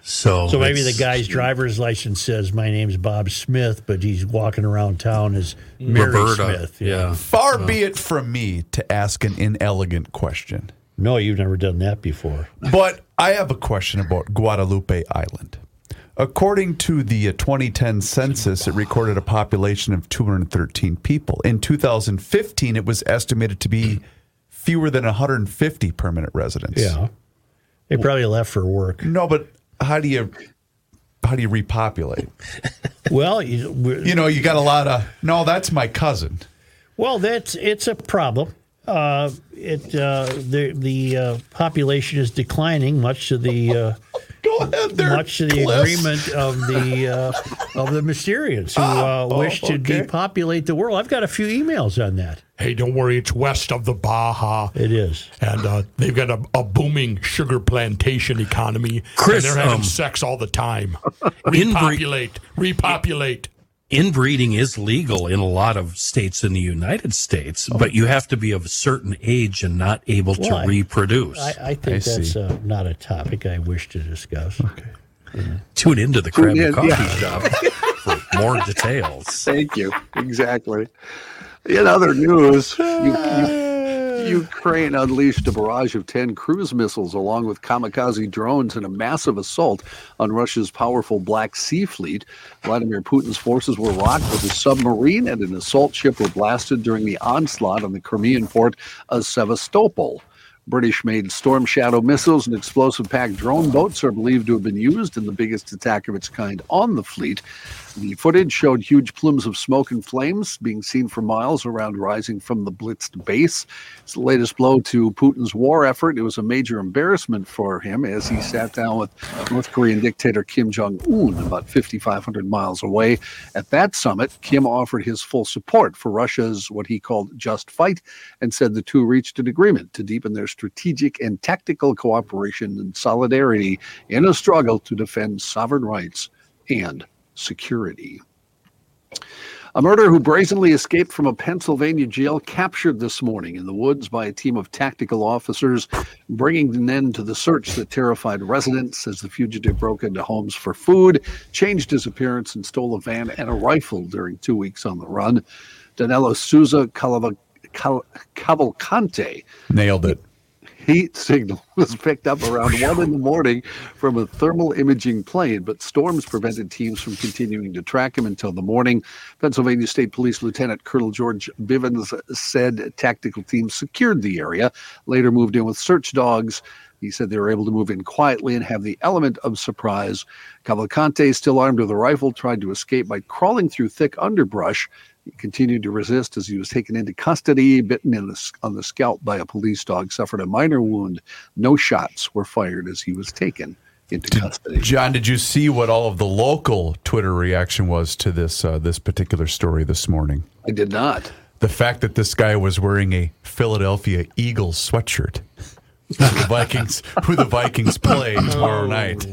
Speaker 5: So,
Speaker 1: so maybe the
Speaker 5: it's-
Speaker 1: guy's driver's license says my name's Bob Smith, but he's walking around town as
Speaker 5: Hmm.
Speaker 1: Mary
Speaker 4: Roberta,
Speaker 1: Smith. you know.
Speaker 4: Far be it from me to ask an inelegant question.
Speaker 1: No, you've never done that before.
Speaker 4: But I have a question about Guadalupe Island. According to the uh, 2010 census, it recorded a population of 213 people. In 2015, it was estimated to be fewer than 150 permanent residents.
Speaker 1: Yeah. They probably left for work.
Speaker 4: No, but how do you how do you repopulate?
Speaker 1: well, you,
Speaker 4: you know, you got a lot of no. That's my cousin.
Speaker 1: Well, that's it's a problem. Uh, it uh, the the uh, population is declining, much to the uh, <laughs> much to the
Speaker 11: Cliff.
Speaker 1: agreement of the <laughs> uh, of the Mysterians who uh,
Speaker 10: oh,
Speaker 1: wish to
Speaker 10: okay.
Speaker 1: depopulate the world. I've got a few emails on that.
Speaker 10: Hey, don't worry. It's west of the Baja.
Speaker 1: It is.
Speaker 10: And uh, they've got a, a booming sugar plantation economy.
Speaker 5: Chris,
Speaker 10: and they're having
Speaker 5: um,
Speaker 10: sex all the time. Repopulate. repopulate.
Speaker 5: Inbreeding is legal in a lot of states in the United States,
Speaker 1: Oh.
Speaker 5: but you have to be of a certain age and not able to
Speaker 1: Well, I-
Speaker 5: reproduce.
Speaker 1: I, I think that's uh, not a topic I wish to discuss. Okay.
Speaker 5: Tune into the
Speaker 1: Tune
Speaker 5: Crab
Speaker 1: in,
Speaker 5: and Coffee
Speaker 1: yeah.
Speaker 5: Shop for more details.
Speaker 1: <laughs>
Speaker 3: <laughs> Thank you. Exactly. In other news, you, you, Ukraine unleashed a barrage of 10 cruise missiles along with kamikaze drones in a massive assault on Russia's powerful Black Sea Fleet. Vladimir Putin's forces were rocked with a submarine and an assault ship were blasted during the onslaught on the Crimean port of Sevastopol. British made Storm Shadow missiles and explosive packed drone boats are believed to have been used in the biggest attack of its kind on the fleet. The footage showed huge plumes of smoke and flames being seen for miles around rising from the blitzed base. It's the latest blow to Putin's war effort. It was a major embarrassment for him as he sat down with North Korean dictator Kim Jong un about 5,500 miles away. At that summit, Kim offered his full support for Russia's what he called just fight and said the two reached an agreement to deepen their strategic and tactical cooperation and solidarity in a struggle to defend sovereign rights and security. A murderer who brazenly escaped from a Pennsylvania jail captured this morning in the woods by a team of tactical officers, bringing an end to the search that terrified residents as the fugitive broke into homes for food, changed his appearance, and stole a van and a rifle during two weeks on the run. Danilo Souza Calava- Cal- Cavalcante
Speaker 4: Nailed it.
Speaker 3: heat signal <laughs> was picked up around 1 in the morning from a thermal imaging plane, but storms prevented teams from continuing to track him until the morning. Pennsylvania State Police Lieutenant Colonel George Bivens said tactical teams secured the area, later moved in with search dogs. He said they were able to move in quietly and have the element of surprise. Cavalcante, still armed with a rifle, tried to escape by crawling through thick underbrush. He continued to resist as he was taken into custody, bitten in the, on the scalp by a police dog, suffered a minor wound. No shots were fired as he was taken into custody.
Speaker 4: John, did you see what all of the local Twitter reaction was to this uh, this particular story this morning?
Speaker 3: I did not.
Speaker 4: The fact that this guy was wearing a Philadelphia Eagles sweatshirt, who the Vikings, who the Vikings play tomorrow night.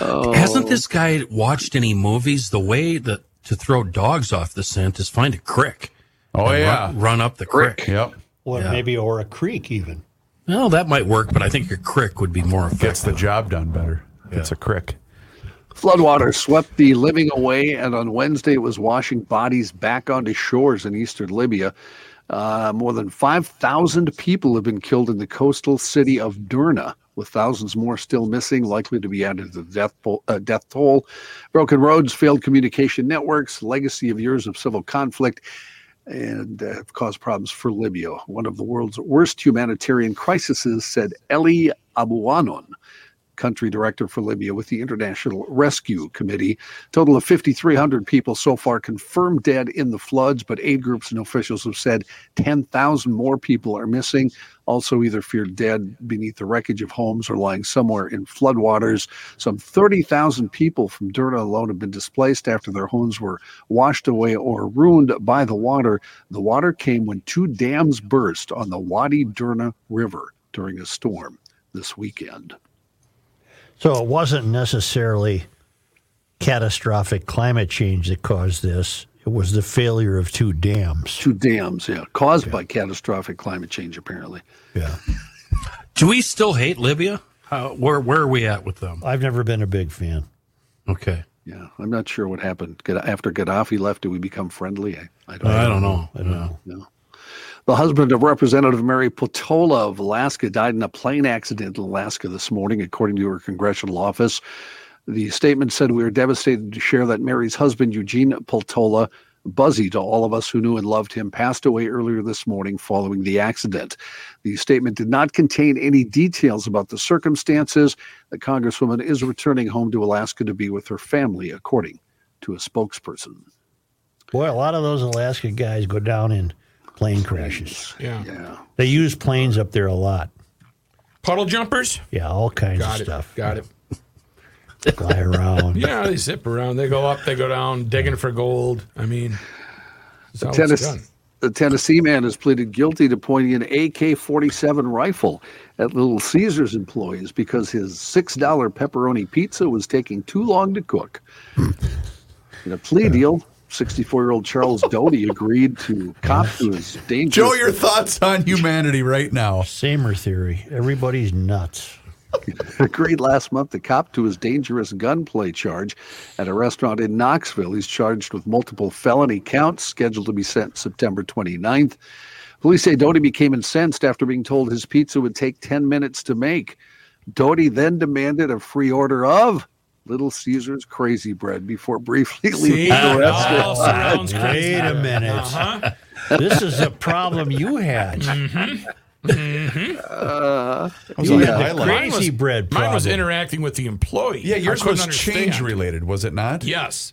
Speaker 1: Oh.
Speaker 5: Hasn't this guy watched any movies? The way that to throw dogs off the scent is find a crick.
Speaker 4: Oh
Speaker 1: yeah.
Speaker 5: run, run up the crick.
Speaker 4: Yep.
Speaker 1: Well, maybe or a creek even.
Speaker 5: Well, that might work, but I think your crick would be more effective. Gets
Speaker 4: the job done better. It's a crick.
Speaker 3: Floodwater swept the living away, and on Wednesday it was washing bodies back onto shores in eastern Libya. Uh, more than 5,000 people have been killed in the coastal city of Derna, with thousands more still missing, likely to be added to the death, po- uh, death toll. Broken roads, failed communication networks, legacy of years of civil conflict, and uh, have caused problems for Libya, one of the world's worst humanitarian crises, said Eli Abouanon, country director for Libya with the International Rescue Committee. Total of 5,300 people so far confirmed dead in the floods, but aid groups and officials have said 10,000 more people are missing, also either feared dead beneath the wreckage of homes or lying somewhere in floodwaters. Some 30,000 people from Durna alone have been displaced after their homes were washed away or ruined by the water. The water came when two dams burst on the Wadi Durna River during a storm this weekend.
Speaker 1: So it wasn't necessarily catastrophic climate change that caused this. It was the failure of two dams.
Speaker 3: Two dams, yeah, caused by catastrophic climate change, apparently.
Speaker 1: Yeah.
Speaker 5: Do we still hate Libya? How, where where are we at with them?
Speaker 1: I've never been a big fan.
Speaker 5: Okay.
Speaker 3: Yeah, I'm not sure what happened. Gadda- After Gaddafi left, did we become friendly? I, I don't,
Speaker 5: I don't know. I don't know.
Speaker 3: No. The husband of Representative Mary Potola of Alaska died in a plane accident in Alaska this morning, according to her congressional office. The statement said, We are devastated to share that Mary's husband, Eugene Potola, Buzzy, to all of us who knew and loved him, passed away earlier this morning following the accident. The statement did not contain any details about the circumstances. The Congresswoman is returning home to Alaska to be with her family, according to a spokesperson.
Speaker 1: Boy, a lot of those Alaska guys go down in plane crashes.
Speaker 10: Yeah.
Speaker 1: They use planes up there a lot.
Speaker 10: Puddle jumpers?
Speaker 1: Yeah, all kinds
Speaker 10: Got
Speaker 1: of
Speaker 10: it.
Speaker 1: stuff.
Speaker 10: Got it.
Speaker 1: Fly around.
Speaker 10: <laughs> Yeah, they zip around. They go up, they go down, digging for gold. I mean, that's how it's
Speaker 3: Tennessee,
Speaker 10: done.
Speaker 3: the Tennessee man has pleaded guilty to pointing an AK 47 rifle at Little Caesars employees because his $6 pepperoni pizza was taking too long to cook. In a plea deal, 64 year old Charles Doty agreed to cop to his dangerous.
Speaker 4: Joe, your thoughts on humanity right now?
Speaker 1: Samer theory. Everybody's nuts.
Speaker 3: agreed last month to cop to his dangerous gunplay charge at a restaurant in Knoxville. He's charged with multiple felony counts, scheduled to be sent September 29th. Police say Doty became incensed after being told his pizza would take 10 minutes to make. Doty then demanded a free order of Little Caesar's Crazy Bread before briefly <laughs> leaving
Speaker 1: See?
Speaker 3: the
Speaker 1: All
Speaker 3: restaurant.
Speaker 1: sounds Wait a minute. Uh-huh. This is a problem you had.
Speaker 3: Uh,
Speaker 1: You
Speaker 3: yeah.
Speaker 1: had the
Speaker 10: Mine was-
Speaker 1: crazy bread problem.
Speaker 10: Mine was interacting with the employee.
Speaker 4: Yeah,
Speaker 10: I
Speaker 4: yours
Speaker 10: couldn't
Speaker 4: was change
Speaker 10: understand.
Speaker 4: related, was it not?
Speaker 10: Yes.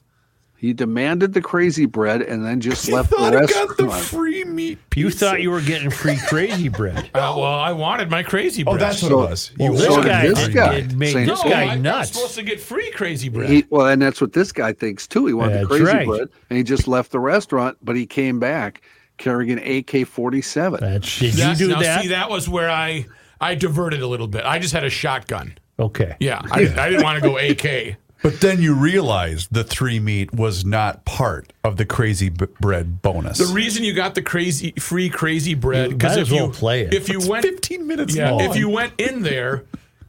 Speaker 3: He demanded the crazy bread and then just left the
Speaker 10: thought he got
Speaker 3: restaurant.
Speaker 10: the free meat.
Speaker 1: you thought you were getting free crazy bread.
Speaker 10: Uh, well, I wanted my crazy bread.
Speaker 4: Oh, that's what
Speaker 3: So-
Speaker 4: it was.
Speaker 1: Well,
Speaker 4: You
Speaker 1: this
Speaker 4: ordered
Speaker 1: guy,
Speaker 4: it.
Speaker 3: this
Speaker 1: did-
Speaker 3: guy.
Speaker 1: did make
Speaker 4: Same
Speaker 1: this
Speaker 10: no,
Speaker 1: guy
Speaker 10: I, am
Speaker 1: nuts.
Speaker 10: supposed to get free crazy bread.
Speaker 3: He, well, and that's what this guy thinks too. He wanted the
Speaker 1: That's
Speaker 3: crazy
Speaker 1: right.
Speaker 3: bread, and he just left the restaurant, but he came back carrying an AK forty-seven.
Speaker 1: That's, did
Speaker 10: That's-
Speaker 1: you do
Speaker 10: now,
Speaker 1: that?
Speaker 10: See, that was where I I diverted a little bit. I just had a shotgun.
Speaker 1: Okay.
Speaker 10: Yeah, I, I didn't want to
Speaker 1: <laughs>
Speaker 10: go AK.
Speaker 4: But then you realized the three meat was not part of the crazy b- bread bonus.
Speaker 10: The reason you got the crazy free crazy bread
Speaker 1: You might as
Speaker 10: if you
Speaker 1: well play it.
Speaker 10: if you went
Speaker 4: 15 minutes
Speaker 10: yeah,
Speaker 4: long.
Speaker 10: if you went in there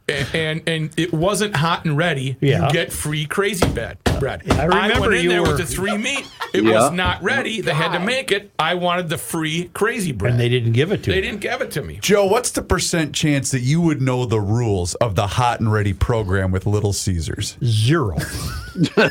Speaker 10: and, and and it wasn't hot and ready,
Speaker 1: Yeah.
Speaker 10: you get free crazy bread. Bread.
Speaker 1: I remember
Speaker 10: went in
Speaker 1: you
Speaker 10: there
Speaker 1: were-
Speaker 10: with the three meat. It
Speaker 3: Yeah.
Speaker 10: was not ready. They had to make it. I wanted the free crazy bread.
Speaker 1: And they didn't give it to
Speaker 10: They
Speaker 1: him.
Speaker 10: didn't give it to me.
Speaker 4: Joe, what's the percent chance that you would know the rules of the hot and ready program with Little Caesars?
Speaker 10: <laughs>
Speaker 1: Zero.
Speaker 3: <laughs>
Speaker 10: I mean,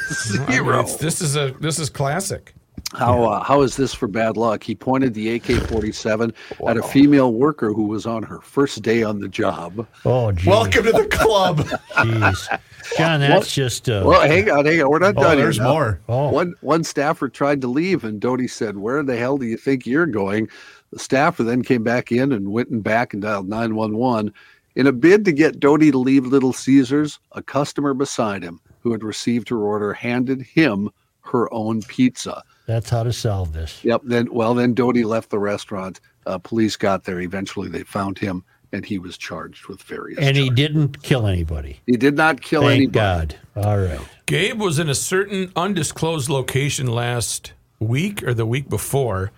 Speaker 3: Zero.
Speaker 10: it's- this is a this is classic.
Speaker 3: How uh, how is this for bad luck? He pointed the AK forty-seven at a female worker who was on her first day on the job.
Speaker 1: Oh, geez.
Speaker 4: Welcome to the club.
Speaker 1: Jeez. John, that's just. Uh,
Speaker 3: Well, hang on, hang on. We're not
Speaker 4: Oh,
Speaker 3: done
Speaker 4: there's
Speaker 3: here. now.
Speaker 4: more.
Speaker 1: Oh.
Speaker 3: One one staffer tried to leave, and Doty said, "Where the hell do you think you're going?" The staffer then came back in and went and back and dialed nine one one. In a bid to get Doty to leave Little Caesars, a customer beside him who had received her order handed him her own pizza.
Speaker 1: That's how to solve this.
Speaker 3: Yep. Then, well, then Doty left the restaurant. Uh, police got there. Eventually, they found him, and he was charged with various.
Speaker 1: And he
Speaker 3: charges.
Speaker 1: didn't kill anybody.
Speaker 3: he did not kill
Speaker 1: Thank
Speaker 3: anybody.
Speaker 1: God. All right.
Speaker 10: Gabe was in a certain undisclosed location last week or the week before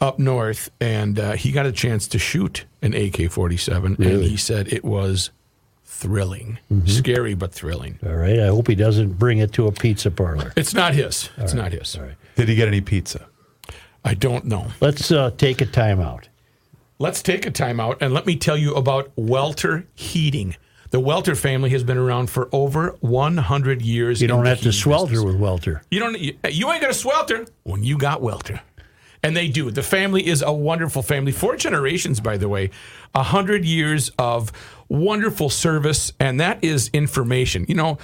Speaker 10: up north, and uh, he got a chance to shoot an AK 47, and he said it was thrilling.
Speaker 1: Mm-hmm.
Speaker 10: Scary, but thrilling.
Speaker 1: All right. I hope he doesn't bring it to a pizza parlor.
Speaker 10: It's not his. It's not his.
Speaker 4: Did he get any pizza?
Speaker 10: I don't know.
Speaker 1: Let's uh, take a timeout.
Speaker 10: Let's take a timeout and let me tell you about Welter Heating. The Welter family has been around for over 100 years.
Speaker 1: You don't
Speaker 10: in the
Speaker 1: have to
Speaker 10: heating
Speaker 1: swelter with welter.
Speaker 10: you don't. You, you ain't gonna swelter when you got welter, and they do. The family is a wonderful family. Four generations, by the way, a hundred years of wonderful service, and that is information. You know.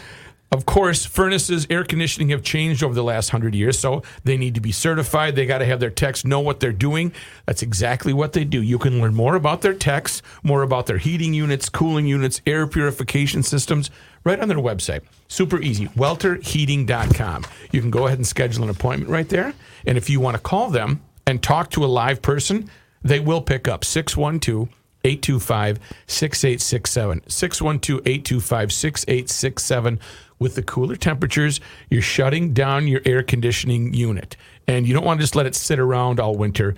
Speaker 10: Of course, furnaces, air conditioning have changed over the last hundred years, so they need to be certified. They got to have their techs know what they're doing. That's exactly what they do. You can learn more about their techs, more about their heating units, cooling units, air purification systems, right on their website. Super easy, welterheating.com. You can go ahead and schedule an appointment right there. And if you want to call them and talk to a live person, they will pick up 612 825 6867. 612 825 6867. With the cooler temperatures, you're shutting down your air conditioning unit. And you don't want to just let it sit around all winter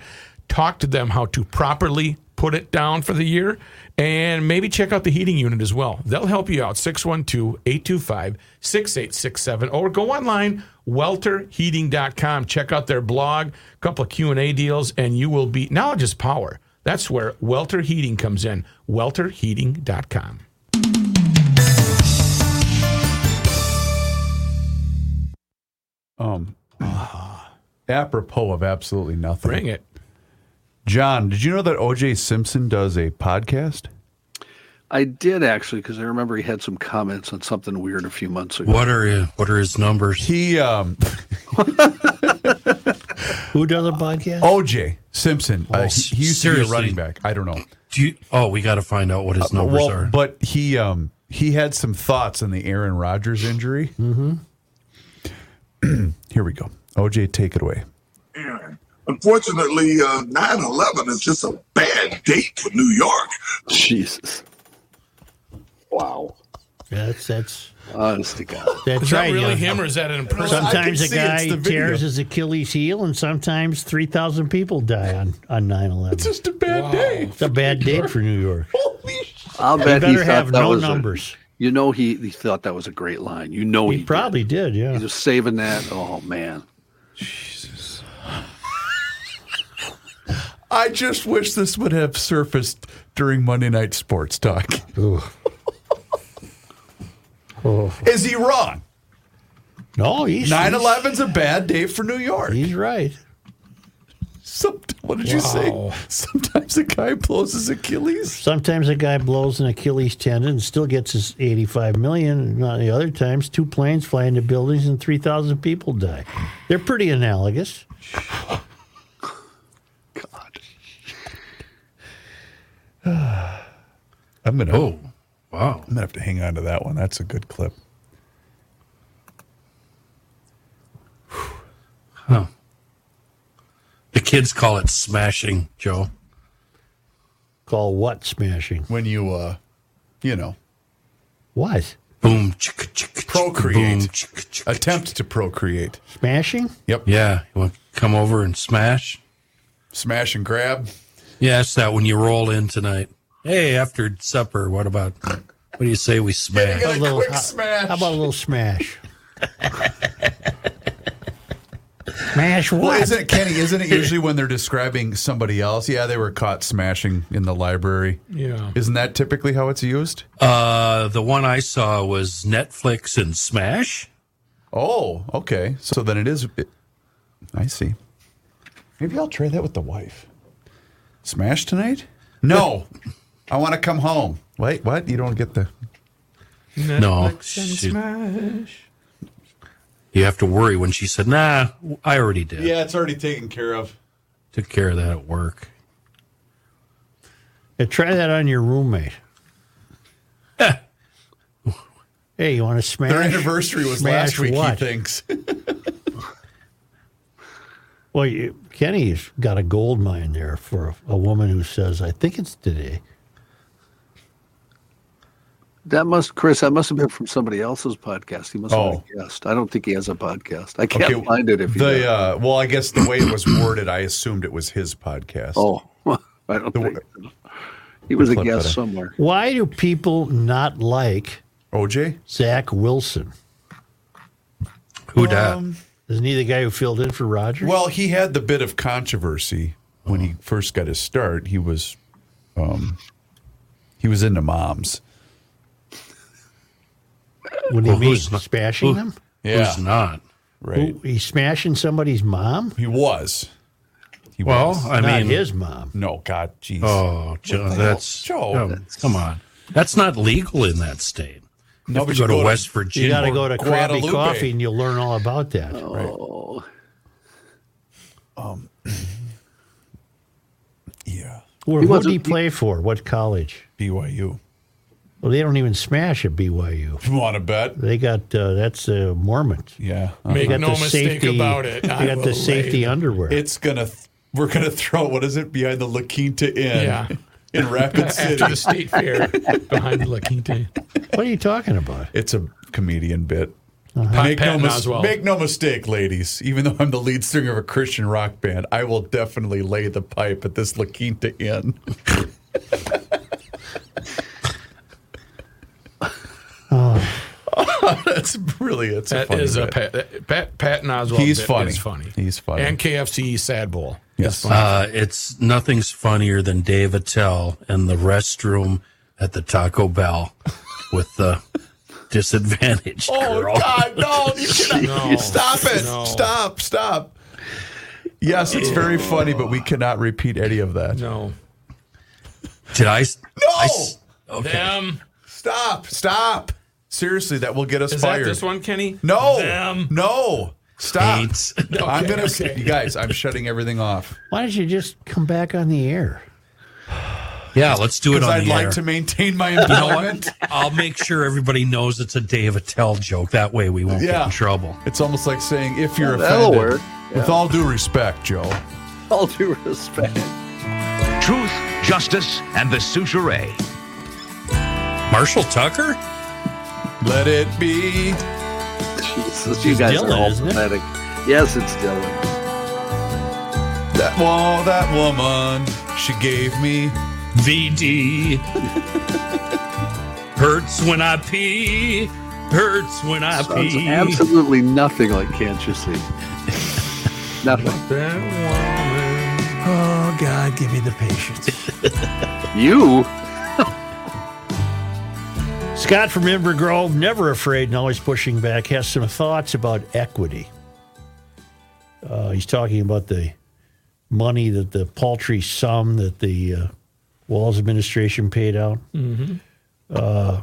Speaker 10: talk to them how to properly put it down for the year and maybe check out the heating unit as well. They'll help you out 612-825-6867 or go online welterheating.com, check out their blog, a couple of Q&A deals and you will be knowledge is power. That's where Welter Heating comes in. welterheating.com.
Speaker 4: Um, apropos of absolutely nothing.
Speaker 10: Bring it.
Speaker 4: John, did you know that OJ Simpson does a podcast?
Speaker 3: I did actually because I remember he had some comments on something weird a few months ago.
Speaker 5: What are what are his numbers?
Speaker 4: He um,
Speaker 1: Who does a podcast?
Speaker 4: OJ Simpson.
Speaker 5: Oh,
Speaker 4: Uh, he, he used to be a
Speaker 5: seriously.
Speaker 4: running back. I don't know.
Speaker 5: Do you, oh, we got to find out what his
Speaker 4: Uh,
Speaker 5: numbers
Speaker 4: well,
Speaker 5: are.
Speaker 4: But he um he had some thoughts on the Aaron Rodgers injury. Mm-hmm. <clears throat> Here we go. OJ, take it away.
Speaker 17: Aaron. Unfortunately, uh, 9-11 is just a bad date for New York.
Speaker 3: Jesus. Wow.
Speaker 1: That's that's
Speaker 3: honest to God.
Speaker 1: That's
Speaker 10: Is that
Speaker 1: right.
Speaker 10: really
Speaker 1: yeah.
Speaker 10: him or is that an impersonation?
Speaker 1: Sometimes
Speaker 10: I
Speaker 1: a
Speaker 10: can see it's
Speaker 1: guy
Speaker 10: the video.
Speaker 1: tears his Achilles heel, and sometimes 3,000 people die on, on 9 11. It's
Speaker 4: just a bad day.
Speaker 1: It's a bad day for New York.
Speaker 3: <laughs> I'll
Speaker 1: You
Speaker 3: bet he
Speaker 1: better
Speaker 3: thought
Speaker 1: have
Speaker 3: that
Speaker 1: no
Speaker 3: was a-
Speaker 1: numbers.
Speaker 3: you know he, he thought that was a great line. You know he,
Speaker 1: He probably did, yeah.
Speaker 3: He's just saving that. Oh man.
Speaker 4: I just wish this would have surfaced during Monday Night Sports Talk. Is he wrong?
Speaker 1: No, he's
Speaker 4: 9 11's a bad day for New York.
Speaker 1: He's right.
Speaker 4: Some, what did you say? Sometimes a guy blows his Achilles.
Speaker 1: Sometimes a guy blows an Achilles tendon and still gets his 85 million. Not the other times, two planes fly into buildings and 3,000 people die. They're pretty analogous.
Speaker 4: I'm gonna.
Speaker 5: Oh, wow! I'm
Speaker 4: gonna have to hang on to that one. That's a good clip.
Speaker 5: The kids call it smashing, Joe.
Speaker 1: Call what smashing?
Speaker 4: When you, uh, you know,
Speaker 1: What?
Speaker 5: Boom,
Speaker 4: procreate. Attempt to procreate.
Speaker 1: Smashing?
Speaker 4: Yep.
Speaker 5: Yeah. You want to come over and smash?
Speaker 4: Smash and grab.
Speaker 5: Yeah, it's that when you roll in tonight. Hey, after supper, what about? What do you say we
Speaker 1: <laughs>
Speaker 5: smash?
Speaker 1: A little- how- How about a little
Speaker 4: <laughs>
Speaker 1: smash? smash what?
Speaker 4: Well, isn't it, Kenny? Isn't it usually when they're describing somebody else? Yeah, they were caught smashing in the library.
Speaker 10: Yeah.
Speaker 4: Isn't that typically how it's used?
Speaker 5: Uh, the one I saw was Netflix and Smash.
Speaker 4: Oh, okay. So then it is. It, I see. Maybe I'll try that with the wife. Smash tonight? No. I want to come home. Wait, what? You don't get the.
Speaker 5: No, she- you have to worry when she said, "Nah, I already did."
Speaker 4: Yeah, it's already taken care of.
Speaker 5: Took care of that at work.
Speaker 1: Yeah, try that on your
Speaker 4: <laughs>
Speaker 1: roommate. hey, you want to smash?
Speaker 4: Their anniversary was
Speaker 1: smash
Speaker 4: last week,
Speaker 1: What?
Speaker 4: he <laughs> thinks.
Speaker 1: Well, you, Kenny's got a gold mine there for a, a woman who says, "I think it's today."
Speaker 3: That must, Chris. That must have been from somebody else's podcast. He must have
Speaker 4: Oh.
Speaker 3: been a guest. I don't think he has a podcast. I can't find it if he does.
Speaker 4: the uh, well, I guess the way it was worded, I assumed it was his podcast.
Speaker 3: Oh, <laughs> I don't think he was a guest somewhere. <laughs>
Speaker 1: Why do people not like
Speaker 4: OJ
Speaker 1: Zach Wilson?
Speaker 5: Who
Speaker 4: Um,
Speaker 1: dat? Isn't he the guy who filled in for Rogers?
Speaker 4: Well, he had the bit of controversy when he first got his start, he was um, he was into moms.
Speaker 1: What do you mean? Smashing them?
Speaker 4: Yeah.
Speaker 5: Who's not?
Speaker 4: Right.
Speaker 1: Who- he's smashing somebody's mom?
Speaker 4: He was. He
Speaker 5: Well,
Speaker 4: was.
Speaker 5: I Not mean- his
Speaker 1: mom.
Speaker 4: No, God, jeez.
Speaker 5: Oh,
Speaker 4: What the
Speaker 5: Joe,
Speaker 4: hell?
Speaker 5: that's
Speaker 4: Joe.
Speaker 5: no, come on. That's not legal in that state. You have to go to West Virginia.
Speaker 1: You got to go to Krabby
Speaker 5: Guadalupe.
Speaker 1: Coffee and you'll learn all about that.
Speaker 3: Oh.
Speaker 4: Um,
Speaker 1: Well,
Speaker 4: He
Speaker 1: who did
Speaker 4: wasn't-
Speaker 1: he play for? What college?
Speaker 4: BYU.
Speaker 1: Well, they don't even smash at BYU.
Speaker 4: <laughs> You want to bet?
Speaker 1: They got uh, that's uh, Mormons.
Speaker 4: Yeah,
Speaker 1: They
Speaker 4: Make
Speaker 1: Uh, got
Speaker 4: no
Speaker 1: the
Speaker 4: mistake
Speaker 1: safety-
Speaker 4: about it.
Speaker 1: They
Speaker 4: I
Speaker 1: got
Speaker 4: will
Speaker 1: the
Speaker 4: lay
Speaker 1: safety
Speaker 4: it.
Speaker 1: underwear.
Speaker 4: It's gonna. Th- we're gonna throw what is it behind the La Quinta Inn
Speaker 10: Yeah.
Speaker 4: in Rapid City
Speaker 10: <laughs> After the
Speaker 1: <laughs>
Speaker 10: state fair behind La Quinta.
Speaker 1: What are you talking about?
Speaker 4: It's a comedian bit.
Speaker 10: Uh-huh.
Speaker 4: Make, no
Speaker 10: Patton
Speaker 4: mis-
Speaker 10: Oswalt.
Speaker 4: make no mistake, ladies. Even though I'm the lead singer of a Christian rock band, I will definitely lay the pipe at this La Quinta Inn. <laughs> That's brilliant. It's a
Speaker 10: That
Speaker 4: funny
Speaker 10: is a
Speaker 4: bit.
Speaker 10: Pat, Pat Patton Oswalt.
Speaker 4: He's
Speaker 10: bit
Speaker 4: funny.
Speaker 10: Is funny.
Speaker 4: He's funny.
Speaker 10: And KFC Sad Bowl.
Speaker 4: Yes.
Speaker 5: Uh, it's nothing's funnier than Dave Attell and the restroom at the Taco Bell <laughs> with the disadvantaged
Speaker 4: Oh
Speaker 5: girl.
Speaker 4: God, no! You cannot
Speaker 5: No.
Speaker 4: stop it!
Speaker 5: No.
Speaker 4: Stop! Stop! Yes, it's very funny, but we cannot repeat any of that.
Speaker 10: No.
Speaker 5: Did I?
Speaker 4: No!
Speaker 10: Them.
Speaker 4: Stop! Stop! Seriously, that will get us
Speaker 10: Um, Is
Speaker 4: fired.
Speaker 10: that this one, Kenny? Um,
Speaker 4: No!
Speaker 10: Them.
Speaker 4: No! Stop! I'm
Speaker 10: Okay,
Speaker 4: gonna,
Speaker 10: okay.
Speaker 4: you <laughs> guys. I'm shutting everything
Speaker 5: <laughs>
Speaker 4: off.
Speaker 1: Why don't you just come back on the air?
Speaker 5: Yeah, let's do it
Speaker 4: 'Cause
Speaker 5: on
Speaker 4: I'd
Speaker 5: the
Speaker 4: like
Speaker 5: air.
Speaker 4: to maintain my
Speaker 5: You know what?
Speaker 4: employment.
Speaker 5: I'll make sure everybody knows it's a Dave Attell joke. That way we won't get
Speaker 4: Yeah.
Speaker 5: in trouble.
Speaker 4: It's almost like saying if you're
Speaker 5: That'll
Speaker 4: offended.
Speaker 5: work.
Speaker 4: With
Speaker 5: Yeah.
Speaker 4: all due respect, Joe.
Speaker 3: All due respect.
Speaker 15: Truth, justice, and the suture.
Speaker 5: Marshall Tucker?
Speaker 4: Let it be.
Speaker 3: Jesus, you guys are all pathetic. Yes, it's Dylan.
Speaker 4: That wall, that woman, she gave me
Speaker 5: VD. Hurts when I pee. Hurts when I
Speaker 3: Sounds
Speaker 5: pee.
Speaker 3: absolutely nothing like Can't
Speaker 1: <laughs>
Speaker 3: You See? nothing.
Speaker 1: Oh God, give me the patience.
Speaker 3: <laughs> You?
Speaker 1: Scott from Inver Grove, never afraid and always pushing back, has some thoughts about equity. Uh, he's talking about the money that the paltry sum that the uh, Walls administration paid out.
Speaker 11: Mm-hmm.
Speaker 1: Uh,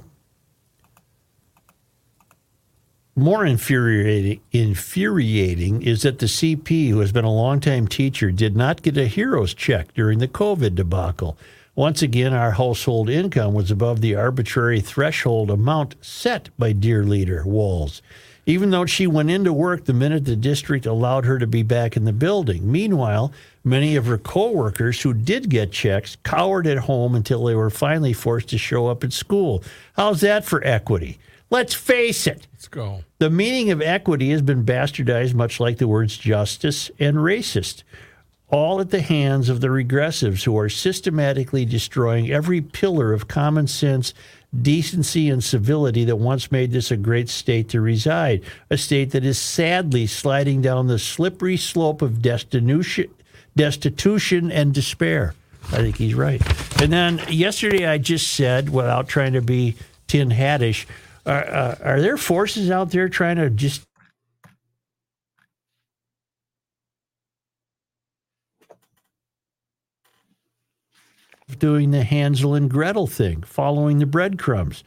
Speaker 1: more infuriating, infuriating is that the CP, who has been a longtime teacher, did not get a hero's check during the COVID debacle. Once again, our household income was above the arbitrary threshold amount set by dear leader Walls, even though she went into work the minute the district allowed her to be back in the building. Meanwhile, many of her coworkers who did get checks cowered at home until they were finally forced to show up at school. How's that for equity? Let's face it.
Speaker 10: Let's go.
Speaker 1: The meaning of equity has been bastardized, much like the words justice and racist, all at the hands of the regressives who are systematically destroying every pillar of common sense, decency, and civility that once made this a great state to reside. A state that is sadly sliding down the slippery slope of destitution, destitution and despair. I think he's right. And then yesterday, I just said, without trying to be tin hattish, are, uh, are there forces out there trying to just doing the Hansel and Gretel thing, following the breadcrumbs?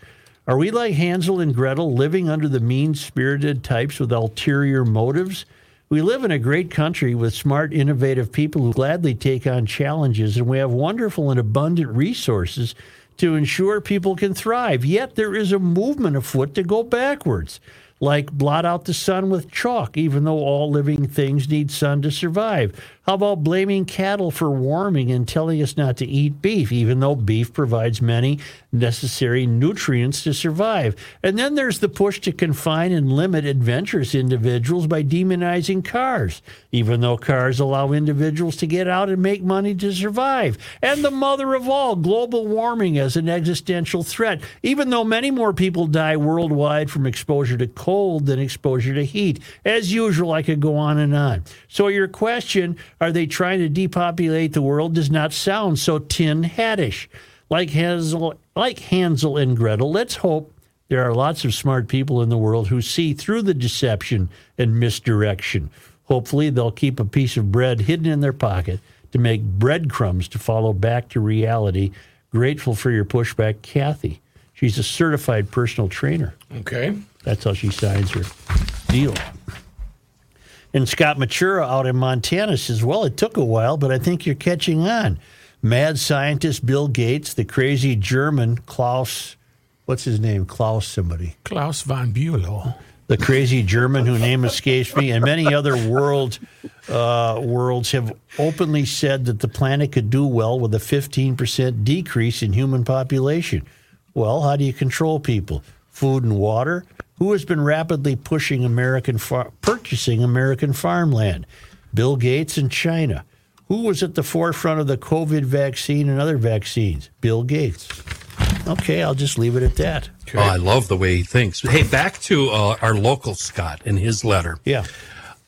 Speaker 1: Are we like Hansel and Gretel, living under the mean spirited types with ulterior motives? We live in a great country with smart, innovative people who gladly take on challenges, and we have wonderful and abundant resources to ensure people can thrive. Yet there is a movement afoot to go backwards, like blot out the sun with chalk, even though all living things need sun to survive. How about blaming cattle for warming and telling us not to eat beef, even though beef provides many necessary nutrients to survive? And then there's the push to confine and limit adventurous individuals by demonizing cars, even though cars allow individuals to get out and make money to survive. And the mother of all, global warming as an existential threat, even though many more people die worldwide from exposure to cold cold than exposure to heat. As usual, I could go on and on. So, your question, are they trying to depopulate the world, does not sound so tin hattish. Like Hansel, like Hansel and Gretel, let's hope there are lots of smart people in the world who see through the deception and misdirection. Hopefully, they'll keep a piece of bread hidden in their pocket to make breadcrumbs to follow back to reality. Grateful for your pushback, Kathy. She's a certified personal trainer.
Speaker 10: Okay.
Speaker 1: That's how she signs her deal. And Scott Matura out in Montana says, Well, it took a while, but I think you're catching on. Mad scientist Bill Gates, the crazy German Klaus, what's his name? Klaus somebody.
Speaker 10: Klaus von Bülow.
Speaker 1: The crazy German whose name escapes me, and many other world uh, worlds have openly said that the planet could do well with a 15% decrease in human population. Well, how do you control people? Food and water? Who has been rapidly pushing American far- purchasing American farmland? Bill Gates and China. Who was at the forefront of the COVID vaccine and other vaccines? Bill Gates. Okay, I'll just leave it at that.
Speaker 5: Oh, I love the way he thinks. Hey, back to uh, our local Scott in his letter.
Speaker 1: Yeah.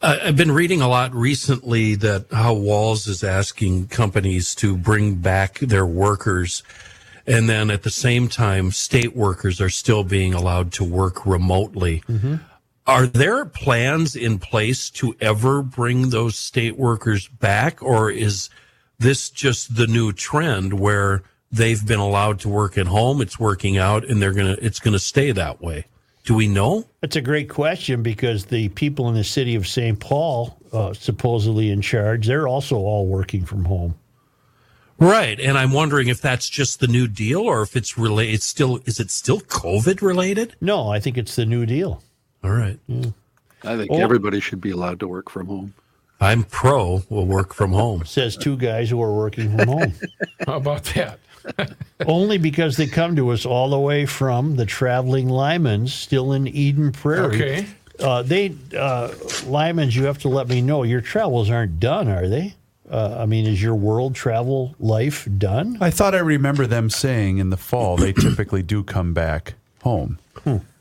Speaker 5: Uh, I've been reading a lot recently that how Walls is asking companies to bring back their workers. And then at the same time, state workers are still being allowed to work remotely.
Speaker 11: Mm-hmm.
Speaker 5: Are there plans in place to ever bring those state workers back, or is this just the new trend where they've been allowed to work at home, it's working out, and they're gonna it's gonna stay that way? Do we know?
Speaker 1: That's a great question because the people in the city of St. Paul, uh, supposedly in charge, they're also all working from home.
Speaker 5: Right, and I'm wondering if that's just the New Deal, or if it's related. It's still is it still COVID related?
Speaker 1: No, I think it's the New Deal.
Speaker 5: All right.
Speaker 3: I think
Speaker 1: Oh.
Speaker 3: everybody should be allowed to work from home.
Speaker 5: I'm pro. We'll work from home.
Speaker 1: Says two guys who are working from home.
Speaker 10: How about that?
Speaker 1: Only because they come to us all the way from the traveling Lymans, still in Eden Prairie.
Speaker 10: Okay.
Speaker 1: Uh, they uh, Lymans, you have to let me know. Your travels aren't done, are they? Uh, I mean, is your world travel life done?
Speaker 4: I thought I remember them saying in the fall
Speaker 5: <clears throat>
Speaker 4: they typically do come back home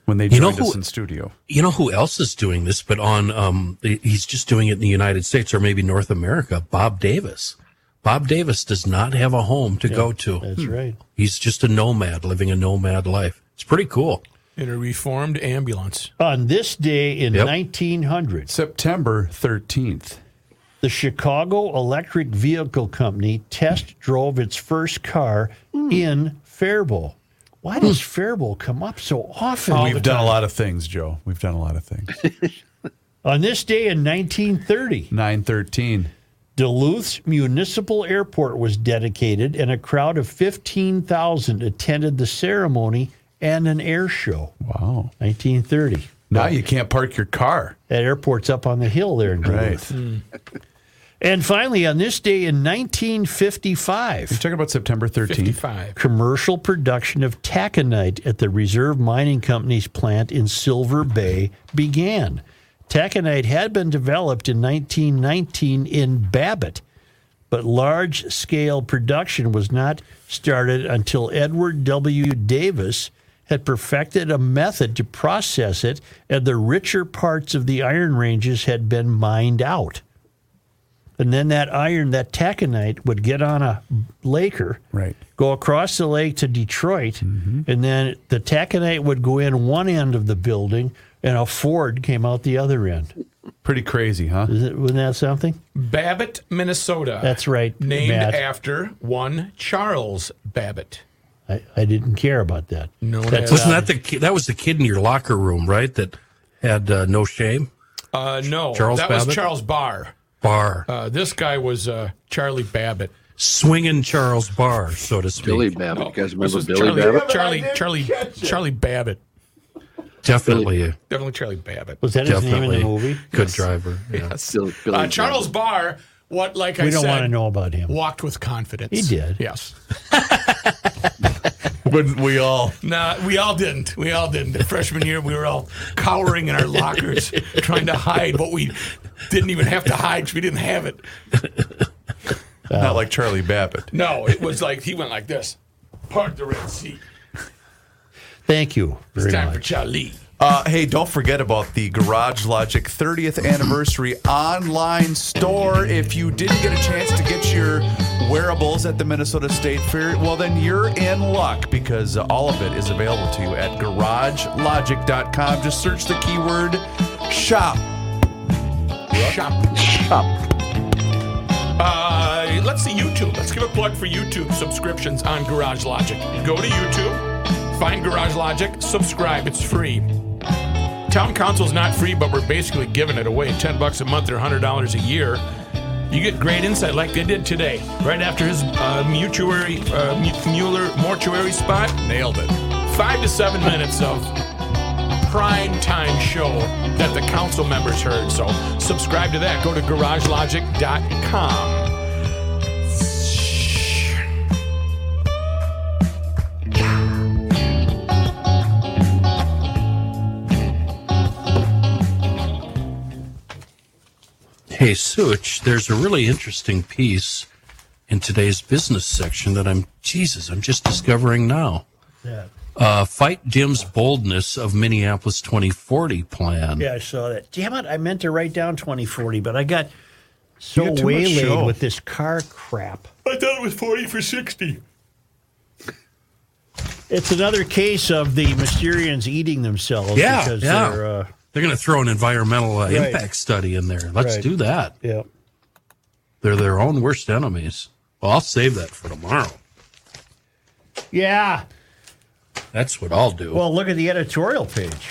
Speaker 4: when they
Speaker 5: Hmm. You know
Speaker 4: joined
Speaker 5: who-
Speaker 4: us in studio.
Speaker 5: You know who else is doing this? But on um, the- he's just doing it in the United States or maybe North America. Bob Davis. Bob Davis does not have a home to go to.
Speaker 1: That's right.
Speaker 5: He's just a nomad, living a nomad life. It's pretty cool.
Speaker 10: In a reformed ambulance.
Speaker 1: On this day in
Speaker 5: Yep.
Speaker 1: 1900,
Speaker 4: September 13th,
Speaker 1: the Chicago Electric Vehicle Company test drove its first car
Speaker 4: Hmm.
Speaker 1: in Faribault. Why does Faribault come up so often?
Speaker 4: We've done a lot of things, Joe. We've done a lot of things. <laughs>
Speaker 1: On this day in 1930,
Speaker 4: 913,
Speaker 1: Duluth's Municipal Airport was dedicated, and a crowd of 15,000 attended the ceremony and an air show.
Speaker 4: Wow.
Speaker 1: 1930.
Speaker 4: Now you can't park your car. Mm-hmm.
Speaker 1: That airport's up on the hill there in
Speaker 4: Right.
Speaker 1: Duluth. And finally, on this day in 1955, you're
Speaker 4: talking about September 13th.
Speaker 10: 55.
Speaker 1: Commercial production of taconite at the Reserve Mining Company's plant in Silver Bay began. Taconite had been developed in 1919 in Babbitt, but large scale production was not started until Edward W. Davis had perfected a method to process it and the richer parts of the iron ranges had been mined out. And then that iron, that taconite, would get on a laker,
Speaker 4: right.
Speaker 1: go across the lake to Detroit, and then the taconite would go in one end of the building, and a Ford came out the other end.
Speaker 4: Pretty crazy, huh?
Speaker 1: Is it, wasn't that something?
Speaker 10: Babbitt, Minnesota.
Speaker 1: That's right,
Speaker 10: Named
Speaker 1: Matt.
Speaker 10: after one Charles Babbitt.
Speaker 1: I, I didn't care about that.
Speaker 10: No,
Speaker 1: That's
Speaker 5: wasn't
Speaker 1: not-
Speaker 5: that the kid, that was the kid in your locker room, right? That had uh, no shame.
Speaker 10: Uh, no,
Speaker 5: Charles
Speaker 10: that was
Speaker 5: Babbitt?
Speaker 10: Charles Barr.
Speaker 5: Barr,
Speaker 10: Uh, this guy was uh, Charlie Babbitt.
Speaker 5: swinging Charles Barr, so to speak.
Speaker 3: Billy Babbitt. You guys
Speaker 10: Oh, This
Speaker 3: remember
Speaker 10: was
Speaker 3: Billy
Speaker 10: Charlie,
Speaker 3: Babbitt?
Speaker 10: Charlie, Charlie, Charlie Babbitt.
Speaker 5: Definitely.
Speaker 10: Definitely Charlie Babbitt.
Speaker 1: Was that his name in the
Speaker 5: Definitely.
Speaker 1: movie?
Speaker 5: Good driver. Yeah.
Speaker 10: Yes.
Speaker 3: Billy- Billy
Speaker 10: Uh, Charles Barr, what like I
Speaker 1: we don't
Speaker 10: said,
Speaker 1: want to know about him.
Speaker 10: walked with confidence.
Speaker 1: He did.
Speaker 10: Yes.
Speaker 4: Wouldn't we all?
Speaker 10: No, we all didn't. We all didn't. The freshman year, we were all cowering in our lockers, <laughs> trying to hide what we didn't even have to hide because we didn't have it.
Speaker 4: Not like Charlie Babbitt.
Speaker 10: No, it was like he went like this. Part the Red Sea.
Speaker 1: Thank you
Speaker 10: It's
Speaker 1: very
Speaker 10: time
Speaker 1: much.
Speaker 10: for Charlie.
Speaker 4: Uh, hey, don't forget about the Garage Logic 30th anniversary online store. If you didn't get a chance to get your wearables at the Minnesota State Fair, well, then you're in luck because uh, all of it is available to you at garagelogic.com. Just search the keyword shop.
Speaker 10: Shop.
Speaker 3: Shop.
Speaker 10: Uh, let's see YouTube. Let's give a plug for YouTube subscriptions on Garage Logic. Go to YouTube, find Garage Logic, subscribe. It's free. Town Council's not free, but we're basically giving it away. Ten bucks a month or hundred dollars a year. You get great insight like they did today, right after his uh, mortuary, uh, mu- Mueller mortuary spot. Nailed it. Five to seven minutes of prime time show that the council members heard. So subscribe to that. Go to garagelogic.com.
Speaker 5: Hey, Such, there's a really interesting piece in today's business section that I'm, Jesus, I'm just discovering now.
Speaker 1: Yeah.
Speaker 5: Uh, fight dims boldness of Minneapolis 2040 plan.
Speaker 1: Yeah, I saw that. Damn it! I meant to write down 2040, but I got
Speaker 5: You
Speaker 1: so
Speaker 5: got too much
Speaker 1: waylaid
Speaker 5: show.
Speaker 1: with this car crap.
Speaker 10: I thought it was 40 for 60.
Speaker 1: It's another case of the Mysterians eating themselves.
Speaker 5: Yeah,
Speaker 1: because
Speaker 5: yeah.
Speaker 1: They're, uh,
Speaker 5: They're going to throw an environmental uh,
Speaker 1: Right.
Speaker 5: impact study in there. Let's
Speaker 1: Right.
Speaker 5: do that.
Speaker 1: Yeah.
Speaker 5: They're their own worst enemies. Well, I'll save that for tomorrow.
Speaker 1: yeah.
Speaker 5: That's what I'll do.
Speaker 1: Well, look at the editorial page.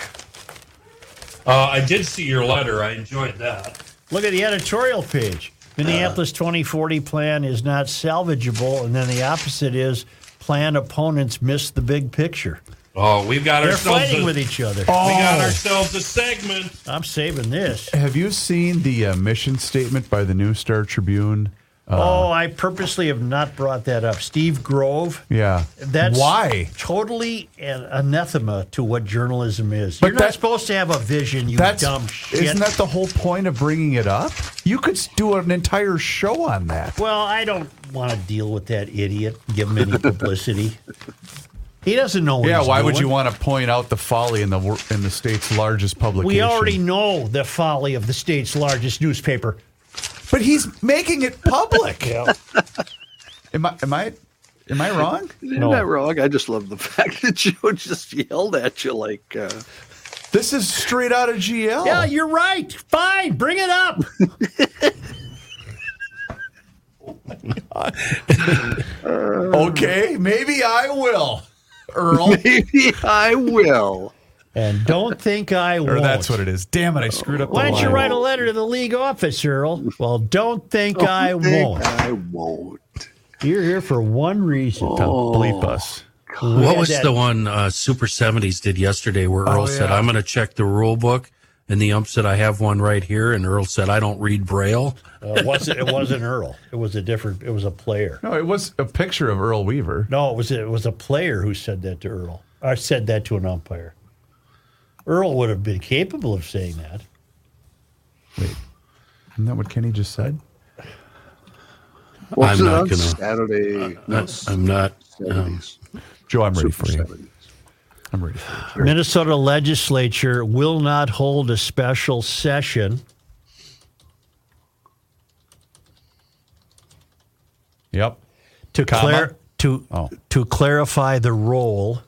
Speaker 5: Uh, I did see your letter. I enjoyed that.
Speaker 1: Look at the editorial page.
Speaker 4: Uh.
Speaker 1: Minneapolis 2040 plan is not salvageable, and then the opposite is plan opponents miss the big picture.
Speaker 5: Oh, we've got
Speaker 1: They're
Speaker 5: ourselves.
Speaker 1: fighting
Speaker 5: a,
Speaker 1: with each other.
Speaker 5: We got
Speaker 1: Oh.
Speaker 5: ourselves a segment.
Speaker 1: I'm saving this.
Speaker 4: Have you seen the uh, mission statement by the New Star Tribune? Uh,
Speaker 1: oh, I purposely have not brought that up. Steve Grove.
Speaker 4: Yeah.
Speaker 1: That's
Speaker 4: Why?
Speaker 1: totally an anathema to what journalism is.
Speaker 4: But
Speaker 1: You're not
Speaker 4: that-
Speaker 1: supposed to have a vision, you
Speaker 4: That's
Speaker 1: dumb shit.
Speaker 4: Isn't that the whole point of bringing it up? You could s- do an entire show on that.
Speaker 1: Well, I don't want to deal with that idiot. Give him any publicity. he doesn't know. What
Speaker 4: yeah,
Speaker 1: he's
Speaker 4: why would
Speaker 1: doing.
Speaker 4: you want to point out the folly in the wor- in the state's largest publication?
Speaker 1: We already know the folly of the state's largest newspaper.
Speaker 4: But he's making
Speaker 1: <laughs>
Speaker 4: it public. Am I am I am I wrong?
Speaker 3: You're not wrong. I just love the <laughs> fact that Joe just yelled at you like, uh, <laughs>
Speaker 4: "This is straight out of GL."
Speaker 1: Yeah, you're right. Fine, bring it up.
Speaker 4: okay, maybe I will, Earl.
Speaker 3: Maybe I will.
Speaker 1: <laughs> And don't think I won't.
Speaker 4: Or that's what it is. Damn it, I screwed up.
Speaker 1: Why
Speaker 4: the
Speaker 1: don't you
Speaker 4: line.
Speaker 1: write a letter to the league office, Earl? Well, don't think
Speaker 3: Don't
Speaker 1: I
Speaker 3: think
Speaker 1: won't.
Speaker 3: I won't.
Speaker 1: You're here for one reason.
Speaker 3: Oh.
Speaker 4: bleep us.
Speaker 1: We
Speaker 5: what
Speaker 1: had
Speaker 5: was
Speaker 1: that- Oh,
Speaker 5: the one uh, Super 70s did yesterday where Earl said,
Speaker 4: yeah.
Speaker 5: I'm going to check the rule book? And the ump said, I have one right here. And Earl said, I don't read Braille.
Speaker 1: Uh, <laughs> it wasn't it wasn't Earl? It was a different. It was a player.
Speaker 4: No, it was a picture of Earl Weaver.
Speaker 1: No, it was it was a player who said that to Earl. I said that to an umpire. Earl would have been capable of saying that.
Speaker 4: Isn't that what Kenny just said?
Speaker 3: What's
Speaker 5: I'm
Speaker 3: it
Speaker 5: not
Speaker 3: on
Speaker 5: gonna-
Speaker 3: Saturday?
Speaker 1: Uh,
Speaker 5: I, I'm not. Um,
Speaker 3: 70s.
Speaker 4: Joe, I'm ready
Speaker 3: Super
Speaker 4: for you.
Speaker 3: 70s.
Speaker 4: I'm ready for you.
Speaker 1: Minnesota legislature will not hold a special session.
Speaker 4: Yep.
Speaker 1: to
Speaker 4: Comma?
Speaker 1: clar- to to clarify the role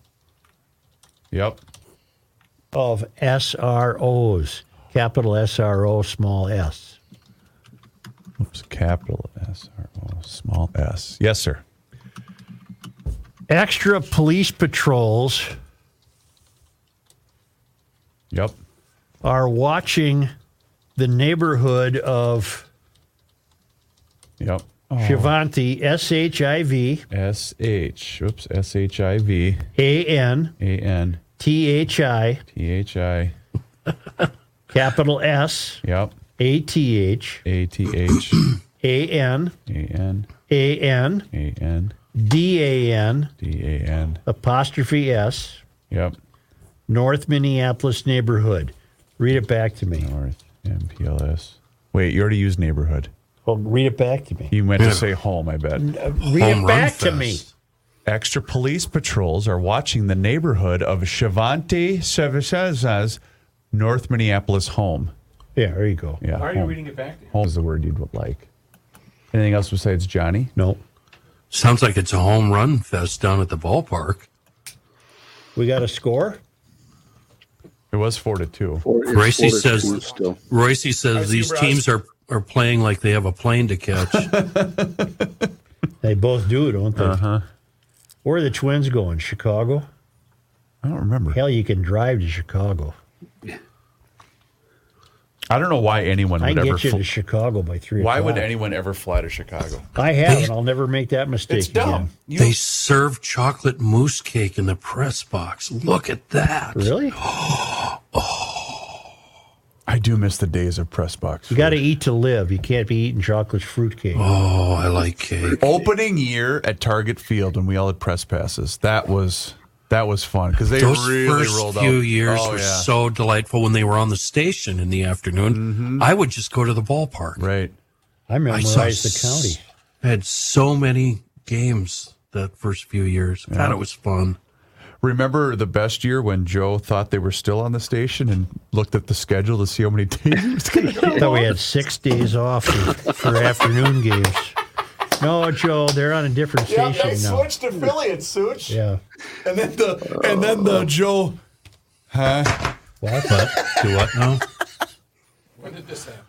Speaker 4: Yep.
Speaker 1: of SROs, capital SRO, small s.
Speaker 4: Oops. Capital S R O small S. Yes, sir.
Speaker 1: Extra police patrols
Speaker 4: Yep.
Speaker 1: are watching the neighborhood of
Speaker 4: Yep.
Speaker 1: Shivanti, S H I V
Speaker 4: S H. Oops. S H I V
Speaker 1: A N
Speaker 4: A N
Speaker 1: T H I,
Speaker 4: T H I.
Speaker 1: capital S
Speaker 4: Yep.
Speaker 1: A T H
Speaker 4: A T H
Speaker 1: A N
Speaker 4: A N
Speaker 1: A N
Speaker 4: A N
Speaker 1: D A N
Speaker 4: D A N.
Speaker 1: apostrophe S,
Speaker 4: Yep.
Speaker 1: North Minneapolis neighborhood. Read it back to me.
Speaker 4: North M P L S. Wait, you already used neighborhood.
Speaker 1: Well, read it back to me.
Speaker 4: You meant to say home, I bet.
Speaker 1: Read
Speaker 5: Home
Speaker 1: it
Speaker 5: Run
Speaker 1: back to me.
Speaker 5: Fest.
Speaker 4: Extra police patrols are watching the neighborhood of Shavante Servicesa's North Minneapolis home.
Speaker 1: Yeah, there you go.
Speaker 4: Yeah,
Speaker 11: Why are you
Speaker 4: home.
Speaker 11: reading it back?
Speaker 4: Home is the word you'd like. Anything else besides Johnny?
Speaker 1: No.
Speaker 5: Sounds like it's a home run fest down at the ballpark.
Speaker 1: We got a score?
Speaker 4: It was four to two.
Speaker 5: Royce says, Royce says these teams are, are playing like they have a plane
Speaker 1: <laughs>
Speaker 5: to catch.
Speaker 1: They both do, don't they? Uh-huh. Where are the twins going? Chicago?
Speaker 4: I don't remember.
Speaker 1: Hell, you can drive to Chicago.
Speaker 4: I don't know why anyone
Speaker 1: I
Speaker 4: would
Speaker 1: can
Speaker 4: ever.
Speaker 1: get you
Speaker 4: fl-
Speaker 1: to Chicago by three
Speaker 4: why
Speaker 1: o'clock.
Speaker 4: would anyone ever fly to Chicago?
Speaker 1: I have, <laughs> and I'll never make that mistake again.
Speaker 5: they serve chocolate mousse cake in the press box. Look at that.
Speaker 1: Really?
Speaker 4: I do miss the days of press box.
Speaker 1: You got to eat to live. You can't be eating chocolate fruitcake.
Speaker 5: Oh, I like cake.
Speaker 4: Opening year at Target Field when we all had press passes. That was that was fun because they
Speaker 5: Those
Speaker 4: really
Speaker 5: first
Speaker 4: rolled
Speaker 5: few
Speaker 4: out.
Speaker 5: years
Speaker 4: Oh,
Speaker 5: were
Speaker 4: yeah.
Speaker 5: so delightful when they were on the station in the afternoon. I would just go to the ballpark.
Speaker 4: Mm-hmm. Right.
Speaker 1: I memorized the county.
Speaker 5: I had so many games that first few years. God, it was fun.
Speaker 4: Remember the best year when Joe thought they were still on the station and looked at the schedule to see how many <laughs> days he was going to
Speaker 1: I thought we had six days off for, for afternoon games. No, Joe, they're on a different
Speaker 2: Yeah,
Speaker 1: station
Speaker 2: they
Speaker 1: now.
Speaker 2: switched affiliates, Such.
Speaker 1: Yeah.
Speaker 2: And then the
Speaker 4: And then the Joe, huh?
Speaker 1: What?
Speaker 5: Do what now?
Speaker 11: <laughs> When did this happen?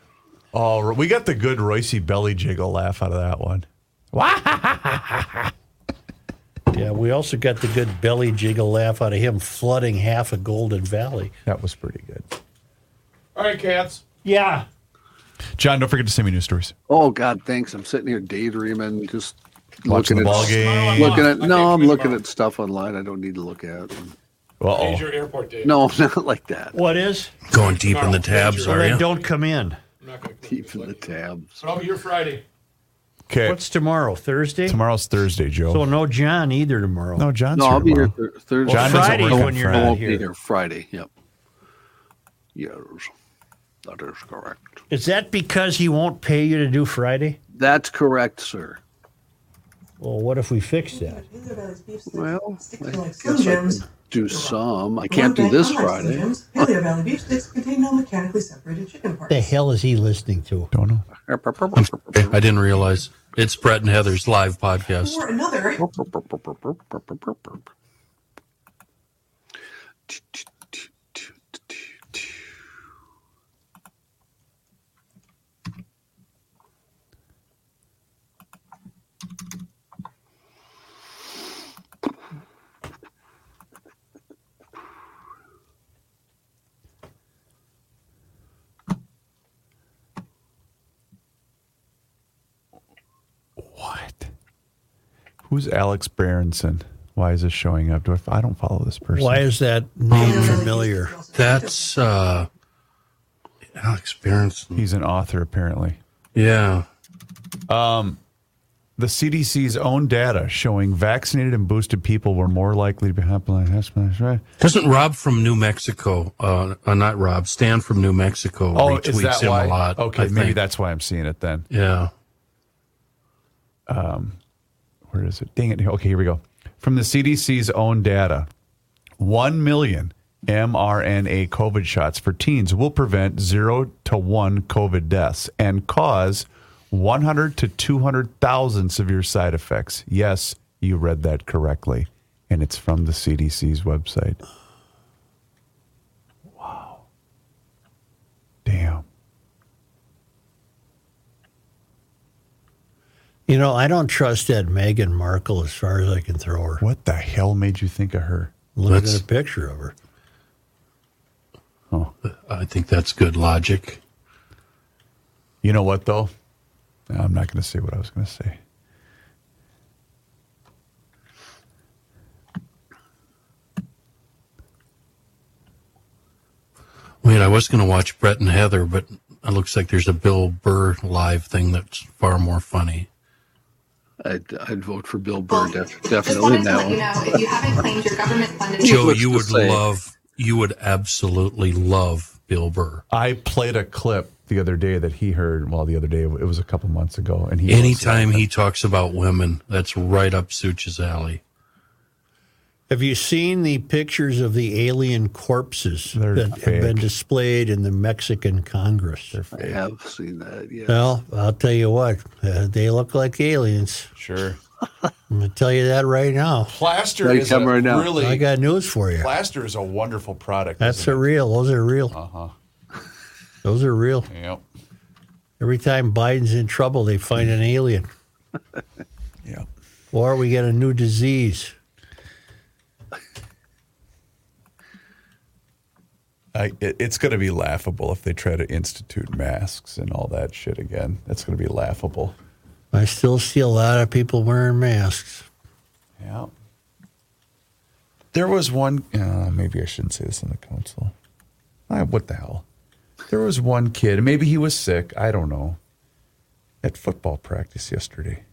Speaker 4: Oh, we got the good Roycey belly jiggle laugh out of that one.
Speaker 1: Yeah, we also got the good belly jiggle laugh out of him flooding half of Golden Valley.
Speaker 4: That was pretty good.
Speaker 11: All right, cats.
Speaker 1: Yeah.
Speaker 4: John, don't forget to send me news stories.
Speaker 3: Oh God, thanks. I'm sitting here daydreaming, just looking
Speaker 4: Watching the
Speaker 3: at
Speaker 4: ball game.
Speaker 3: Looking at no, I'm looking at stuff online I don't need to look at.
Speaker 10: Oh.
Speaker 4: Uh-oh.
Speaker 11: Major airport day.
Speaker 3: No, <laughs> not like that.
Speaker 1: What is?
Speaker 5: Going deep in the
Speaker 4: Oh,
Speaker 5: tabs,
Speaker 1: Well,
Speaker 5: are
Speaker 1: then
Speaker 5: you?
Speaker 1: don't come in.
Speaker 11: I'm not going to
Speaker 3: Keep in the tabs.
Speaker 11: But I'll be here Friday.
Speaker 4: Okay.
Speaker 1: What's tomorrow? Thursday?
Speaker 4: Tomorrow's Thursday, Joe.
Speaker 1: So no John either tomorrow.
Speaker 4: no, John's
Speaker 3: No, I'll be here
Speaker 4: tomorrow.
Speaker 3: th- Thursday.
Speaker 4: John doesn't
Speaker 1: Friday
Speaker 4: work
Speaker 1: when
Speaker 4: on
Speaker 1: you're
Speaker 3: I
Speaker 4: Friday.
Speaker 1: not
Speaker 3: won't
Speaker 1: here.
Speaker 3: be here Friday. Yep. Yes, that is correct.
Speaker 1: Is that because he won't pay you to do Friday?
Speaker 3: That's correct, sir.
Speaker 1: Well, what if we fix that?
Speaker 3: Well, I guess I can do some. I can't do
Speaker 18: One
Speaker 3: this
Speaker 18: bag unlike
Speaker 3: Friday.
Speaker 18: Slim Jims, Paleo Valley beef sticks contain no mechanically separated chicken parts.
Speaker 1: The hell is he listening to?
Speaker 4: Don't know.
Speaker 5: I didn't realize it's Brett and Heather's live podcast.
Speaker 18: Or another,
Speaker 4: What? Who's Alex Berenson? Why is this showing up? Do I, f- I don't follow this person.
Speaker 1: Why is that name familiar?
Speaker 5: That's uh, Alex Berenson.
Speaker 4: He's an author, apparently.
Speaker 5: Yeah.
Speaker 4: Um, the CDC's own data showing vaccinated and boosted people were more likely to be happily. That's right.
Speaker 5: Doesn't Rob from New Mexico, uh, uh, not Rob, Stan from New Mexico
Speaker 4: Oh,
Speaker 5: retweets
Speaker 4: is that
Speaker 5: him
Speaker 4: why?
Speaker 5: a lot.
Speaker 4: okay,
Speaker 5: I
Speaker 4: maybe
Speaker 5: think.
Speaker 4: that's why I'm seeing it then.
Speaker 5: Yeah.
Speaker 4: um, where is it? Dang it. Okay, here we go. From the CDC's own data, 1 million mRNA COVID shots for teens will prevent 0 to 1 COVID deaths and cause 100 to 200,000 severe side effects. Yes, you read that correctly. And it's from the CDC's website. Wow. Damn.
Speaker 1: You know, I don't trust that Meghan Markle as far as I can throw her.
Speaker 4: What the hell made you think of her?
Speaker 1: Look
Speaker 5: That's-
Speaker 1: at a picture of her.
Speaker 5: I think that's good logic.
Speaker 4: You know what, though? I'm not going to say what I was going to say.
Speaker 5: Wait, I was going to watch Brett and Heather, but it looks like there's a Bill Burr live thing that's far more funny.
Speaker 3: I'd, I'd vote for Bill Burr, def-
Speaker 19: Just
Speaker 3: definitely
Speaker 19: wanted
Speaker 3: in
Speaker 19: to
Speaker 3: that
Speaker 19: let you know
Speaker 3: one.
Speaker 19: if you haven't claimed your government funded.
Speaker 5: Joe,
Speaker 3: Needless
Speaker 5: you
Speaker 3: to
Speaker 5: would
Speaker 3: say.
Speaker 5: love, you would absolutely love Bill Burr.
Speaker 4: I played a clip the other day that he heard. Well, the other day it was a couple months ago, and he
Speaker 5: Anytime he talks about women, that's right up Such's alley.
Speaker 1: Have you seen the pictures of the alien corpses that have been displayed in the Mexican Congress?
Speaker 3: I have seen that. Yeah.
Speaker 1: Well, I'll tell you what, uh, they look like aliens.
Speaker 3: Sure.
Speaker 1: I'm going to tell you that right now.
Speaker 11: Plaster They is come a right now. really-
Speaker 1: I got news for you.
Speaker 11: Plaster is a wonderful product.
Speaker 1: That's a real. Those are real.
Speaker 11: Uh-huh.
Speaker 1: Those are real.
Speaker 11: Yep.
Speaker 1: Every time Biden's in trouble, they find an alien.
Speaker 4: yeah.
Speaker 1: Or we get a new disease.
Speaker 4: I, it, it's going to be laughable if they try to institute masks and all that shit again. That's going to be laughable.
Speaker 1: I still see a lot of people wearing masks.
Speaker 4: Yeah. There was one. Uh, maybe I shouldn't say this on the council. Ah, what the hell? There was one kid. Maybe he was sick. I don't know. At football practice yesterday,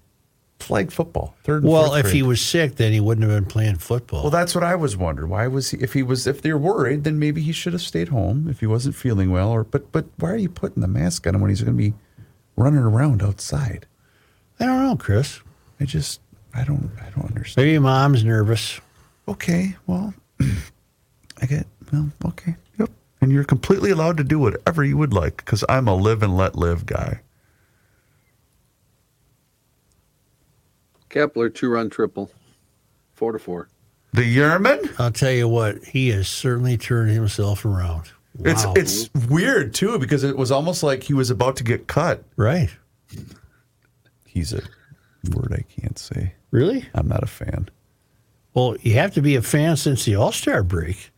Speaker 4: flag football. Third. And
Speaker 1: Well,
Speaker 4: fourth
Speaker 1: if he
Speaker 4: grade.
Speaker 1: was sick, then he wouldn't have been playing football.
Speaker 4: Well, that's what I was wondering. Why was he? If he was, if they're worried, then maybe he should have stayed home if he wasn't feeling well. Or, but, but why are you putting the mask on him when he's going to be running around outside?
Speaker 1: I don't know, Chris.
Speaker 4: I just, I don't, I don't understand.
Speaker 1: Maybe mom's nervous.
Speaker 4: Okay, well, <clears throat> I get well. Okay, yep. And you're completely allowed to do whatever you would like because I'm a live and let live guy.
Speaker 3: Kepler, two run triple, four to four.
Speaker 4: The Yerman?
Speaker 1: I'll tell you what, he has certainly turned himself around.
Speaker 4: It's
Speaker 1: Wow.
Speaker 4: it's weird too because it was almost like he was about to get cut.
Speaker 1: Right.
Speaker 4: He's a word I can't say.
Speaker 1: Really?
Speaker 4: I'm not a fan.
Speaker 1: Well, you have to be a fan since the All Star break.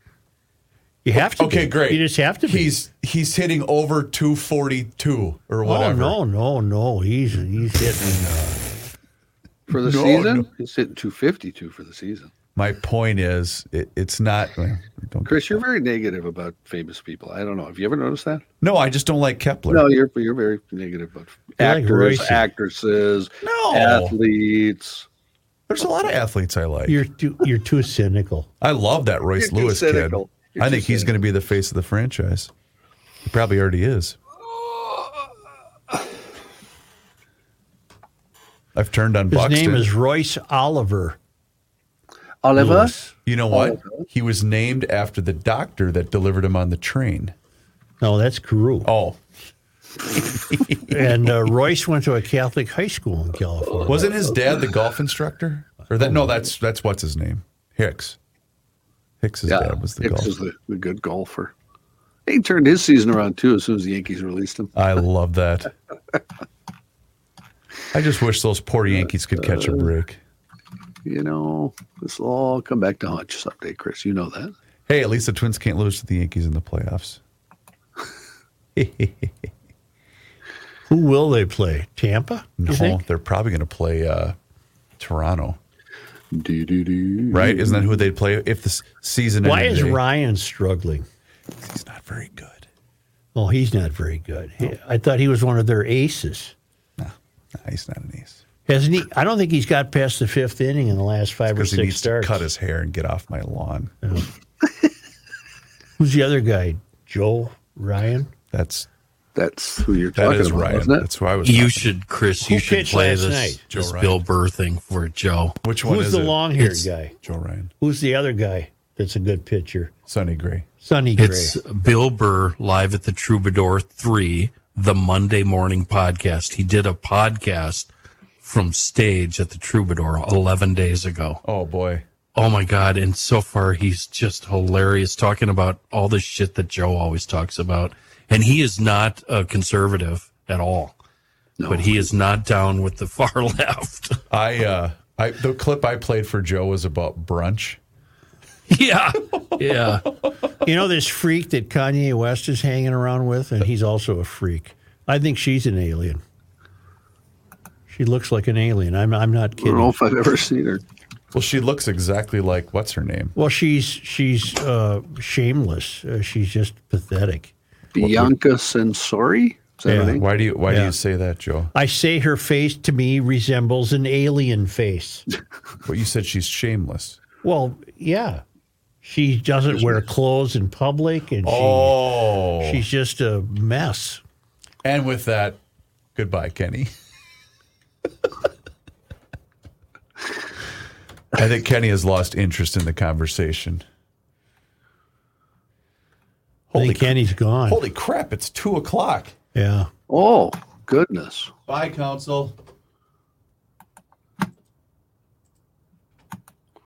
Speaker 1: You have to.
Speaker 4: Okay,
Speaker 1: be.
Speaker 4: great.
Speaker 1: You just have to. Be.
Speaker 4: He's he's hitting over 242 or whatever.
Speaker 1: Oh no, no, no! He's he's hitting. Uh,
Speaker 3: For the
Speaker 4: No,
Speaker 3: season, he's hitting 252 for the season.
Speaker 4: My point is, it, it's not.
Speaker 3: Chris, you're very negative about famous people. I don't know. Have you ever noticed that?
Speaker 4: No, I just don't like Kepler.
Speaker 3: No, you're you're very negative about
Speaker 4: You're like
Speaker 3: actors,
Speaker 4: Royce.
Speaker 3: actresses,
Speaker 4: No.
Speaker 3: athletes.
Speaker 4: There's a lot of athletes I like.
Speaker 1: you're too you're too cynical.
Speaker 4: I love that Royce
Speaker 3: You're too
Speaker 4: Lewis kid.
Speaker 3: cynical. You're
Speaker 4: I
Speaker 3: too
Speaker 4: think he's going to be the face of the franchise. He probably already is. I've turned on
Speaker 1: His
Speaker 4: Buxton.
Speaker 1: name is Royce Oliver. Lewis.
Speaker 4: You know
Speaker 3: Oh,
Speaker 4: what? He was named after the doctor that delivered him on the train.
Speaker 1: No, that's Carew.
Speaker 4: Oh.
Speaker 1: and uh, Royce went to a Catholic high school in California.
Speaker 4: Wasn't his dad the golf instructor? Or that? No, that's that's what's his name. Hicks. Hicks's dad was the
Speaker 3: Hicks
Speaker 4: golf.
Speaker 3: is the, the good golfer. He turned his season around too as soon as the Yankees released him.
Speaker 4: I love that. I just wish those poor Yankees could catch a break.
Speaker 3: You know, this will all come back to haunt you someday, Chris. You know that.
Speaker 4: Hey, at least the Twins can't lose to the Yankees in the playoffs.
Speaker 1: Who will they play? Tampa? You
Speaker 4: No,
Speaker 1: think?
Speaker 4: they're probably going to play uh, Toronto. Right? Isn't that who they'd play if the s- season?
Speaker 1: Why
Speaker 4: ended
Speaker 1: is
Speaker 4: today?
Speaker 1: Ryan struggling?
Speaker 4: He's not very good.
Speaker 1: Well, he's not very good. He- I thought he was one of their aces.
Speaker 4: Nah, he's not an ace.
Speaker 1: Hasn't he? I don't think he's got past the fifth inning in the last five or
Speaker 4: Because he
Speaker 1: six
Speaker 4: needs
Speaker 1: starts.
Speaker 4: to cut his hair and get off my lawn.
Speaker 1: Who's the other guy? Joe Ryan.
Speaker 4: That's
Speaker 3: That's who you're
Speaker 4: That
Speaker 3: talking
Speaker 4: is
Speaker 3: about,
Speaker 4: Ryan.
Speaker 3: wasn't it?
Speaker 4: That's who I was.
Speaker 5: You
Speaker 4: talking
Speaker 5: should, Chris.
Speaker 1: Who
Speaker 5: You should
Speaker 1: pitched
Speaker 5: play
Speaker 1: last
Speaker 5: this,
Speaker 1: night? Joe
Speaker 5: this
Speaker 1: Ryan.
Speaker 5: Bill Burr thing for Joe.
Speaker 4: about. Which one
Speaker 1: Who's
Speaker 4: is
Speaker 1: the
Speaker 4: it?
Speaker 1: long-haired
Speaker 4: It's
Speaker 1: guy?
Speaker 4: Joe Ryan,
Speaker 1: Who's the other guy that's a good pitcher?
Speaker 4: Sonny Gray.
Speaker 1: Sonny Gray.
Speaker 4: uh,
Speaker 5: It's Bill Burr live at the Troubadour 3, the Monday morning podcast. He did a podcast from stage at the Troubadour 11 days ago.
Speaker 4: Oh, boy.
Speaker 5: Oh, my God. And so far, he's just hilarious talking about all this shit that Joe always talks about. And he is not a conservative at all, but he is not down with the far <laughs> left.
Speaker 4: I uh, I the clip I played for Joe was about brunch.
Speaker 5: yeah. Yeah.
Speaker 1: You know this freak that Kanye West is hanging around with, and he's also a freak. I think she's an alien. She looks like an alien. I'm I'm not
Speaker 3: I don't know
Speaker 1: kidding.
Speaker 3: if I've ever seen her.
Speaker 4: Well, she looks exactly like what's her name?
Speaker 1: Well, she's she's uh, shameless. Uh, she's just pathetic.
Speaker 3: Bianca Sensori? Is that her name?
Speaker 4: Why do you Why do
Speaker 1: Yeah.
Speaker 4: you say that, Joe?
Speaker 1: I say her face to me resembles an alien face.
Speaker 4: Well, you said she's shameless.
Speaker 1: Well, yeah. She doesn't wear clothes in public and
Speaker 4: Oh,
Speaker 1: she, she's just a mess.
Speaker 4: and with that, goodbye, Kenny. <laughs> I think Kenny has lost interest in the conversation.
Speaker 1: Holy Kenny's gone.
Speaker 4: Holy crap! It's two o'clock.
Speaker 1: Yeah.
Speaker 3: Oh goodness.
Speaker 2: Bye, council.